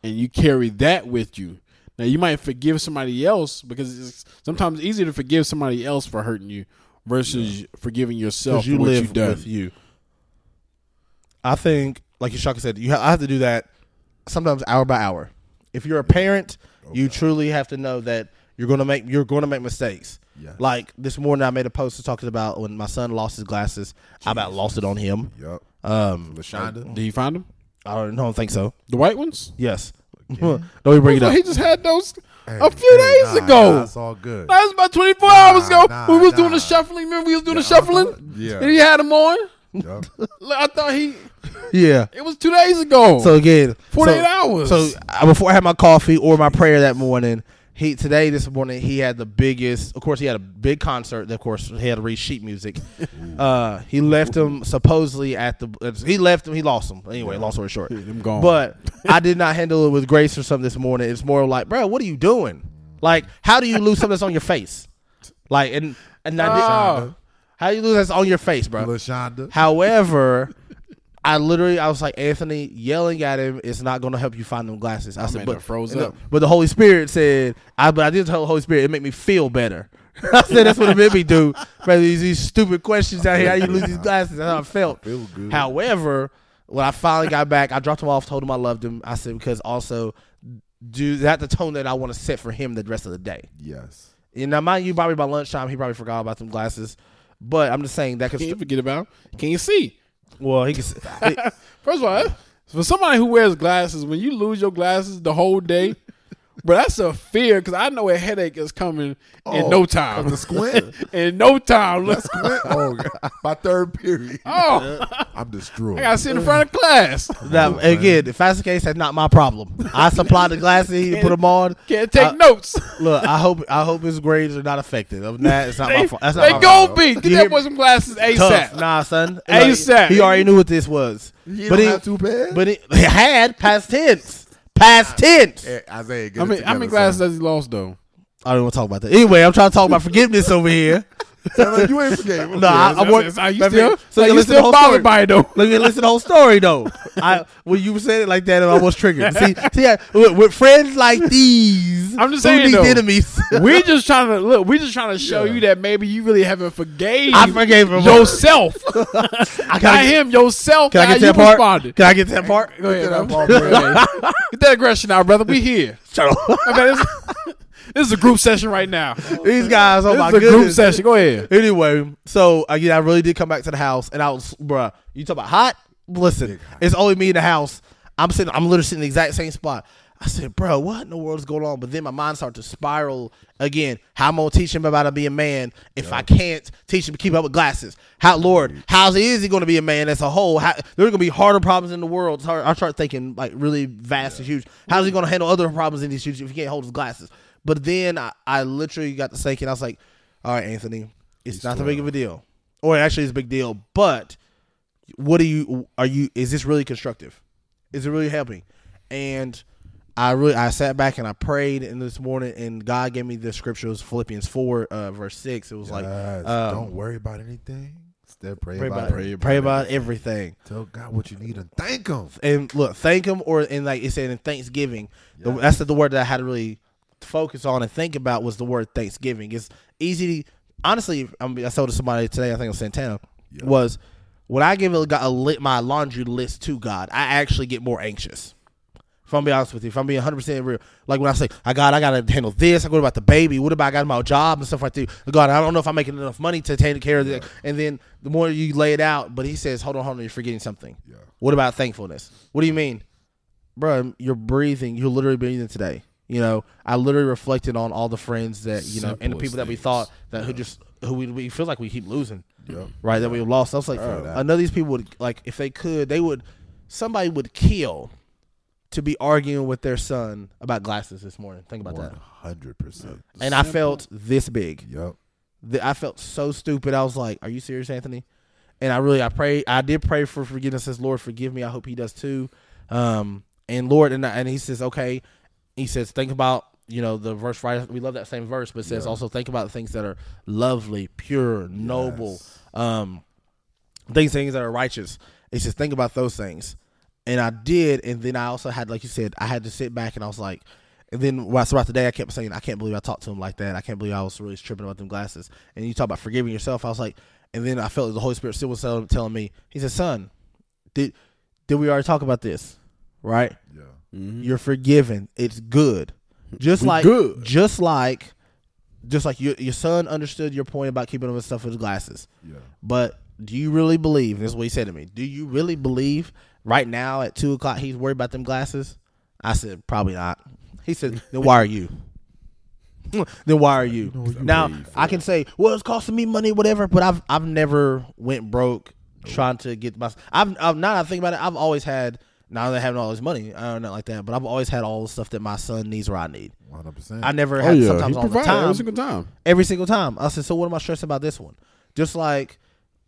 [SPEAKER 2] and you carry that with you. Now you might forgive somebody else because it's sometimes easier to forgive somebody else for hurting you versus forgiving yourself
[SPEAKER 3] because
[SPEAKER 2] for
[SPEAKER 3] you
[SPEAKER 2] what
[SPEAKER 3] live
[SPEAKER 2] you've done.
[SPEAKER 3] with you. I think, like Shaka said, you ha- I have to do that sometimes hour by hour. If you're a parent, you truly have to know that you're gonna make you're gonna make mistakes.
[SPEAKER 1] Yes.
[SPEAKER 3] Like this morning, I made a post talking about when my son lost his glasses. I about lost it on him.
[SPEAKER 1] Yup.
[SPEAKER 3] Um,
[SPEAKER 1] Lashonda.
[SPEAKER 2] Did you find them?
[SPEAKER 3] I don't, I don't think so.
[SPEAKER 2] The white ones?
[SPEAKER 3] Yes. don't you bring it
[SPEAKER 2] Oh,
[SPEAKER 3] up?
[SPEAKER 2] he just had those
[SPEAKER 1] Hey,
[SPEAKER 2] a few
[SPEAKER 1] hey,
[SPEAKER 2] days
[SPEAKER 1] nah,
[SPEAKER 2] ago.
[SPEAKER 1] nah, it's all good.
[SPEAKER 2] That was about 24 hours ago.
[SPEAKER 1] nah,
[SPEAKER 2] we was doing
[SPEAKER 1] nah.
[SPEAKER 2] the shuffling. Remember, we was doing the
[SPEAKER 1] Yeah, I know.
[SPEAKER 2] shuffling.
[SPEAKER 1] Yeah.
[SPEAKER 2] And he had him on.
[SPEAKER 1] Yup.
[SPEAKER 2] Like, I thought he.
[SPEAKER 3] Yeah.
[SPEAKER 2] It was two days ago.
[SPEAKER 3] So again,
[SPEAKER 2] 48
[SPEAKER 3] so-
[SPEAKER 2] hours.
[SPEAKER 3] So uh, before I had my coffee or my prayer that morning, he today this morning he had the biggest. Of course, he had a big concert. that, Of course, he had to read sheet music. Uh, he left him supposedly at the. uh, He left him. He lost him. Anyway, long story short,
[SPEAKER 2] them gone.
[SPEAKER 3] But I did not handle it with grace or something this morning. It's more like, bro, what are you doing? Like, how do you lose something that's on your face? Like, and and I did-
[SPEAKER 2] Oh.
[SPEAKER 3] Uh, how do you lose that's on your face, bro?
[SPEAKER 1] Lashonda.
[SPEAKER 3] However, I literally, I was like, Anthony, yelling at him is not going to help you find them glasses. I said,
[SPEAKER 2] man
[SPEAKER 3] but
[SPEAKER 2] done froze
[SPEAKER 3] and the-
[SPEAKER 2] up.
[SPEAKER 3] But the Holy Spirit said, I, but I did tell the Holy Spirit it made me feel better. I said that's what it made me do. Rather these, these stupid questions out here, how you lose these glasses? That's how I felt.
[SPEAKER 1] Feel good.
[SPEAKER 3] However, when I finally got back, I dropped him off, told him I loved him. I said because also, do that the tone that I want to set for him the rest of the day.
[SPEAKER 1] Yes.
[SPEAKER 3] You know, mind you, probably by lunchtime he probably forgot about them glasses. But I'm just saying that could.
[SPEAKER 2] Can't forget about. him. Can't see.
[SPEAKER 3] well, he could. s- it-
[SPEAKER 2] First of all, for somebody who wears glasses, when you lose your glasses the whole day, bro, that's a fear because I know a headache is coming
[SPEAKER 3] Oh,
[SPEAKER 2] in no time.
[SPEAKER 1] The squint.
[SPEAKER 2] in no time.
[SPEAKER 1] The squint. Oh, God. my third period.
[SPEAKER 2] Oh,
[SPEAKER 1] I'm destroyed.
[SPEAKER 2] I gotta sit in front of class.
[SPEAKER 3] Now, again, if that's the case, that's not my problem. I supplied the glasses, he put them on.
[SPEAKER 2] Can't take
[SPEAKER 3] I-
[SPEAKER 2] notes.
[SPEAKER 3] Look, I hope I hope his grades are not affected. Of that, it's not my
[SPEAKER 2] They,
[SPEAKER 3] fault. That's not
[SPEAKER 2] they
[SPEAKER 3] my
[SPEAKER 2] go
[SPEAKER 3] fault.
[SPEAKER 2] be. Get
[SPEAKER 3] You hear
[SPEAKER 2] that
[SPEAKER 3] me?
[SPEAKER 2] boy some glasses ASAP.
[SPEAKER 3] Tough. Nah, son.
[SPEAKER 2] ASAP.
[SPEAKER 3] He already knew what this was.
[SPEAKER 1] He
[SPEAKER 3] but
[SPEAKER 1] don't
[SPEAKER 3] he,
[SPEAKER 1] have two pairs?
[SPEAKER 3] But he, he had past tense. Past tense.
[SPEAKER 1] Hey, Eh, Isaiah, get
[SPEAKER 2] I
[SPEAKER 1] it
[SPEAKER 2] mean, how many
[SPEAKER 1] together,
[SPEAKER 2] glasses
[SPEAKER 1] son.
[SPEAKER 2] has he lost though?
[SPEAKER 3] I don't want to talk about that. Anyway, I'm trying to talk about forgiveness over here.
[SPEAKER 1] Tell him you ain't forgave.
[SPEAKER 3] No, I, I want.
[SPEAKER 2] Are you
[SPEAKER 3] let me-
[SPEAKER 2] still,
[SPEAKER 3] so
[SPEAKER 2] are
[SPEAKER 3] you
[SPEAKER 2] you
[SPEAKER 3] listen to the
[SPEAKER 2] still
[SPEAKER 3] whole
[SPEAKER 2] bothered
[SPEAKER 3] story.
[SPEAKER 2] by it though?
[SPEAKER 3] Let me listen to the whole story though. I when you said it like that, I was triggered. See, see, I, with, with friends like these,
[SPEAKER 2] I'm just
[SPEAKER 3] who
[SPEAKER 2] saying,
[SPEAKER 3] needs
[SPEAKER 2] though.
[SPEAKER 3] enemies.
[SPEAKER 2] we're just trying to look. We're just trying to show you that maybe you really haven't forgave
[SPEAKER 3] I forgave him.
[SPEAKER 2] yourself.
[SPEAKER 3] I
[SPEAKER 2] Not
[SPEAKER 3] gotta get-
[SPEAKER 2] him, yourself.
[SPEAKER 3] Can I
[SPEAKER 2] how
[SPEAKER 3] get
[SPEAKER 2] you
[SPEAKER 3] that part?
[SPEAKER 2] responded.
[SPEAKER 3] Can I get that part?
[SPEAKER 2] Go ahead,
[SPEAKER 1] Get that
[SPEAKER 2] bro.
[SPEAKER 1] ball, bro.
[SPEAKER 2] Go ahead. Get that aggression out, brother. We here.
[SPEAKER 3] Shut up.
[SPEAKER 2] Okay, this, this is a group session right now. This
[SPEAKER 3] These guys, oh my
[SPEAKER 2] is a group
[SPEAKER 3] goodness.
[SPEAKER 2] session. Go ahead.
[SPEAKER 3] Anyway, so again, I really did come back to the house, and I was, bruh, you talk about hot? Listen, it's only me in the house. I'm sitting, I'm literally sitting in the exact same spot. I said, bro, what in the world is going on? But then my mind started to spiral again. How am I gonna teach him about to be a man if I can't teach him to keep up with glasses? How, Lord, how is he gonna be a man as a whole? How, there's gonna be harder problems in the world. So I start thinking like really vast and huge. How's he gonna handle other problems in these huge if he can't hold his glasses? But then I, I literally got to thinking, I was like, all right, Anthony, it's not that big of a deal, or actually, it's a big deal. But what do you are you? Is this really constructive? Is it really helping? And I really I sat back and I prayed in this morning, and God gave me the scriptures Philippians four uh, verse six. It was like
[SPEAKER 1] Guys,
[SPEAKER 3] um,
[SPEAKER 1] don't worry about anything. Instead, pray,
[SPEAKER 3] pray about
[SPEAKER 1] about, it.
[SPEAKER 3] pray, pray about everything.
[SPEAKER 1] Tell God what you need and thank Him.
[SPEAKER 3] and look, thank him, or and like it said in Thanksgiving, the, that's the, the word that I had to really focus on and think about was the word Thanksgiving. It's easy. To, honestly, I, mean, I told somebody today, I think it was Santana, was when I give a, got a lit, my laundry list to God, I actually get more anxious. If I'm being honest with you, if I'm being 100 percent real, like when I say, "I got, I gotta handle this," I go about the baby. What about I got my job and stuff like that? God, I don't know if I'm making enough money to take care of this. And then the more you lay it out, but He says, "Hold on, hold on, you're forgetting something."
[SPEAKER 1] Yeah.
[SPEAKER 3] What about thankfulness? What do you mean, bro? You're breathing. You're literally breathing today. You know, I literally reflected on all the friends that you know and the
[SPEAKER 2] Simplest
[SPEAKER 3] people that we
[SPEAKER 2] things.
[SPEAKER 3] thought that who just who we, we feel like we keep losing,
[SPEAKER 1] Yep.
[SPEAKER 3] right? That we lost. I was like, I know these people would like if they could, they would. Somebody would kill to be arguing with their son about glasses this morning. Think about
[SPEAKER 1] One
[SPEAKER 3] that.
[SPEAKER 1] hundred percent.
[SPEAKER 3] And I felt this big
[SPEAKER 1] Yep.
[SPEAKER 3] that I felt so stupid. I was like, "Are you serious, Anthony?" And I really, I pray, I did pray for forgiveness. Says Lord, forgive me. I hope He does too. Um, and Lord, and I, and He says, "Okay." He says, "Think about you know the verse right. We love that same verse, but it says also think about things that are lovely, pure, noble, um, things things that are righteous." He says, "Think about those things." And I did, and then I also had, like you said, I had to sit back and I was like, and then while throughout the day, I kept saying, I can't believe I talked to him like that. I can't believe I was really tripping about them glasses. And you talk about forgiving yourself. I was like, and then I felt the Holy Spirit still was tell- telling me, He said, Son, did did we already talk about this? Right?
[SPEAKER 1] Yeah.
[SPEAKER 3] You're forgiven. It's good. Just like
[SPEAKER 2] good.
[SPEAKER 3] just like just like your your son understood your point about keeping his stuff with his glasses.
[SPEAKER 1] Yeah.
[SPEAKER 3] But do you really believe? and This is what he said to me. Do you really believe right now at two o'clock he's worried about them glasses? I said probably not. He said, then why are you? then why are you? Now I can say, well, it's costing me money, whatever. But I've I've never went broke trying to get my. I've, I've now that I think about it, I've always had. Now that I have all this money, I don't know like that, but I've always had all the stuff that my son needs or I need.
[SPEAKER 1] One hundred percent.
[SPEAKER 3] I
[SPEAKER 2] Oh,
[SPEAKER 3] never had sometimes all the time
[SPEAKER 2] every single time.
[SPEAKER 3] every single time. I said, so what am I stressing about this one? Just like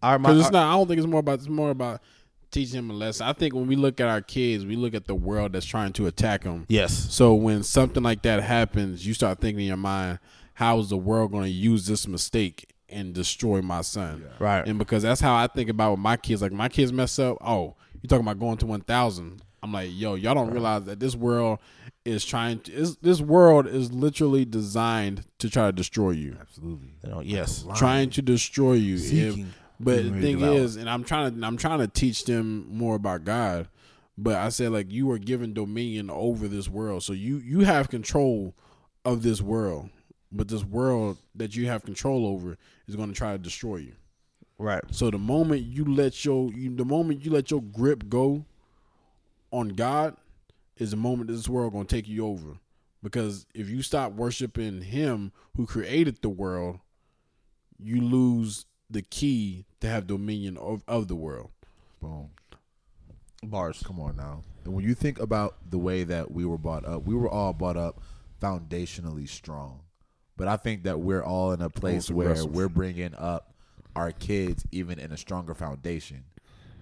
[SPEAKER 3] our my,
[SPEAKER 2] Because it's
[SPEAKER 3] our-
[SPEAKER 2] not. I don't think it's more about. It's more about teaching him a lesson. I think when we look at our kids, we look at the world that's trying to attack them.
[SPEAKER 3] yes,
[SPEAKER 2] So when something like that happens, you start thinking in your mind, how is the world going to use this mistake and destroy my son?
[SPEAKER 3] right,
[SPEAKER 2] And because that's how I think about with my kids. Like my kids mess up, oh, you talking about going to 1,000. I'm like, yo, y'all don't realize that this world is trying to, is, this world is literally designed to try to destroy you.
[SPEAKER 1] Absolutely.
[SPEAKER 3] You know, yes.
[SPEAKER 2] trying to destroy you. If-
[SPEAKER 3] Seeking
[SPEAKER 2] but
[SPEAKER 3] whom
[SPEAKER 2] the
[SPEAKER 3] you
[SPEAKER 2] thing
[SPEAKER 3] devour.
[SPEAKER 2] is, and I'm trying to I'm trying to teach them more about God. But I said like you were given dominion over this world, so you you have control of this world. But this world that you have control over is going to try to destroy you.
[SPEAKER 3] Right.
[SPEAKER 2] So the moment you let your you, the moment you let your grip go on God is the moment this world going to take you over. Because if you stop worshiping him who created the world, you lose the key to have dominion of, of the world.
[SPEAKER 1] Boom.
[SPEAKER 3] Bars.
[SPEAKER 1] Come on now. And when you think about the way that we were brought up, we were all brought up foundationally strong. But I think that we're all in a
[SPEAKER 2] Most
[SPEAKER 1] place where
[SPEAKER 2] aggressive.
[SPEAKER 1] we're bringing up our kids even in a stronger foundation.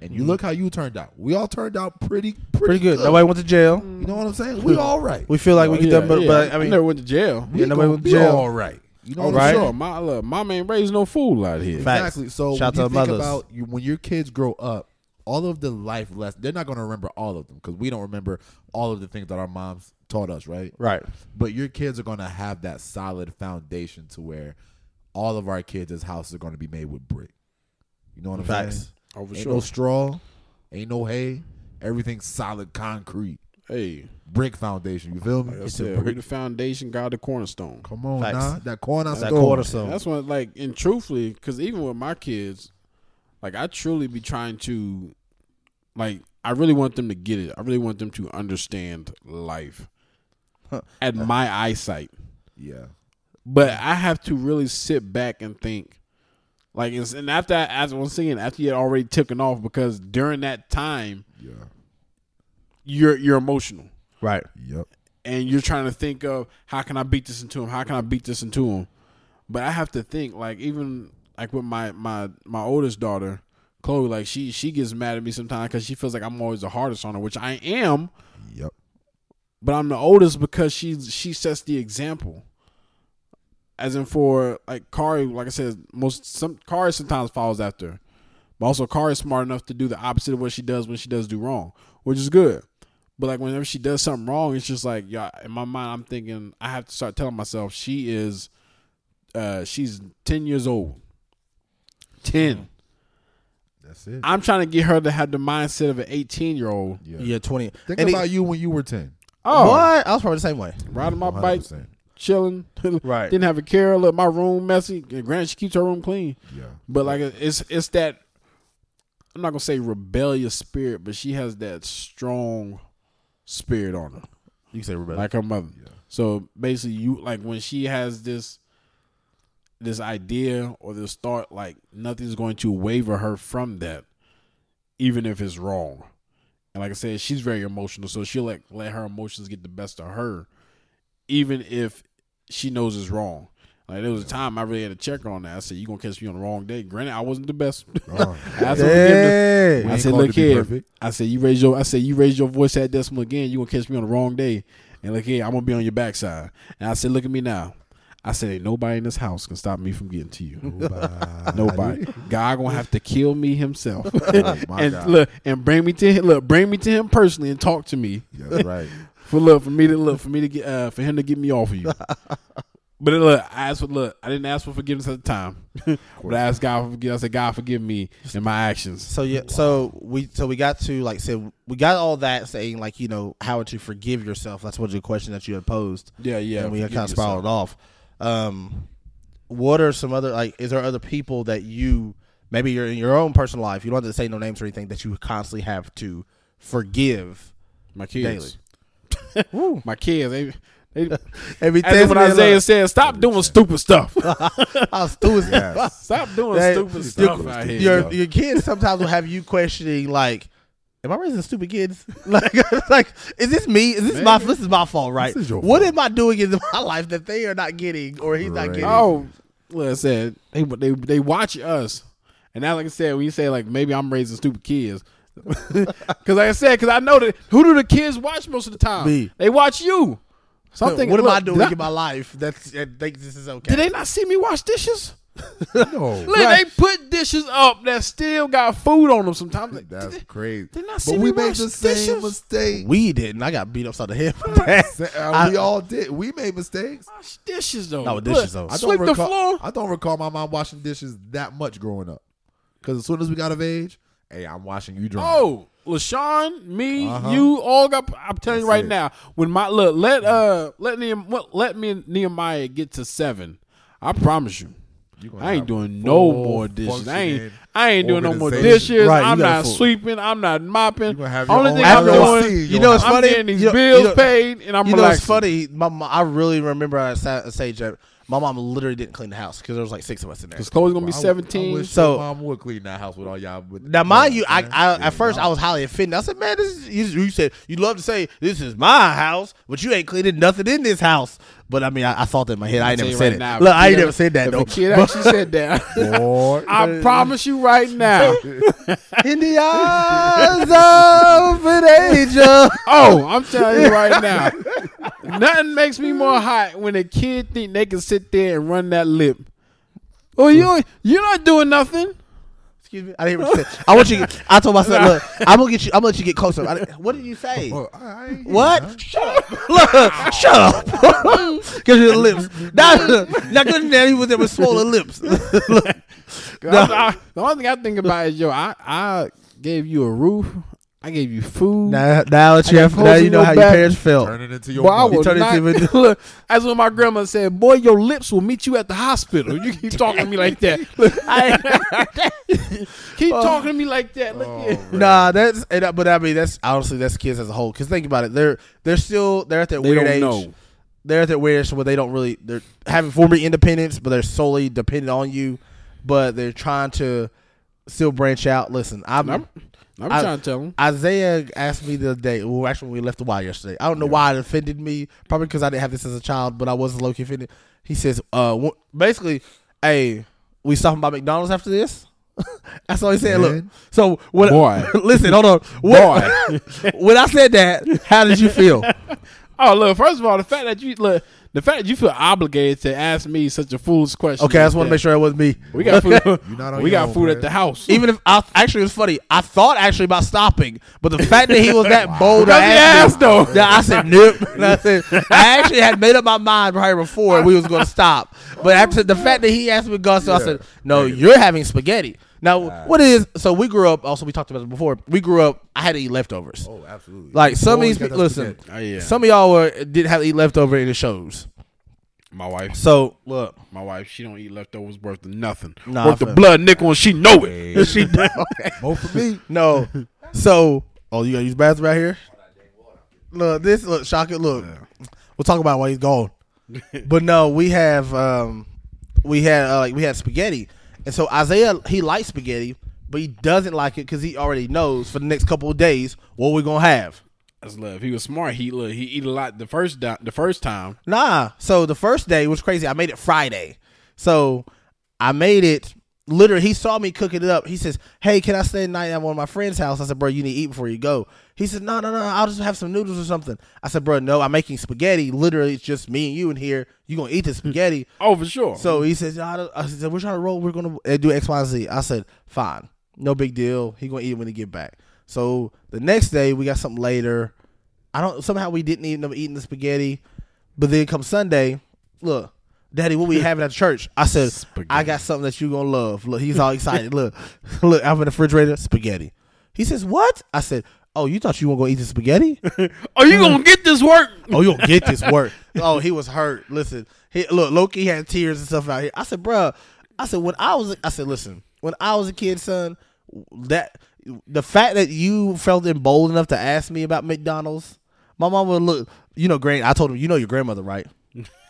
[SPEAKER 1] And you look how you turned out. We all turned out pretty pretty,
[SPEAKER 3] Mm-hmm. Pretty good.
[SPEAKER 1] good.
[SPEAKER 3] Nobody went to jail.
[SPEAKER 1] You know what I'm saying? We all right.
[SPEAKER 3] We feel like we could
[SPEAKER 2] Oh, Yeah,
[SPEAKER 3] done, but,
[SPEAKER 2] yeah.
[SPEAKER 3] but Oh, I mean,
[SPEAKER 2] never went to jail.
[SPEAKER 3] yeah, nobody
[SPEAKER 1] gonna
[SPEAKER 3] went to
[SPEAKER 1] be
[SPEAKER 3] jail.
[SPEAKER 1] all right. You know
[SPEAKER 3] All
[SPEAKER 1] what
[SPEAKER 3] right.
[SPEAKER 1] I'm
[SPEAKER 2] Sure, my look, mom ain't raised no fool out here.
[SPEAKER 3] Fact. Facts.
[SPEAKER 1] Exactly. So
[SPEAKER 3] Shout
[SPEAKER 1] when you
[SPEAKER 3] out
[SPEAKER 1] think
[SPEAKER 3] to mothers.
[SPEAKER 1] about you, when your kids grow up, all of the life lessons they're not going to remember all of them because we don't remember all of the things that our moms taught us, right?
[SPEAKER 3] Right.
[SPEAKER 1] But your kids are going to have that solid foundation to where all of our kids' houses are going to be made with brick. You know what I'm
[SPEAKER 3] Facts.
[SPEAKER 1] saying?
[SPEAKER 2] Oh, for
[SPEAKER 1] Ain't
[SPEAKER 2] sure.
[SPEAKER 1] no straw, ain't no hay. Everything's solid concrete,
[SPEAKER 2] hey,
[SPEAKER 1] brick foundation. You feel me?
[SPEAKER 2] I said, we the foundation, God the cornerstone.
[SPEAKER 1] Come on,
[SPEAKER 3] Facts.
[SPEAKER 1] nah, that corner
[SPEAKER 3] That
[SPEAKER 1] store.
[SPEAKER 3] quarter song.
[SPEAKER 2] That's what, like, and truthfully, because even with my kids, like, I truly be trying to, like, I really want them to get it. I really want them to understand life at my eyesight.
[SPEAKER 1] Yeah,
[SPEAKER 2] But I have to really sit back and think. Like, it's, and after, I- as once again, after you had already taken off, because during that time,
[SPEAKER 1] yeah,
[SPEAKER 2] you're you're emotional.
[SPEAKER 3] Right.
[SPEAKER 1] yep.
[SPEAKER 2] and you're trying to think of how can I beat this into him? How can I beat this into him? But I have to think like even like with my my my oldest daughter, Chloe, like she she gets mad at me sometimes because she feels like I'm always the hardest on her, which I am.
[SPEAKER 1] Yep.
[SPEAKER 2] But I'm the oldest because she she sets the example. As in for like Kari, like I said, most some Kari sometimes follows after, her. but also Kari is smart enough to do the opposite of what she does when she does do wrong, which is good. But like whenever she does something wrong, it's just like yeah. In my mind, I'm thinking I have to start telling myself she is, uh, she's ten years old. Ten.
[SPEAKER 1] That's it.
[SPEAKER 2] I'm trying to get her to have the mindset of an 18 year old.
[SPEAKER 1] Yeah.
[SPEAKER 3] Yeah, 20.
[SPEAKER 1] Think
[SPEAKER 3] And it-
[SPEAKER 1] about you when you were ten.
[SPEAKER 2] Oh,
[SPEAKER 3] What? I was probably the same way.
[SPEAKER 2] riding my bike,
[SPEAKER 1] 100%.
[SPEAKER 2] chilling.
[SPEAKER 3] Right.
[SPEAKER 2] Didn't have a care. Look, my room messy. Granted, she keeps her room clean,
[SPEAKER 1] Yeah.
[SPEAKER 2] but like it's it's that. I'm not gonna say rebellious spirit, but she has that strong spirit on her.
[SPEAKER 3] You can say rebellion.
[SPEAKER 2] like her mother. So basically, you like when she has this this idea or this thought, like nothing's going to waver her from that, even if it's wrong. And like I said, she's very emotional, so she'll like let her emotions get the best of her, even if she knows it's wrong. Like there was a time I really had to check her on that. I said, "You gonna catch me on the wrong day." Granted, I wasn't the best. I asked her forgiveness.
[SPEAKER 3] yeah.
[SPEAKER 2] I
[SPEAKER 1] ain't
[SPEAKER 2] said,
[SPEAKER 1] called
[SPEAKER 2] look
[SPEAKER 1] to be
[SPEAKER 2] here.
[SPEAKER 1] perfect.
[SPEAKER 2] I said, you raise your. I said, you raise your voice at decimal again. You gonna catch me on the wrong day. And look here, I'm gonna be on your backside. And I said, look at me now. I said, ain't nobody in this house can stop me from getting to you. Nobody. God gonna have to kill me hhimself.
[SPEAKER 1] Oh my
[SPEAKER 2] and
[SPEAKER 1] God.
[SPEAKER 2] look, and bring me to him. Look, bring me to him personally and talk to me
[SPEAKER 1] That's right.
[SPEAKER 2] for look for me to look for me to get uh, for him to get me off of you. but then, look, I asked for look. I didn't ask for forgiveness at the time, but I asked God for forgiveness. I said, God forgive me and my actions.
[SPEAKER 3] So yeah, so we so we got to like said we got all that saying like you know how to forgive yourself. That's what the question that you had posed.
[SPEAKER 2] Yeah, yeah.
[SPEAKER 3] and we
[SPEAKER 2] forgive
[SPEAKER 3] kind of
[SPEAKER 2] yourself.
[SPEAKER 3] spiraled off. Um, what are some other like? Is there other people that you maybe you're in your own personal life? You don't have to say no names or anything that you constantly have to forgive.
[SPEAKER 2] My kids. My kids. They, they,
[SPEAKER 3] Every
[SPEAKER 2] as if when Isaiah said, stop doing stupid stuff.
[SPEAKER 1] Yes.
[SPEAKER 2] stop doing
[SPEAKER 3] That-
[SPEAKER 2] stupid
[SPEAKER 3] your-
[SPEAKER 2] stuff out here.
[SPEAKER 3] your your kids sometimes will have you questioning like. Am I raising stupid kids? Like, like, is this me? Is this my? This is my fault, right?
[SPEAKER 1] This is your
[SPEAKER 3] what
[SPEAKER 1] fault.
[SPEAKER 3] am I doing in my life that they are not getting, or he's not
[SPEAKER 1] Right.
[SPEAKER 3] getting?
[SPEAKER 2] Oh, well, I said, they, they, they watch us. And now, like I said, when you say, like, maybe I'm raising stupid kids. Because, like I said, because I know that who do the kids watch most of the time?
[SPEAKER 3] Me.
[SPEAKER 2] They watch you. So I'm thinking,
[SPEAKER 3] what am
[SPEAKER 2] look,
[SPEAKER 3] I doing
[SPEAKER 2] did I-
[SPEAKER 3] in my life that's, that thinks this is okay?
[SPEAKER 2] Did they not see me wash dishes?
[SPEAKER 1] No.
[SPEAKER 2] Look, they put dishes up that still got food on them sometimes. Like, did
[SPEAKER 1] That's
[SPEAKER 2] they-
[SPEAKER 1] crazy.
[SPEAKER 2] did not see
[SPEAKER 1] But
[SPEAKER 2] me
[SPEAKER 1] we made
[SPEAKER 2] wash
[SPEAKER 1] the same
[SPEAKER 2] dishes?
[SPEAKER 1] mistake.
[SPEAKER 3] We didn't. I got beat upside the head for that.
[SPEAKER 1] Sa- uh,
[SPEAKER 3] I-
[SPEAKER 1] we all did. We made mistakes.
[SPEAKER 2] wash dishes though.
[SPEAKER 3] No,
[SPEAKER 2] No,
[SPEAKER 3] dishes, though. I
[SPEAKER 1] I don't
[SPEAKER 2] Sweep
[SPEAKER 1] recall,
[SPEAKER 2] the floor.
[SPEAKER 1] I don't recall my mom washing dishes that much growing up. Because as soon as we got of age, hey, I'm washing you dry.
[SPEAKER 2] Oh, LaShawn, me,
[SPEAKER 1] Uh-huh.
[SPEAKER 2] you all got. I'm telling you
[SPEAKER 1] That's
[SPEAKER 2] right
[SPEAKER 1] it.
[SPEAKER 2] now. When my look, let uh, let Nehemiah, let me and Nehemiah get to seven. I promise you.
[SPEAKER 1] You gonna
[SPEAKER 2] I ain't
[SPEAKER 1] have
[SPEAKER 2] doing
[SPEAKER 1] full
[SPEAKER 2] no more dishes. I ain't.
[SPEAKER 1] functioning
[SPEAKER 2] I ain't doing no more
[SPEAKER 1] organization.
[SPEAKER 2] dishes.
[SPEAKER 3] Right, you
[SPEAKER 2] I'm
[SPEAKER 3] got
[SPEAKER 2] not
[SPEAKER 3] full-
[SPEAKER 2] sweeping. I'm not mopping.
[SPEAKER 1] gonna have your
[SPEAKER 2] Only
[SPEAKER 1] own
[SPEAKER 2] thing I'm
[SPEAKER 1] LLC.
[SPEAKER 2] doing.
[SPEAKER 1] You know,
[SPEAKER 2] I'm
[SPEAKER 1] it's
[SPEAKER 2] getting these
[SPEAKER 3] You know-
[SPEAKER 2] bills
[SPEAKER 3] you know-
[SPEAKER 2] paid, and I'm
[SPEAKER 3] You know,
[SPEAKER 2] relaxing.
[SPEAKER 3] it's funny. My mom, I really remember at a stage that my mom literally didn't clean the house because there was like six of us in there.
[SPEAKER 2] Because Chloe's gonna be
[SPEAKER 1] I w- I
[SPEAKER 2] 17.
[SPEAKER 1] wish
[SPEAKER 3] So-
[SPEAKER 1] your mom would clean that house with all y'all. But
[SPEAKER 3] Now, mind you, I,
[SPEAKER 1] Yeah,
[SPEAKER 3] I
[SPEAKER 1] yeah,
[SPEAKER 3] at first
[SPEAKER 1] y'all-
[SPEAKER 3] I was highly offended. I said, "Man, this is you, you said you love to say this is my house, but you ain't cleaning nothing in this house." But I mean, I, I thought that in my head. I ain't
[SPEAKER 2] Tell
[SPEAKER 3] never
[SPEAKER 2] you
[SPEAKER 3] said
[SPEAKER 2] right
[SPEAKER 3] it.
[SPEAKER 2] now, if
[SPEAKER 3] Look,
[SPEAKER 2] the
[SPEAKER 3] I ain't
[SPEAKER 2] kid
[SPEAKER 3] never
[SPEAKER 2] ever-
[SPEAKER 3] said that
[SPEAKER 2] if
[SPEAKER 3] though.
[SPEAKER 2] The kid actually said that.
[SPEAKER 1] Boy.
[SPEAKER 2] I promise you right now.
[SPEAKER 3] in the eyes of an angel.
[SPEAKER 2] Oh, I'm telling you right now. Nothing makes me more hot when a kid think they can sit there and run that lip. Well, Oh, you you're not doing nothing.
[SPEAKER 3] Excuse me. I didn't hear what you said. I want you. I told myself, "Look, I'm gonna get you. I'm gonna let you get closer." I didn't- what did you say?
[SPEAKER 1] Oh, I- I ain't hear
[SPEAKER 3] What? Shut up! Look, shut up! Because your lips. Not, not good. Now he was there with swollen lips. Look.
[SPEAKER 2] 'Cause I- I- the only thing I think about is yo, I I gave you a roof, I gave you food.
[SPEAKER 3] Now, now that you
[SPEAKER 2] I
[SPEAKER 3] have,
[SPEAKER 2] pulled
[SPEAKER 3] now
[SPEAKER 2] you
[SPEAKER 3] you know
[SPEAKER 2] no
[SPEAKER 3] how your
[SPEAKER 2] back.
[SPEAKER 3] parents
[SPEAKER 1] that.
[SPEAKER 3] felt.
[SPEAKER 1] Turn it into your
[SPEAKER 2] Boy, I
[SPEAKER 1] mom.
[SPEAKER 2] will
[SPEAKER 3] turned
[SPEAKER 2] not,
[SPEAKER 3] into a-
[SPEAKER 2] look, that's what my grandma said. Boy, your lips will meet you at the hospital. You keep talking to me like that. keep talking to me like that. Look
[SPEAKER 1] Oh,
[SPEAKER 2] at-
[SPEAKER 1] man.
[SPEAKER 3] Nah, that's and, uh, but I mean that's honestly that's kids as a whole. Because think about it, they're they're still they're at that
[SPEAKER 2] They
[SPEAKER 3] weird
[SPEAKER 2] don't
[SPEAKER 3] age.
[SPEAKER 2] know.
[SPEAKER 3] They're at that weird age where they don't really they're having former independence, but they're solely dependent on you. But they're trying to still branch out. Listen, I'm.
[SPEAKER 2] I'm, I'm
[SPEAKER 3] I-
[SPEAKER 2] trying to tell him.
[SPEAKER 3] Isaiah asked me the other day. Well, actually, when we left the wild yesterday, I don't know why it offended me. Probably because I didn't have this as a child, but I was low key offended. He says, "Uh, wha- basically, hey, we stopping by McDonald's after this." That's all he said. Look,
[SPEAKER 1] Man.
[SPEAKER 3] so what?
[SPEAKER 2] Boy.
[SPEAKER 3] listen, hold on. What, when I said that, how did you feel?
[SPEAKER 2] Oh, look. First of all, the fact that you look, the fact that you feel obligated to ask me such a foolish question.
[SPEAKER 3] Okay, I just
[SPEAKER 2] like
[SPEAKER 3] want to
[SPEAKER 2] that.
[SPEAKER 3] make sure it wasn't me.
[SPEAKER 2] we got
[SPEAKER 3] Okay?
[SPEAKER 2] food.
[SPEAKER 1] You're not on
[SPEAKER 2] we
[SPEAKER 1] your
[SPEAKER 2] got
[SPEAKER 1] own,
[SPEAKER 2] food
[SPEAKER 1] man.
[SPEAKER 2] at the house.
[SPEAKER 3] Even if I actually it was funny, I thought actually about stopping, but the fact that he was that bold,
[SPEAKER 2] Because
[SPEAKER 3] I
[SPEAKER 2] he asked,
[SPEAKER 3] asked
[SPEAKER 2] though.
[SPEAKER 3] Nah, I said nope. And I said I actually had made up my mind right before we was going to stop, but after the fact that he asked me, God, so I said, no, you're having spaghetti. Now, what is so? We grew up. Also, we talked about it before. We grew up. I had to eat leftovers.
[SPEAKER 1] Oh, absolutely.
[SPEAKER 3] Like some of
[SPEAKER 1] Always
[SPEAKER 3] these,
[SPEAKER 1] got
[SPEAKER 3] people,
[SPEAKER 1] that
[SPEAKER 3] listen,
[SPEAKER 1] spaghetti.
[SPEAKER 2] Oh, yeah.
[SPEAKER 3] some of y'all were didn't have to eat leftover in the shows.
[SPEAKER 2] my wife,
[SPEAKER 3] So look,
[SPEAKER 2] my wife, she don't eat leftovers worth of nothing.
[SPEAKER 3] Nah,
[SPEAKER 2] worth
[SPEAKER 3] I
[SPEAKER 2] the
[SPEAKER 3] feel-
[SPEAKER 2] blood nickel, and she know it.
[SPEAKER 3] she
[SPEAKER 1] More for me.
[SPEAKER 3] No. So, oh, you gotta use bathroom right here. Look, this look shocking. Look, we'll talk about it while he's gone. but no, we have um, we had uh, like we had spaghetti, and so Isaiah he likes spaghetti, but he doesn't like it because he already knows for the next couple of days what we're gonna have.
[SPEAKER 2] That's love. If he was smart, he look, he eat a lot the first di- the first time.
[SPEAKER 3] Nah. So the first day was crazy. I made it Friday. So I made it literally he saw me cooking it up. He says, Hey, can I stay the night at one of my friend's house? I said, Bro, you need to eat before you go. He said, No, no, no, I'll just have some noodles or something. I said, Bro, no, I'm making spaghetti. Literally, it's just me and you in here. you gonna eat the spaghetti.
[SPEAKER 2] Oh, for sure.
[SPEAKER 3] So he says, "Y'all don't- I said, we're trying to roll. We're gonna uh, do X, Y, and Z. I said, fine, no big deal. He gonna eat when he get back. So the next day we got something later. I don't. Somehow we didn't even end up eating the spaghetti. But then come Sunday, look, Daddy, what we having at church? I said, I got something that you gonna love. Look, he's all excited. look, look, I'm in the refrigerator, spaghetti. He says, what? I said, oh, you thought you weren't gonna eat the spaghetti?
[SPEAKER 2] oh, you gonna get this work?
[SPEAKER 3] Oh, you'll get this work. oh, he was hurt. Listen, he, look, Loki had tears and stuff out here. I said, bruh, I said when I was, I said, listen, when I was a kid, son, that the fact that you felt emboldened enough to ask me about McDonald's, my mom would look. You know, grand. I told him, you know your grandmother, right?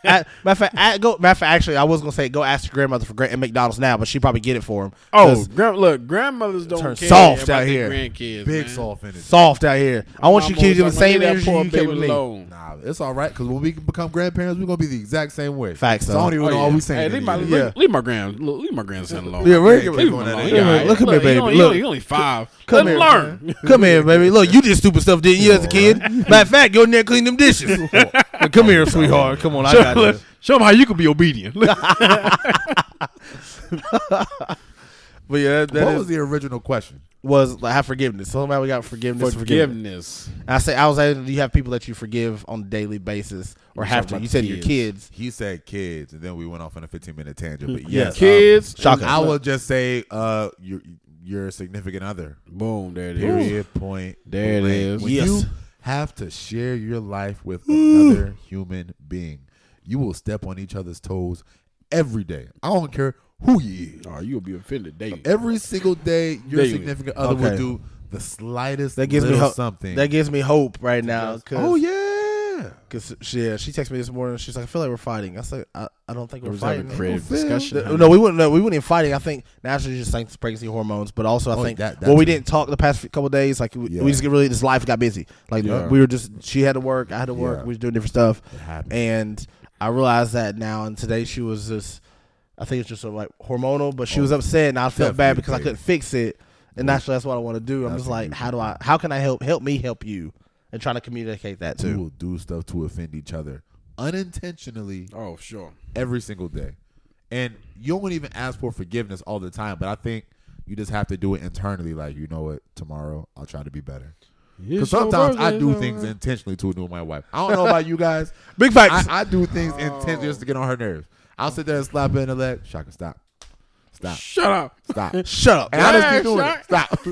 [SPEAKER 3] I, matter of fact, I go. Matter of fact, actually, I was gonna say go ask your grandmother for grand, at McDonald's now, but she probably get it for him.
[SPEAKER 2] Oh,
[SPEAKER 3] 'Cause
[SPEAKER 2] grand, look, grandmothers don't
[SPEAKER 3] Turn
[SPEAKER 2] care
[SPEAKER 3] soft
[SPEAKER 2] about
[SPEAKER 3] out
[SPEAKER 2] their
[SPEAKER 3] here.
[SPEAKER 2] Grandkids,
[SPEAKER 1] Big
[SPEAKER 2] man.
[SPEAKER 1] soft in it.
[SPEAKER 3] soft out here. I want you
[SPEAKER 2] Mama
[SPEAKER 3] kids to have
[SPEAKER 2] was
[SPEAKER 3] the
[SPEAKER 2] like,
[SPEAKER 3] same
[SPEAKER 2] "Leave that
[SPEAKER 3] energy
[SPEAKER 2] poor
[SPEAKER 3] you kept
[SPEAKER 2] baby
[SPEAKER 3] with me.
[SPEAKER 2] alone."
[SPEAKER 1] Nah, it's all right because when we become grandparents, we're gonna be the exact same way.
[SPEAKER 3] Facts,
[SPEAKER 1] So
[SPEAKER 3] though.
[SPEAKER 1] I don't even
[SPEAKER 2] Oh,
[SPEAKER 1] know
[SPEAKER 2] yeah.
[SPEAKER 1] why we saying
[SPEAKER 2] hey,
[SPEAKER 1] that
[SPEAKER 2] leave my,
[SPEAKER 1] either.
[SPEAKER 2] leave,
[SPEAKER 3] Yeah.
[SPEAKER 2] leave my grand look, leave my grandson alone.
[SPEAKER 3] Yeah, we're
[SPEAKER 1] Yeah,
[SPEAKER 2] leave him
[SPEAKER 1] going at
[SPEAKER 2] alone.
[SPEAKER 1] it.
[SPEAKER 2] He all right.
[SPEAKER 3] Look at me,
[SPEAKER 2] he
[SPEAKER 3] baby.
[SPEAKER 2] only- He
[SPEAKER 3] Look.
[SPEAKER 2] only, he only five.
[SPEAKER 3] Come Oh,
[SPEAKER 2] Let
[SPEAKER 3] here.
[SPEAKER 2] him learn.
[SPEAKER 3] Come here, baby. Look, you did stupid stuff, didn't you, as a kid? Matter of fact, go in there and clean them dishes. Come here, sweetheart. Come on, I
[SPEAKER 2] Show,
[SPEAKER 3] got you.
[SPEAKER 2] show him how you can be obedient.
[SPEAKER 3] But yeah, that
[SPEAKER 1] what
[SPEAKER 3] is-
[SPEAKER 1] was the original question?
[SPEAKER 3] was like have forgiveness. So Somehow we got forgiveness. and Forgiveness.
[SPEAKER 2] Forgiveness.
[SPEAKER 3] And I say I was asking, do you have people that you forgive on a daily basis or have to? You said your kids.
[SPEAKER 1] He said kids, and then we went off on a 15 minute tangent. But
[SPEAKER 3] Yeah.
[SPEAKER 1] yes,
[SPEAKER 2] Kids.
[SPEAKER 1] Um, I will just say uh, your your significant other.
[SPEAKER 2] Boom. There it is.
[SPEAKER 1] Period. Point.
[SPEAKER 2] There it
[SPEAKER 1] blank.
[SPEAKER 2] is.
[SPEAKER 1] When
[SPEAKER 3] Yes.
[SPEAKER 1] you have to share your life with another human being, you will step on each other's toes every day. I don't care who you is.
[SPEAKER 2] Oh, you'll be offended daily.
[SPEAKER 1] Every single day, your
[SPEAKER 2] Daily.
[SPEAKER 1] significant other
[SPEAKER 3] Okay.
[SPEAKER 1] will do the slightest
[SPEAKER 3] That gives me
[SPEAKER 1] little
[SPEAKER 3] hope.
[SPEAKER 1] something.
[SPEAKER 3] That gives me hope right now. Cause,
[SPEAKER 1] oh yeah.
[SPEAKER 3] Cause she, yeah, she texted me this morning. She's like, I feel like we're fighting. I said, I, I don't think we're
[SPEAKER 2] was having
[SPEAKER 3] fighting.
[SPEAKER 2] a creative
[SPEAKER 1] Feel
[SPEAKER 2] discussion.
[SPEAKER 3] The- no, we wouldn't. No, we wouldn't even fighting. I think naturally just like pregnancy hormones, but also I
[SPEAKER 1] Oh,
[SPEAKER 3] think
[SPEAKER 1] that- that
[SPEAKER 3] well, we
[SPEAKER 1] too.
[SPEAKER 3] didn't talk the past few- couple of days. Like we,
[SPEAKER 1] Yeah.
[SPEAKER 3] we just get really this life got busy. Like uh,
[SPEAKER 2] Yeah.
[SPEAKER 3] we were just she had to work, I had to work.
[SPEAKER 1] Yeah.
[SPEAKER 3] We was doing different stuff,
[SPEAKER 1] It happens.
[SPEAKER 3] and I realized that now. And today she was just, I think it's just sort of like hormonal, but she was upset, and I felt
[SPEAKER 1] Definitely,
[SPEAKER 3] bad because I
[SPEAKER 1] baby.
[SPEAKER 3] couldn't fix it. And naturally, that's what I want to do. I'm just
[SPEAKER 1] That's what
[SPEAKER 3] like,
[SPEAKER 1] you
[SPEAKER 3] how do I? How can I help? Help me, help you, and trying to communicate that
[SPEAKER 1] We
[SPEAKER 3] too.
[SPEAKER 1] will do stuff to offend each other unintentionally
[SPEAKER 2] Oh, sure.
[SPEAKER 1] every single day. And you don't even ask for forgiveness all the time, but I think you just have to do it internally. Like, you know what? Tomorrow, I'll try to be better. Because sometimes I do things intentionally to annoy my wife. I don't know about you guys.
[SPEAKER 3] Big facts.
[SPEAKER 1] I, I do things intentionally just to get on her nerves. I'll sit there and slap her in the leg. Shaka, stop. Stop.
[SPEAKER 2] Shut up.
[SPEAKER 1] Stop.
[SPEAKER 3] Shut up.
[SPEAKER 1] And I just
[SPEAKER 2] Hey,
[SPEAKER 1] keep doing
[SPEAKER 2] Shaq.
[SPEAKER 1] it. Stop.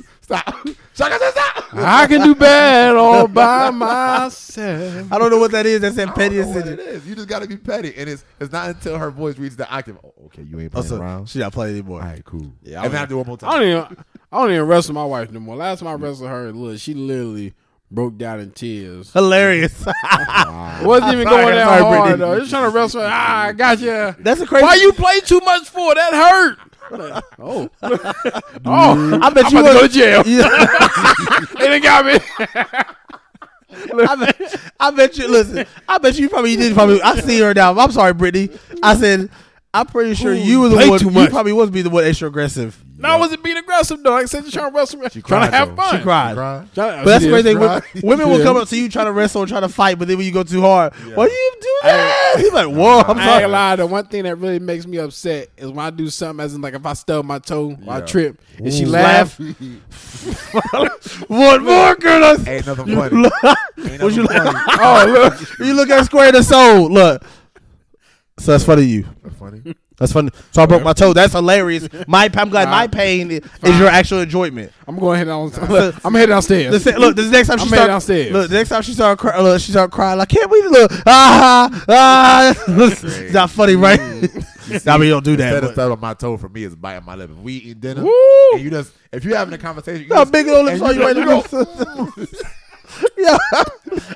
[SPEAKER 1] Stop. Shaka, stop.
[SPEAKER 2] I can do bad all by myself.
[SPEAKER 3] I don't know what that is. That's that
[SPEAKER 1] I don't
[SPEAKER 3] petty
[SPEAKER 1] know what
[SPEAKER 3] insidious.
[SPEAKER 1] it is. You just gotta be petty, and it's it's not until her voice reaches the octave. Oh, okay, you ain't
[SPEAKER 3] Oh,
[SPEAKER 1] playing
[SPEAKER 3] so
[SPEAKER 1] around.
[SPEAKER 3] she not playing anymore.
[SPEAKER 1] All right, cool.
[SPEAKER 2] Yeah, I
[SPEAKER 1] and then
[SPEAKER 2] don't-
[SPEAKER 1] I do it one more
[SPEAKER 3] Oh,
[SPEAKER 1] time.
[SPEAKER 2] I don't even. I don't even wrestle my wife no more. Last time I wrestled her, look, she literally broke down in tears.
[SPEAKER 3] Hilarious.
[SPEAKER 2] Wasn't even
[SPEAKER 3] Sorry,
[SPEAKER 2] going that
[SPEAKER 3] sorry,
[SPEAKER 2] hard
[SPEAKER 3] Brittany.
[SPEAKER 2] though. Just trying to wrestle. her. Ah, I got you.
[SPEAKER 3] That's a crazy.
[SPEAKER 2] Why you play too much for? That hurt. Like, oh, oh,
[SPEAKER 3] I bet
[SPEAKER 2] I'm
[SPEAKER 3] you
[SPEAKER 2] about to
[SPEAKER 3] was-
[SPEAKER 2] go to jail.
[SPEAKER 3] Yeah,
[SPEAKER 2] They done got me.
[SPEAKER 3] I, bet, I bet you. Listen, I bet you probably did. Probably, I see her now. I'm sorry, Brittany. I said, I'm pretty sure you were the
[SPEAKER 2] played
[SPEAKER 3] one.
[SPEAKER 2] too
[SPEAKER 3] You
[SPEAKER 2] much.
[SPEAKER 3] probably was be the one extra aggressive.
[SPEAKER 2] No, I wasn't being aggressive though. Like I said, just trying to wrestle, trying
[SPEAKER 1] cried,
[SPEAKER 2] to have
[SPEAKER 1] though.
[SPEAKER 2] fun.
[SPEAKER 3] She cried.
[SPEAKER 1] Cry.
[SPEAKER 2] Trying-
[SPEAKER 3] But that's
[SPEAKER 2] she
[SPEAKER 3] the
[SPEAKER 2] did.
[SPEAKER 3] crazy thing. Women,
[SPEAKER 1] right.
[SPEAKER 3] women will
[SPEAKER 2] Yeah.
[SPEAKER 3] come up to you trying to wrestle and trying to fight, but then when you go too hard, why do you do that? He's like, whoa, I'm
[SPEAKER 2] I ain't
[SPEAKER 3] sorry.
[SPEAKER 2] gonna lie. The one thing that really makes me upset is when I do something, as in like if I stub my toe or I
[SPEAKER 1] Yeah.
[SPEAKER 2] trip, and she
[SPEAKER 3] Ooh.
[SPEAKER 2] laugh.
[SPEAKER 3] One more girl.
[SPEAKER 1] Ain't nothing funny. Ain't
[SPEAKER 3] What
[SPEAKER 1] nothing
[SPEAKER 3] you
[SPEAKER 1] funny.
[SPEAKER 3] Oh, look. You look at square in the soul. Look. So that's funny, you.
[SPEAKER 1] funny.
[SPEAKER 3] That's funny. So I broke my toe. That's hilarious. My, I'm glad my pain is your actual enjoyment.
[SPEAKER 2] I'm going head down. I'm gonna head
[SPEAKER 3] The
[SPEAKER 2] downstairs.
[SPEAKER 3] se- look, this next time she
[SPEAKER 2] I'm headed
[SPEAKER 3] start,
[SPEAKER 2] downstairs.
[SPEAKER 3] look, the next time she started crying, look, she started crying. Like, can't we look? Ah, ah. it's not funny, right? I mean, you don't do that.
[SPEAKER 1] Instead of
[SPEAKER 3] but-
[SPEAKER 1] stuff on my toe for me is biting my lip. If we eat dinner,
[SPEAKER 3] Woo!
[SPEAKER 1] and you just if you're having a conversation, you
[SPEAKER 3] No,
[SPEAKER 1] just,
[SPEAKER 3] big old lips
[SPEAKER 1] and
[SPEAKER 3] on you right
[SPEAKER 1] you
[SPEAKER 3] now.
[SPEAKER 1] just go,
[SPEAKER 3] Yeah,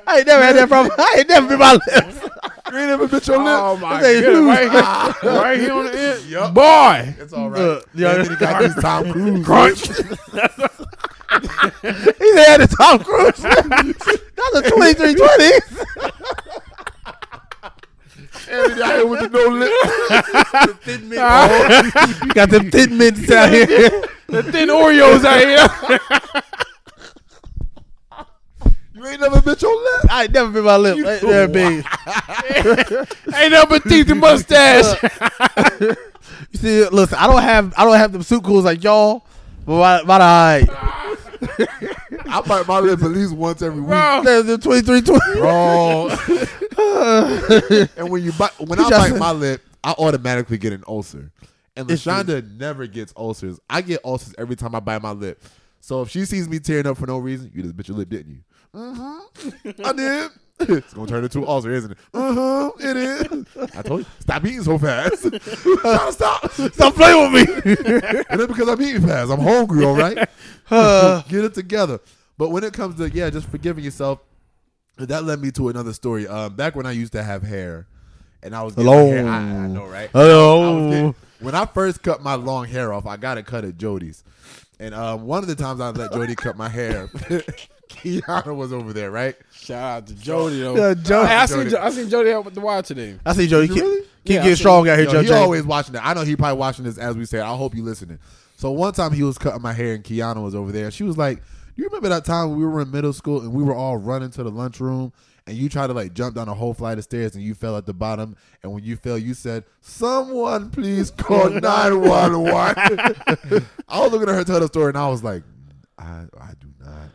[SPEAKER 3] I ain't never had that problem. I ain't never been my lips.
[SPEAKER 1] you ain't never bit your lip.
[SPEAKER 2] Oh my
[SPEAKER 3] This ain't huge.
[SPEAKER 2] god! Right here, right here on the end,
[SPEAKER 1] Yup.
[SPEAKER 2] boy.
[SPEAKER 1] It's all right.
[SPEAKER 3] Look,
[SPEAKER 1] yeah,
[SPEAKER 3] yeah.
[SPEAKER 1] and then he got these Tom Cruise.
[SPEAKER 2] Crunch.
[SPEAKER 3] He's had a Tom Cruise. That's a twenty three twenty.
[SPEAKER 1] And he out here with no lip.
[SPEAKER 3] Got them thin mints out here.
[SPEAKER 2] the thin Oreos out here.
[SPEAKER 1] You ain't never bit your lip.
[SPEAKER 3] I ain't never been my lip. Ain't never been.
[SPEAKER 2] Ain't nothing but teeth and mustache.
[SPEAKER 3] You see, listen, I don't have I don't have them suit cools like y'all, but my, my eye.
[SPEAKER 1] I bite my lip at least once every week.
[SPEAKER 2] Bro,
[SPEAKER 3] There's the twenty three twenty.
[SPEAKER 1] Bro. and when you bite, when I
[SPEAKER 3] just-
[SPEAKER 1] bite my lip, I automatically get an ulcer. And
[SPEAKER 3] It's true.
[SPEAKER 1] Lashonda never gets ulcers. I get ulcers every time I bite my lip. So if she sees me tearing up for no reason, you just bit your lip, didn't you? Mm-hmm. I did. It's gonna turn into an ulcer, isn't it? Uh-huh, it is. I told you, stop eating so fast. Shonda, stop.
[SPEAKER 3] Stop playing with me.
[SPEAKER 1] And that's because I'm eating fast. I'm hungry, all right? Get it together. But when it comes to, yeah, just forgiving yourself, that led me to another story. Um, back when I used to have hair, and I was getting my hair, I, I know, right? I was
[SPEAKER 3] Hello.
[SPEAKER 1] getting- when I first cut my long hair off, I got it cut at Jody's. And um, one of the times I let Jody cut my hair, Kiana was over there, right?
[SPEAKER 2] shout out to Jody though.
[SPEAKER 3] Yeah, Jody.
[SPEAKER 2] Hey, I seen
[SPEAKER 1] Jody.
[SPEAKER 2] Jo- I seen Jody out with the wire today.
[SPEAKER 3] I see Jody.
[SPEAKER 1] you
[SPEAKER 3] Keep,
[SPEAKER 1] really?
[SPEAKER 3] keep
[SPEAKER 2] Yeah, I
[SPEAKER 3] getting
[SPEAKER 2] see-
[SPEAKER 3] strong out here,
[SPEAKER 1] Yo,
[SPEAKER 3] Jody.
[SPEAKER 1] he always watching that. I know he probably watching this as we say. it. I hope you listening. So one time he was cutting my hair and Kiana was over there. She was like, "You remember that time we were in middle school and we were all running to the lunchroom and you try to like jump down a whole flight of stairs and you fell at the bottom and when you fell you said someone please call 911 i was looking at her tell the story and i was like i, I do not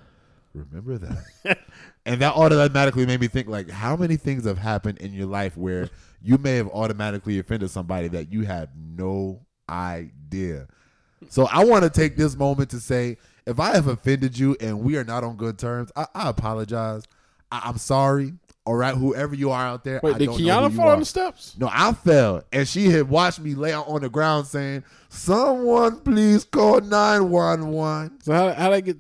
[SPEAKER 1] remember that and that automatically made me think like how many things have happened in your life where you may have automatically offended somebody that you have no idea so i want to take this moment to say if i have offended you and we are not on good terms i, I apologize I, am sorry all right whoever you are out there
[SPEAKER 2] Wait,
[SPEAKER 1] I
[SPEAKER 2] did
[SPEAKER 1] don't know who
[SPEAKER 2] Kiana
[SPEAKER 1] you
[SPEAKER 2] fall
[SPEAKER 1] are.
[SPEAKER 2] on the steps?
[SPEAKER 1] No, I fell, and she had watched me lay out on the ground saying, "Someone please call 911."
[SPEAKER 2] So how how they get?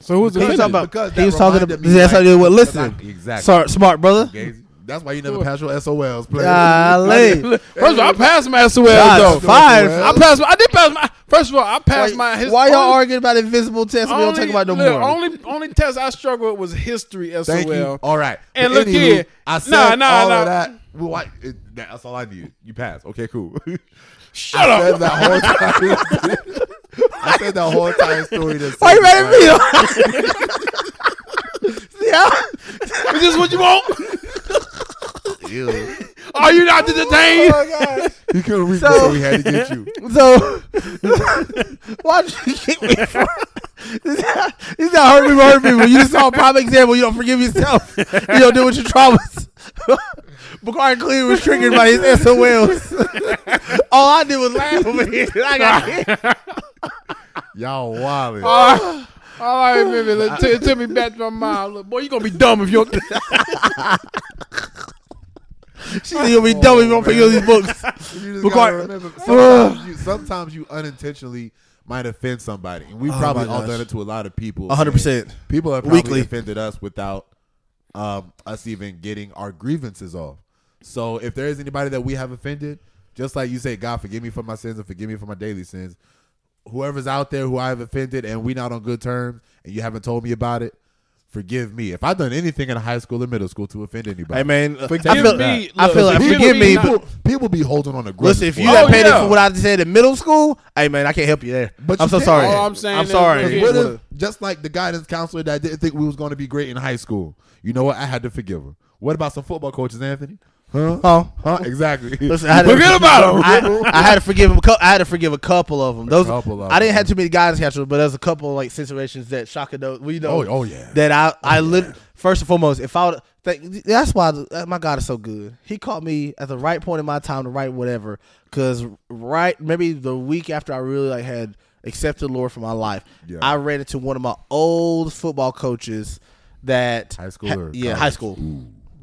[SPEAKER 2] So who's the
[SPEAKER 3] He was talking
[SPEAKER 2] offender?
[SPEAKER 3] about.
[SPEAKER 1] Because
[SPEAKER 3] He
[SPEAKER 1] that
[SPEAKER 3] was talking about.
[SPEAKER 1] reminded me,
[SPEAKER 3] That's how
[SPEAKER 1] like,
[SPEAKER 3] they were.
[SPEAKER 1] because
[SPEAKER 3] Listen,
[SPEAKER 1] I- exactly.
[SPEAKER 3] Sorry, smart brother.
[SPEAKER 1] Gaze. That's why you never pass your SOLs, player.
[SPEAKER 3] Golly.
[SPEAKER 2] First of all, I passed my SOL
[SPEAKER 3] Shots
[SPEAKER 2] though.
[SPEAKER 3] fired.
[SPEAKER 2] I passed. My, I did pass my. First of all, I passed my. His
[SPEAKER 3] Why y'all
[SPEAKER 2] only-
[SPEAKER 3] arguing about invisible tests? We don't
[SPEAKER 2] only-
[SPEAKER 3] talk about no
[SPEAKER 2] look,
[SPEAKER 3] more.
[SPEAKER 2] Only only test I struggled with was history SOL.
[SPEAKER 1] Thank you. Oh, All right.
[SPEAKER 2] And
[SPEAKER 1] But
[SPEAKER 2] look here.
[SPEAKER 1] I said
[SPEAKER 2] Nah, nah,
[SPEAKER 1] all
[SPEAKER 2] nah.
[SPEAKER 1] of that. Well, I, it, that's all I need. You pass. Okay, cool.
[SPEAKER 2] Shut
[SPEAKER 1] I
[SPEAKER 2] up.
[SPEAKER 1] said that whole time. I said that whole time story. to say,
[SPEAKER 3] Why you mad at
[SPEAKER 1] like,
[SPEAKER 3] me? See how?
[SPEAKER 2] Is this what you want?
[SPEAKER 1] ew.
[SPEAKER 2] Are you not entertained?
[SPEAKER 1] You couldn't read
[SPEAKER 3] So-
[SPEAKER 1] so, we had to get you.
[SPEAKER 3] So, why did you kick me for? This how- this how hurt people hurt people. You just saw a prime example. You don't forgive yourself. You don't deal with your traumas. Bakari Cleveland was triggered by his SOLs. All I did was laugh over here. and Oh, I got hit.
[SPEAKER 1] Y'all wildin'.
[SPEAKER 3] Oh,
[SPEAKER 2] All right, baby. Let, t- took me back to my mom. Look, boy, you gonna be dumb if you. don't-
[SPEAKER 3] She's gonna be dumb if you don't pick up these books.
[SPEAKER 1] You just
[SPEAKER 3] Because-
[SPEAKER 1] gotta remember, sometimes, you, sometimes you unintentionally might offend somebody, and we probably
[SPEAKER 3] Oh my
[SPEAKER 1] all
[SPEAKER 3] gosh.
[SPEAKER 1] done it to a lot of people.
[SPEAKER 3] A hundred percent.
[SPEAKER 1] People have probably
[SPEAKER 3] Weekly.
[SPEAKER 1] offended us without um, us even getting our grievances off. So if there is anybody that we have offended, just like you say, God forgive me for my sins and forgive me for my daily sins. Whoever's out there who I have offended and we not on good terms, and you haven't told me about it, forgive me. If I've done anything in high school or middle school to offend anybody,
[SPEAKER 3] Hey man,
[SPEAKER 1] Forgive
[SPEAKER 3] I feel,
[SPEAKER 2] me.
[SPEAKER 3] I feel
[SPEAKER 2] Look,
[SPEAKER 3] like
[SPEAKER 2] forgive
[SPEAKER 3] forgive
[SPEAKER 2] me
[SPEAKER 3] me.
[SPEAKER 2] not-
[SPEAKER 3] but
[SPEAKER 1] people, people be holding on a grudge.
[SPEAKER 3] Listen, if you
[SPEAKER 2] Oh,
[SPEAKER 3] got paid
[SPEAKER 2] yeah.
[SPEAKER 3] for what I said in middle school, hey man, I can't help you there.
[SPEAKER 1] But
[SPEAKER 3] I'm
[SPEAKER 1] you
[SPEAKER 3] so
[SPEAKER 1] did.
[SPEAKER 3] sorry.
[SPEAKER 1] All
[SPEAKER 2] I'm saying is
[SPEAKER 3] sorry.
[SPEAKER 2] forgive.
[SPEAKER 1] What if-
[SPEAKER 2] Would've-
[SPEAKER 1] just like the guidance counselor that didn't think we was going to be great in high school. You know what? I had to forgive her. What about some football coaches, Anthony? Huh?
[SPEAKER 3] Oh,
[SPEAKER 1] Huh? Exactly.
[SPEAKER 3] listen, I had to-
[SPEAKER 2] Forget about him.
[SPEAKER 3] I, I had to forgive him. I had to forgive a couple of them. Those
[SPEAKER 1] couple of
[SPEAKER 3] I didn't
[SPEAKER 1] them.
[SPEAKER 3] have too many guidance counselors, but there's a couple like situations that shock a dose. We know.
[SPEAKER 1] Oh, oh, yeah.
[SPEAKER 3] That I I lit first and foremost. If I would, th- that's why the- my God is so good. He caught me at the right point in my time to write whatever. Cause right maybe the week after I really like had accepted the Lord for my life,
[SPEAKER 1] Yeah.
[SPEAKER 3] I ran into one of my old football coaches that
[SPEAKER 1] High school or
[SPEAKER 3] yeah,
[SPEAKER 1] college?
[SPEAKER 3] high school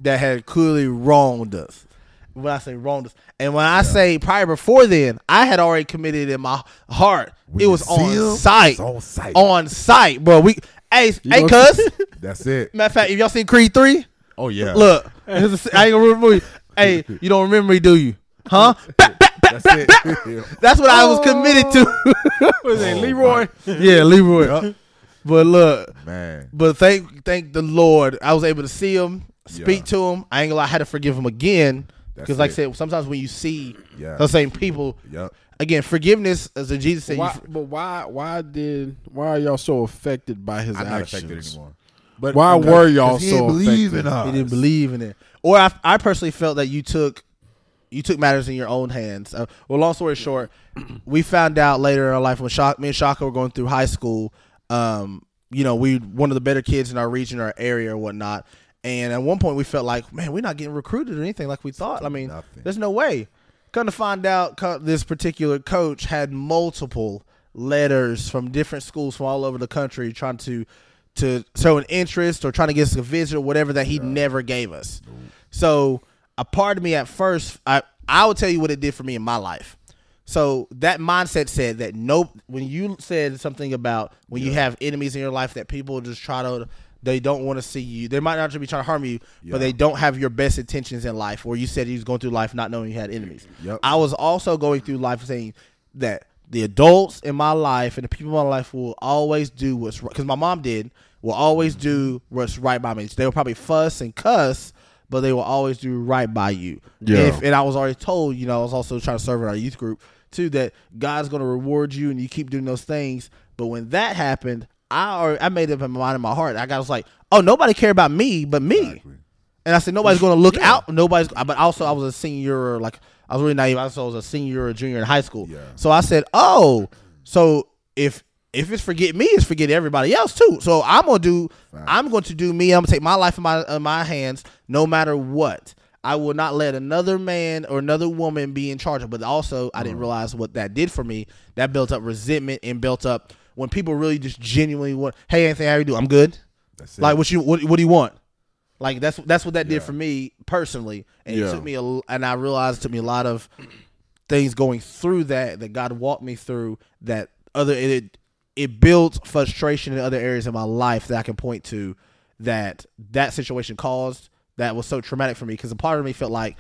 [SPEAKER 3] that had clearly wronged us. When I say wronged us, and when I say prior before then, I had already committed in my heart. it was
[SPEAKER 1] see
[SPEAKER 3] on
[SPEAKER 1] him,
[SPEAKER 3] site,
[SPEAKER 1] it's on site.
[SPEAKER 3] on site, bro. We, hey,
[SPEAKER 2] gonna-
[SPEAKER 3] hey, cuz.
[SPEAKER 1] That's it.
[SPEAKER 3] Matter of fact, if y'all seen Creed three,
[SPEAKER 1] Oh yeah.
[SPEAKER 3] look, here's a- I ain't gonna ruin the movie. Hey, you don't remember me, do you? Huh? Bap, bap, bap.
[SPEAKER 1] That's it.
[SPEAKER 3] That's what I was committed
[SPEAKER 1] Oh.
[SPEAKER 3] to.
[SPEAKER 2] What is it, Leroy?
[SPEAKER 3] yeah, Leroy.
[SPEAKER 1] Yup.
[SPEAKER 3] But look,
[SPEAKER 1] Man.
[SPEAKER 3] but thank thank the Lord, I was able to see him, speak
[SPEAKER 1] Yeah.
[SPEAKER 3] to him. I ain't gonna lie, I had to forgive him again
[SPEAKER 1] That's
[SPEAKER 3] because, like I
[SPEAKER 1] it.
[SPEAKER 3] said, sometimes when you see
[SPEAKER 1] Yeah.
[SPEAKER 3] the same people,
[SPEAKER 1] Yup.
[SPEAKER 3] again, forgiveness as a Jesus said, you
[SPEAKER 2] Why,
[SPEAKER 3] for-
[SPEAKER 2] but why? Why did? Why are y'all so affected by his
[SPEAKER 1] I'm not
[SPEAKER 2] actions?
[SPEAKER 1] affected anymore. But
[SPEAKER 2] Why
[SPEAKER 1] Okay.
[SPEAKER 2] were y'all
[SPEAKER 1] 'Cause he didn't
[SPEAKER 2] so
[SPEAKER 1] believe
[SPEAKER 2] affected?
[SPEAKER 1] in us?
[SPEAKER 3] he didn't believe in it. Or I, I personally felt that you took you took matters in your own hands. Uh, well, long story short, we found out later in our life when Shock, me and Shaka were going through high school. Um, you know, we one of the better kids in our region, our area, or whatnot. And at one point, we felt like, man, we're not getting recruited or anything like we thought. I mean,
[SPEAKER 1] Nothing.
[SPEAKER 3] there's no way. Come to find out, co- this particular coach had multiple letters from different schools from all over the country trying to to show an interest or trying to get us a visit or whatever that he never gave us. So a part of me at first, I I will tell you what it did for me in my life. So that mindset said that nope. When you said something about when you have enemies in your life that people just try to, they don't want to see you. They might not be trying to harm you, but they don't have your best intentions in life. Or you said you was going through life not knowing you had enemies.
[SPEAKER 1] Yep.
[SPEAKER 3] I was also going through life saying that the adults in my life and the people in my life will always do what's right because my mom did will always do what's right by me. They will probably fuss and cuss, but they will always do right by you. Yeah. If, and I was already told, you know, I was also trying to serve in our youth group too that God's going to reward you and you keep doing those things. But when that happened, I already, I made up my mind in my heart. I got I was like, oh, nobody care about me but me. And I said nobody's going to look out. Nobody's. But also, I was a senior. Like I was really naive. I also was a senior or junior in high school.
[SPEAKER 1] Yeah.
[SPEAKER 3] So I said, oh, so if if it's forget me, it's forget everybody else too. So I'm gonna do. I'm going to do me. I'm gonna take my life in my in my hands, no matter what. I will not let another man or another woman be in charge. of But also, I
[SPEAKER 1] Mm.
[SPEAKER 3] didn't realize what that did for me. That built up resentment and built up when people really just genuinely want. Hey, Anthony, how you do? I'm good.
[SPEAKER 1] That's it.
[SPEAKER 3] Like what you what, what do you want? Like that's that's what that
[SPEAKER 1] Yeah.
[SPEAKER 3] did for me personally, and
[SPEAKER 2] Yeah.
[SPEAKER 3] it took me a, l- and I realized it took me a lot of things going through that that God walked me through that other it it builds frustration in other areas of my life that I can point to that that situation caused that was so traumatic for me because a part of me felt like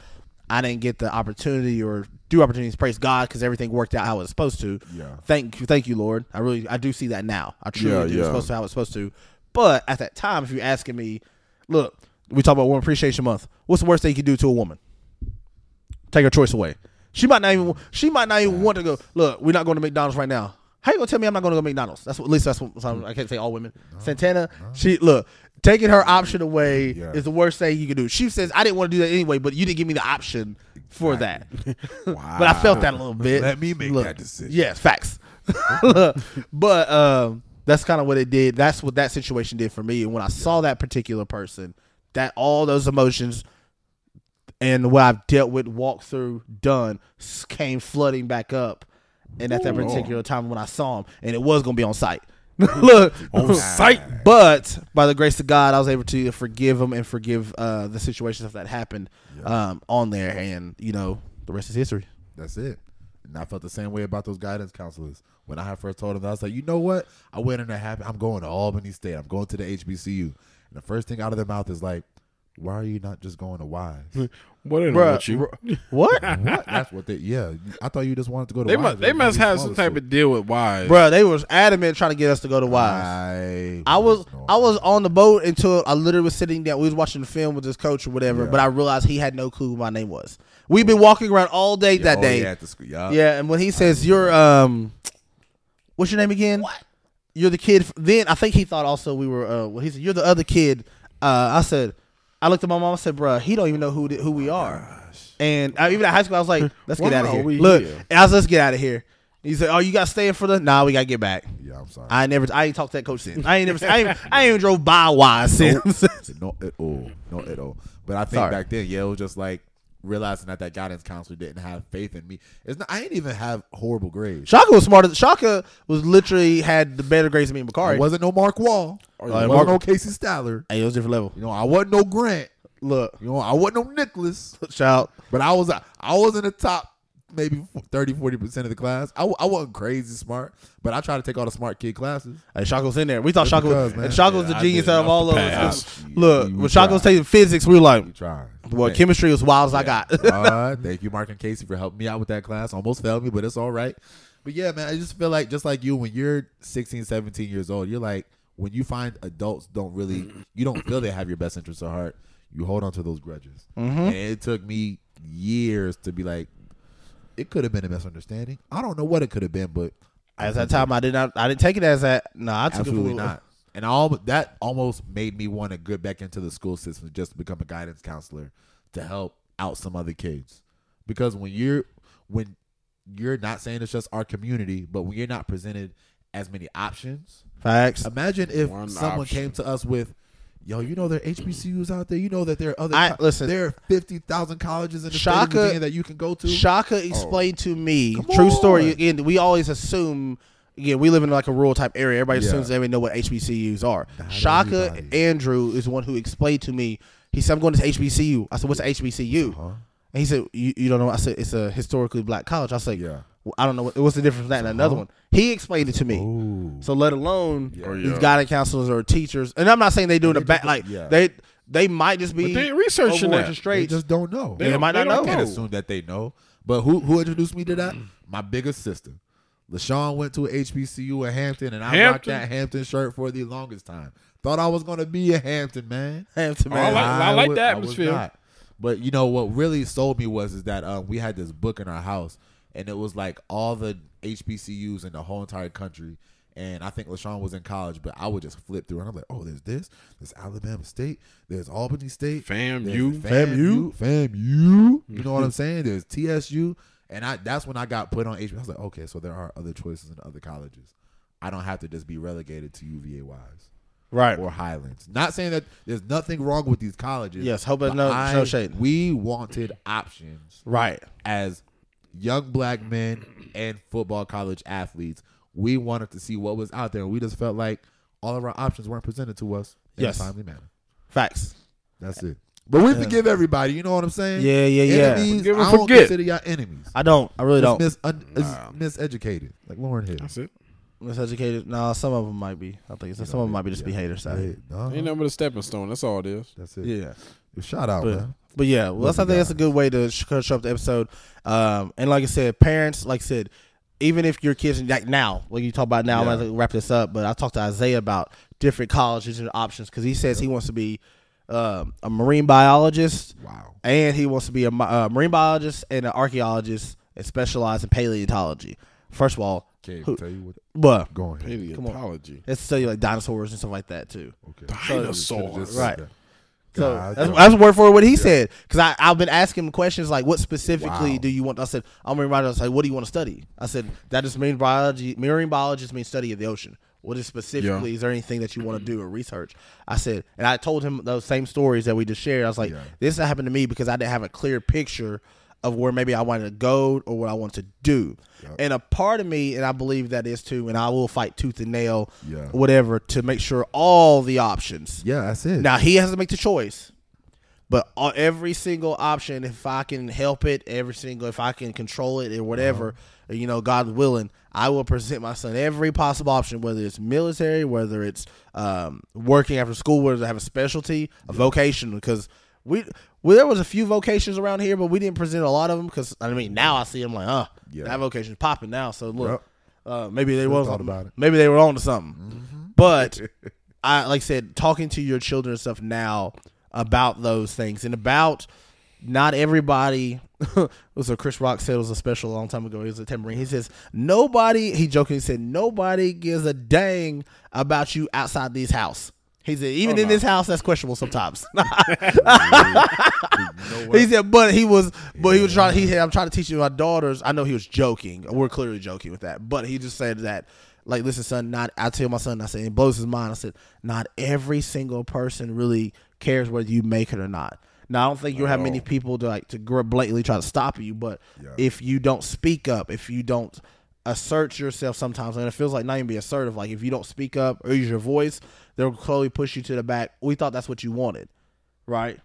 [SPEAKER 3] I didn't get the opportunity or do opportunities praise God because everything worked out how it was supposed to.
[SPEAKER 1] Yeah.
[SPEAKER 3] Thank you, thank you, Lord. I really I do see that now. I truly
[SPEAKER 2] Yeah,
[SPEAKER 3] do.
[SPEAKER 2] yeah.
[SPEAKER 3] It's supposed to how it's supposed to. But at that time, if you're asking me, look, we talk about Woman Appreciation Month. What's the worst thing you can do to a woman? Take her choice away. She might not even. She might not even want to go. Look, we're not going to McDonald's right now. How you gonna tell me I'm not going to go to McDonald's? That's what. At least that's what. so I can't say all women. Santana. She look taking her option away
[SPEAKER 1] Yeah.
[SPEAKER 3] is the worst thing you can do. She says I didn't want to do that anyway, but you didn't give me the option for that.
[SPEAKER 1] Wow.
[SPEAKER 3] but I felt that a little bit.
[SPEAKER 1] Let me make
[SPEAKER 3] Look,
[SPEAKER 1] that decision.
[SPEAKER 3] Yes, facts. but um, that's kind of what it did. That's what that situation did for me. And when I saw that particular person, that all those emotions and what I've dealt with, walked through, done, s- came flooding back up. And at that
[SPEAKER 1] Oh.
[SPEAKER 3] particular time when I saw him, and it was gonna be on site. Look,
[SPEAKER 2] On sight.
[SPEAKER 3] but by the grace of God, I was able to forgive him and forgive uh, the situations that happened um, on there, and you know the rest is history.
[SPEAKER 1] That's it. And I felt the same way about those guidance counselors. When I had first told them, that, I was like, you know what? I went in there happy. I'm going to Albany State. I'm going to the HBCU. And the first thing out of their mouth is like, why are you not just going to Wise?
[SPEAKER 2] What in
[SPEAKER 3] Bruh,
[SPEAKER 2] with you?
[SPEAKER 3] What?
[SPEAKER 1] what? That's what they. Yeah, I thought you just wanted to go to.
[SPEAKER 2] They
[SPEAKER 1] Wise
[SPEAKER 2] must. They
[SPEAKER 1] and
[SPEAKER 2] must
[SPEAKER 1] be
[SPEAKER 2] have some
[SPEAKER 1] smaller
[SPEAKER 2] type of deal with why.
[SPEAKER 3] Bruh, they was adamant trying to get us to go to
[SPEAKER 1] schools.
[SPEAKER 3] Wise.
[SPEAKER 1] I,
[SPEAKER 3] I was
[SPEAKER 1] no
[SPEAKER 3] I was on the boat until I literally was sitting down. We was watching the film with this coach or whatever, but I realized he had no clue who my name was. We've been walking around all day that
[SPEAKER 1] Oh,
[SPEAKER 3] day.
[SPEAKER 1] yeah,
[SPEAKER 3] Uh, Yeah.
[SPEAKER 1] at the school. Yeah,
[SPEAKER 3] and when he says you're um, what's your name again? You're the kid. f- Then I think he thought also we were. Uh, well, he said you're the other kid. Uh, I said, I looked at my mom. I said, bruh, he don't even know who the, who we are. And uh, even at high school, I was like, let's
[SPEAKER 2] Oh
[SPEAKER 3] get
[SPEAKER 2] Why
[SPEAKER 3] out of
[SPEAKER 2] are
[SPEAKER 3] here.
[SPEAKER 2] we
[SPEAKER 3] Look,
[SPEAKER 2] here?
[SPEAKER 3] I was let's get out of here. He said, oh, you got staying for the? Nah, we gotta get back.
[SPEAKER 1] yeah. I'm sorry.
[SPEAKER 3] I ain't never. I ain't talked to that coach since. I ain't never. I ain't, I ain't even drove by Wise since.
[SPEAKER 1] not at all. Not at all. But I think
[SPEAKER 3] Sorry.
[SPEAKER 1] back then, yeah, it was just like realizing that that guidance counselor didn't have faith in me. It's not. I didn't even have horrible grades.
[SPEAKER 3] Shaka was smarter. Shaka was literally had the better grades than me and
[SPEAKER 1] I
[SPEAKER 3] Bakari.
[SPEAKER 1] wasn't no Mark Wall. I
[SPEAKER 3] yeah,
[SPEAKER 1] wasn't
[SPEAKER 3] Mark-
[SPEAKER 1] no Casey Styler.
[SPEAKER 3] Hey, it was a different level.
[SPEAKER 1] You know, I wasn't no Grant.
[SPEAKER 3] Look,
[SPEAKER 1] You know, I wasn't no Nicholas.
[SPEAKER 3] shout.
[SPEAKER 1] But I was I was in the top maybe 30, 40% of the class. I, wa- I wasn't crazy smart, but I tried to take all the smart kid classes.
[SPEAKER 3] Hey, Shaka was in there. We thought
[SPEAKER 1] It's
[SPEAKER 3] Shaka
[SPEAKER 1] because,
[SPEAKER 3] was.
[SPEAKER 1] man.
[SPEAKER 3] And Shaka was
[SPEAKER 2] Yeah,
[SPEAKER 3] the
[SPEAKER 2] I
[SPEAKER 3] genius
[SPEAKER 2] did
[SPEAKER 3] out of
[SPEAKER 2] enough
[SPEAKER 3] all
[SPEAKER 2] to
[SPEAKER 3] of us.
[SPEAKER 2] pass.
[SPEAKER 3] Look,
[SPEAKER 1] You
[SPEAKER 3] when Shaka was
[SPEAKER 1] tried.
[SPEAKER 3] taking physics, we were like,
[SPEAKER 1] You tried.
[SPEAKER 3] well,
[SPEAKER 1] Thank-
[SPEAKER 3] chemistry was wild as I got.
[SPEAKER 1] uh, thank you, Mark and Casey, for helping me out with that class. Almost failed me, but it's all right. But yeah, man, I just feel like just like you, when you're 16, 17 years old, you're like when you find adults don't really, you don't feel they have your best interests at heart. You hold on to those grudges, and it took me years to be like, it could have been a misunderstanding. I don't know what it could have been, but
[SPEAKER 3] At that time, I did not. I didn't take it as that. No, I took
[SPEAKER 1] Absolutely
[SPEAKER 3] it for
[SPEAKER 1] not. And all that almost made me want to get back into the school system just to become a guidance counselor to help out some other kids. Because when you're when you're not saying it's just our community, but when you're not presented as many options,
[SPEAKER 3] Facts.
[SPEAKER 1] imagine if
[SPEAKER 2] One
[SPEAKER 1] someone
[SPEAKER 2] option.
[SPEAKER 1] came to us with Yo, you know there are HBCUs out there. You know that there are other.
[SPEAKER 3] I-
[SPEAKER 1] co-
[SPEAKER 3] listen.
[SPEAKER 1] there are fifty thousand colleges in the state
[SPEAKER 3] Shaka-
[SPEAKER 1] of Virginia that you can go to. Oh.
[SPEAKER 3] Shaka explained to me,
[SPEAKER 1] Come
[SPEAKER 3] true story.
[SPEAKER 1] on.
[SPEAKER 3] Again, we always assume. Again, we live in like a rural type area. Everybody
[SPEAKER 1] Yeah.
[SPEAKER 3] assumes they know what HBCUs are. Shaka
[SPEAKER 1] everybody.
[SPEAKER 3] Andrew is the one who explained to me. He said, "I'm going to HBCU." I said, "What's a HBCU?"
[SPEAKER 1] Uh-huh.
[SPEAKER 3] And he said, you, "You don't know." I said, "It's a historically black college." I said,
[SPEAKER 1] Yeah. Uh-huh.
[SPEAKER 3] well, I don't know what, what's the difference from that and another one." He explained it to me.
[SPEAKER 1] Oh.
[SPEAKER 3] So let alone
[SPEAKER 2] Oh,
[SPEAKER 3] these
[SPEAKER 2] yeah.
[SPEAKER 3] guidance counselors or teachers, and I'm not saying they doing the back like
[SPEAKER 1] yeah.
[SPEAKER 3] they they might just be
[SPEAKER 2] But they ain't researching
[SPEAKER 3] overworked
[SPEAKER 2] that.
[SPEAKER 3] and
[SPEAKER 1] They
[SPEAKER 3] straight.
[SPEAKER 1] just don't know.
[SPEAKER 3] They
[SPEAKER 2] don't-
[SPEAKER 3] might not
[SPEAKER 2] don't
[SPEAKER 1] I can't
[SPEAKER 3] know.
[SPEAKER 1] assume that they know. But who who introduced me to that? My biggest sister. LaShawn went to a HBCU in Hampton, and I rocked
[SPEAKER 2] Hampton?
[SPEAKER 1] that Hampton shirt for the longest time. Thought I was gonna be a Hampton man.
[SPEAKER 3] Damn, to
[SPEAKER 2] Oh, I
[SPEAKER 3] man.
[SPEAKER 2] like- I like the
[SPEAKER 1] was
[SPEAKER 2] atmosphere.
[SPEAKER 1] not. But you know what really sold me was is that um, we had this book in our house, and it was like all the HBCUs in the whole entire country, And I think LaShawn was in college, but I would just flip through and I'm like, oh, there's this, there's Alabama State, there's Albany State,
[SPEAKER 2] Fam,
[SPEAKER 1] there's
[SPEAKER 2] you.
[SPEAKER 1] FAMU, FAMU. You know what I'm saying? There's TSU, and I that's when I got put on HBO. I was like, okay, so there are other choices in other colleges. I don't have to just be relegated to UVA wise
[SPEAKER 3] Right.
[SPEAKER 1] or Highlands. Not saying that there's nothing wrong with these colleges.
[SPEAKER 3] Yes, hope it's
[SPEAKER 1] but
[SPEAKER 3] no-
[SPEAKER 1] I-
[SPEAKER 3] no shade.
[SPEAKER 1] We wanted options
[SPEAKER 3] Right.
[SPEAKER 1] as young black men and football college athletes. We wanted to see what was out there. We just felt like all of our options weren't presented to us in
[SPEAKER 3] Yes.
[SPEAKER 1] a timely manner.
[SPEAKER 3] Facts.
[SPEAKER 1] That's it. But we forgive everybody. You know what I'm saying?
[SPEAKER 3] Yeah, yeah, yeah.
[SPEAKER 1] Enemies.
[SPEAKER 2] Forgive and
[SPEAKER 1] I don't
[SPEAKER 2] forget.
[SPEAKER 1] consider y'all enemies.
[SPEAKER 3] I don't. I really
[SPEAKER 1] It's
[SPEAKER 3] don't.
[SPEAKER 1] mis- un- it's miseducated, like Lauren Hill.
[SPEAKER 2] That's it.
[SPEAKER 3] Miseducated. No, some of them might be. I think it's, some of them might be just be haters. out here.
[SPEAKER 1] No,
[SPEAKER 2] Ain't nothing but a stepping stone. That's all it is.
[SPEAKER 1] that's it.
[SPEAKER 3] Yeah.
[SPEAKER 1] Shout out,
[SPEAKER 3] But,
[SPEAKER 1] man.
[SPEAKER 3] but yeah, well, that's, I think that's a good way to sh- cut up the episode. Um, and like I said, parents, like I said, even if your kids like now, like you talk about now, I'm
[SPEAKER 1] Yeah.
[SPEAKER 3] gonna wrap this up. But I talked to Isaiah about different colleges and options because he says he wants to be um, a marine biologist.
[SPEAKER 1] Wow.
[SPEAKER 3] And he wants to be a mi- uh, marine biologist and an archaeologist and specialize in paleontology. First of all,
[SPEAKER 1] Okay,
[SPEAKER 3] who-
[SPEAKER 1] tell you what.
[SPEAKER 3] but
[SPEAKER 1] Go ahead.
[SPEAKER 2] Paleontology.
[SPEAKER 3] it's to tell you like dinosaurs and stuff like that too.
[SPEAKER 1] Okay.
[SPEAKER 2] Dinosaurs.
[SPEAKER 3] Right. So
[SPEAKER 1] God,
[SPEAKER 3] that's,
[SPEAKER 1] yo.
[SPEAKER 3] that's word for what he said. Because I I've been asking him questions like, what specifically
[SPEAKER 1] Wow.
[SPEAKER 3] do you want? I said, I'm a marine biologist. Like, what do you want to study? I said, that is marine biology. Marine biologist means study of the ocean. What is specifically? Is there anything that you want to
[SPEAKER 1] Mm-hmm.
[SPEAKER 3] do or research? I said, and I told him those same stories that we just shared. I was like, this happened to me because I didn't have a clear picture of where maybe I wanted to go or what I want to do. And a part of me, and I believe that is too, and I will fight tooth and nail,
[SPEAKER 1] Yeah.
[SPEAKER 3] whatever, to make sure all the options
[SPEAKER 1] Yeah, that's it.
[SPEAKER 3] now he has to make the choice, but all, every single option, if I can help it, every single, if I can control it, or whatever, you know, God willing, I will present my son every possible option, whether it's military, whether it's um, working after school, whether I have a specialty, a vocation, because we. Well, there was a few vocations around here, but we didn't present a lot of them because I mean now I see them like, uh,
[SPEAKER 1] Yeah.
[SPEAKER 3] that vocation's popping now. So look, uh, maybe they was
[SPEAKER 1] thought about it. Mm-hmm.
[SPEAKER 3] maybe they were on to something. But I like I said, talking to your children and stuff now about those things and about not everybody was a Chris Rock said it was a special a long time ago. He was a tambourine. He says nobody he jokingly said nobody gives a dang about you outside these house. He said
[SPEAKER 1] Oh,
[SPEAKER 3] even in this house that's questionable sometimes. he said, but he was, but he was trying. He said, I'm trying to teach you my daughters. I know he was joking. We're clearly joking with that, but he just said that, like, listen, son. Not, I tell my son. I said, it blows his mind. I said, not every single person really cares whether you make it or not. Now I don't think you'll have many people to like to gr- blatantly try to stop you, but if you don't speak up, if you don't assert yourself sometimes, and it feels like not even be assertive. Like if you don't speak up or use your voice, they'll slowly push you to the back. We thought that's what you wanted, right?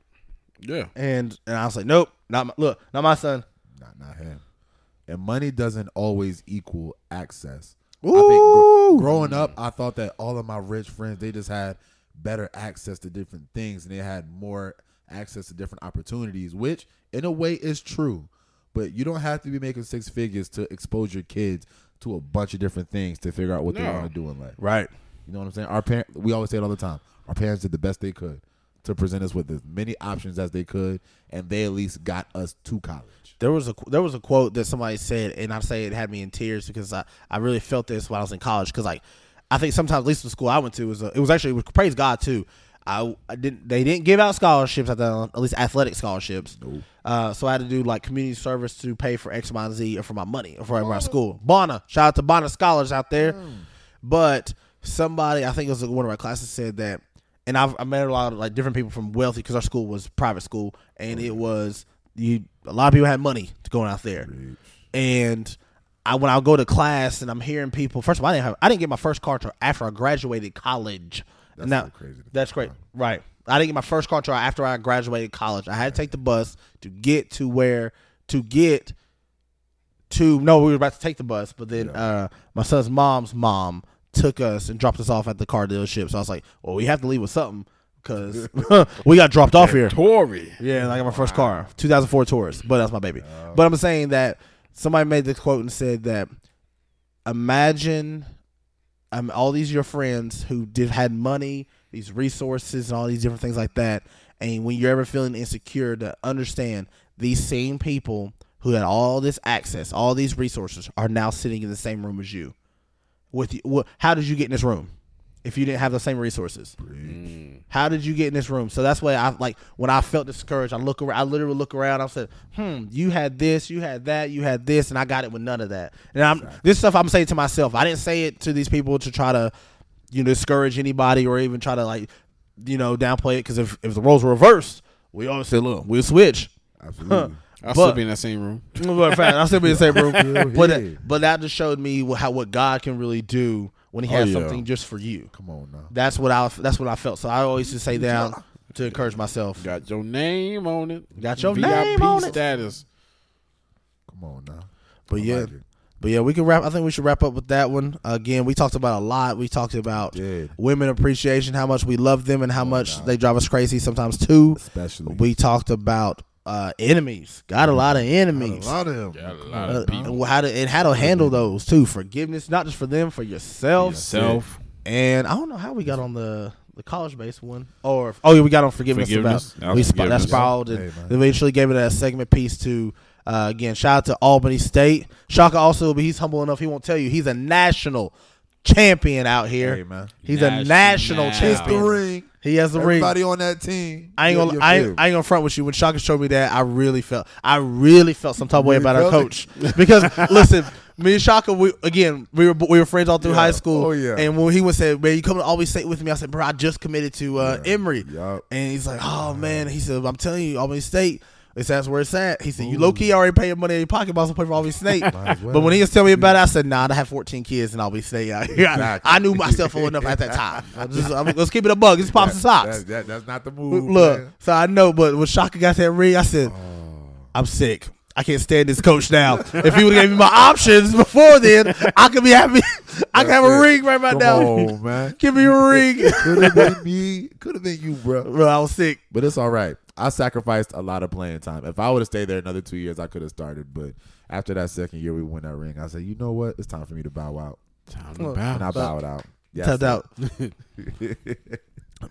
[SPEAKER 2] Yeah.
[SPEAKER 3] and and I was like, nope, not my, look, not my son.
[SPEAKER 1] Not not him. And money doesn't always equal access. I think
[SPEAKER 3] Ooh.
[SPEAKER 1] gr- growing up, I thought that all of my rich friends they just had better access to different things and they had more access to different opportunities, which in a way is true. But you don't have to be making six figures to expose your kids to a bunch of different things to figure out what they
[SPEAKER 2] No.
[SPEAKER 1] want to do in life.
[SPEAKER 3] Right.
[SPEAKER 1] You know what I'm saying? Our parent, we always say it all the time. Our parents did the best they could to present us with as many options as they could, and they at least got us to college.
[SPEAKER 3] There was a qu- there was a quote that somebody said, and I say it had me in tears because I, I really felt this when I was in college because like I think sometimes at least the school I went to was a, it was actually praise God too. I, I didn't they didn't give out scholarships at the at least athletic scholarships. Uh, so I had to do like community service to pay for X Y and Z or for my money or for my school. Bonna shout out to Bonna scholars out there, but somebody I think it was one of our classes said that and I've I met a lot of like different people from wealthy because our school was private school and it was you a lot of people had money to going out there, and I when I go to class and I'm hearing people first of all I didn't have I didn't get my first car till after I graduated college. That's
[SPEAKER 1] crazy to
[SPEAKER 3] That's great, right? I didn't get my first car till after I graduated college. I had to take the bus to get to where to get to no, we were about to take the bus, but then uh, my son's mom's mom took us and dropped us off at the car dealership. So I was like, well, we have to leave with something because we got dropped off here.
[SPEAKER 2] Tory.
[SPEAKER 3] Yeah, and I got my first car, 2004 Taurus, but that's my baby. But I'm saying that somebody made the quote and said that imagine um, all these your friends who did had money, these resources, and all these different things like that. And when you're ever feeling insecure, to understand these same people who had all this access, all these resources, are now sitting in the same room as you with you? Wh- how did you get in this room? If you didn't have the same resources, how did you get in this room? So that's why I like when I felt discouraged. I look around. I literally look around. I said, "Hmm, you had this, you had that, you had this, and I got it with none of that." And I'm this stuff I'm saying to myself. I didn't say it to these people to try to, you know, discourage anybody or even try to like, you know, downplay it. Because if if the roles were reversed, we always say, "Look, we'll switch."
[SPEAKER 1] Absolutely.
[SPEAKER 2] I'll
[SPEAKER 3] But-
[SPEAKER 2] still be in that same room.
[SPEAKER 3] But fact, I'll still be in the same room. But
[SPEAKER 1] yeah.
[SPEAKER 3] that, but that just showed me wh- how what God can really do when
[SPEAKER 1] Oh,
[SPEAKER 3] He has
[SPEAKER 2] yeah.
[SPEAKER 3] something just for you.
[SPEAKER 1] Come on now.
[SPEAKER 3] That's what I that's what I felt. So I always just say down to encourage myself.
[SPEAKER 2] Got your name on it.
[SPEAKER 3] Got your
[SPEAKER 2] VIP
[SPEAKER 3] name on it.
[SPEAKER 2] status.
[SPEAKER 1] Come on now.
[SPEAKER 3] But
[SPEAKER 1] I
[SPEAKER 3] yeah,
[SPEAKER 1] like it.
[SPEAKER 3] but yeah, we can wrap. I think we should wrap up with that one. Again, we talked about a lot. We talked about
[SPEAKER 1] Did.
[SPEAKER 3] women appreciation, how much we love them, and how much they drive us crazy sometimes too.
[SPEAKER 1] Especially.
[SPEAKER 3] We talked about uh, enemies. Got a lot of enemies.
[SPEAKER 1] a lot of them.
[SPEAKER 2] Got a lot
[SPEAKER 3] Uh,
[SPEAKER 2] of people.
[SPEAKER 3] and how to and how to handle those too. Forgiveness, not just for them, for yourself.
[SPEAKER 2] Self.
[SPEAKER 3] And I don't know how we got on the the college based one, or oh yeah, we got on forgiveness.
[SPEAKER 2] Forgiveness.
[SPEAKER 3] About
[SPEAKER 2] That
[SPEAKER 3] we
[SPEAKER 2] was
[SPEAKER 3] sp- that
[SPEAKER 2] forgiveness.
[SPEAKER 3] spiraled and
[SPEAKER 1] Hey, man.
[SPEAKER 3] eventually gave it a segment piece to. Uh, again, shout out to Albany State. Shaka also, but he's humble enough. He won't tell you he's a national champion out here.
[SPEAKER 1] Hey, man.
[SPEAKER 3] He's a
[SPEAKER 2] National.
[SPEAKER 3] national
[SPEAKER 2] He's
[SPEAKER 1] It's the
[SPEAKER 3] champion.
[SPEAKER 1] ring.
[SPEAKER 3] He has the ring.
[SPEAKER 1] Everybody on that team.
[SPEAKER 3] I ain't
[SPEAKER 1] You-
[SPEAKER 3] gonna,
[SPEAKER 1] you
[SPEAKER 3] I,
[SPEAKER 1] feel me?
[SPEAKER 3] ain't, I ain't gonna front with you. When Shaka showed me that, I really felt, I really felt some type of way about our
[SPEAKER 1] felt
[SPEAKER 3] coach because listen, me and Shaka, we again, we were we were friends all through
[SPEAKER 1] Yeah.
[SPEAKER 3] high school.
[SPEAKER 1] Oh, yeah.
[SPEAKER 3] And when he would say, "Man, you come to always stay with me," I said, "Bro, I just committed to uh, Emory,"
[SPEAKER 1] Yup.
[SPEAKER 3] and he's like, "Oh man," he said, "I'm telling you, Albany State." It's that's where it's at. He said, "You low key already paying money in your pocket, but also play for Albany State."
[SPEAKER 1] as well.
[SPEAKER 3] But when he was telling me about it, I said, "Nah, I have 14 kids in Albany State out here." I,
[SPEAKER 1] Exactly.
[SPEAKER 3] I knew myself well enough at that time. I just, I'm, let's keep it a bug. Just pop some socks.
[SPEAKER 1] That, that, that's not the
[SPEAKER 3] We-
[SPEAKER 1] move.
[SPEAKER 3] Look,
[SPEAKER 1] man.
[SPEAKER 3] so I know, but when Shaka got that ring, I said, I'm sick. I can't stand this coach now. if he would have gave me my options before then, I could be happy. I could have a
[SPEAKER 1] That's it.
[SPEAKER 3] ring right by
[SPEAKER 1] Come
[SPEAKER 3] now.
[SPEAKER 1] on, man.
[SPEAKER 3] Give me a ring.
[SPEAKER 1] Could have been me. Could have been you, bro.
[SPEAKER 3] Bro, I was sick.
[SPEAKER 1] But it's all right. I sacrificed a lot of playing time. If I would have stayed there another two years, I could have started. But after that second year, we won that ring. I said, you know what? It's time for me to bow out,
[SPEAKER 2] Time to
[SPEAKER 3] Look.
[SPEAKER 2] bow.
[SPEAKER 1] and I bowed out. Yes.
[SPEAKER 3] Tapped out.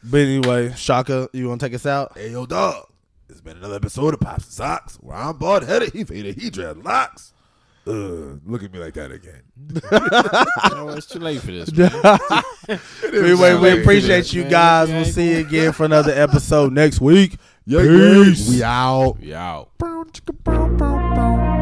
[SPEAKER 3] but anyway, Shaka, you want to take us out?
[SPEAKER 1] Hey, yo, dog. It's been another episode of Pops and Socks, where I'm bald headed. He faded. He dread locks. Ugh, look at me like that again.
[SPEAKER 2] Oh, it's too late for this.
[SPEAKER 3] Anyway,
[SPEAKER 2] Thank
[SPEAKER 3] we
[SPEAKER 2] you,
[SPEAKER 3] appreciate you
[SPEAKER 2] man.
[SPEAKER 3] guys. We'll see you again for another episode next week.
[SPEAKER 1] Yeah,
[SPEAKER 3] Peace.
[SPEAKER 1] We out.
[SPEAKER 2] We out.
[SPEAKER 1] Boom, chicka, boom, boom, boom.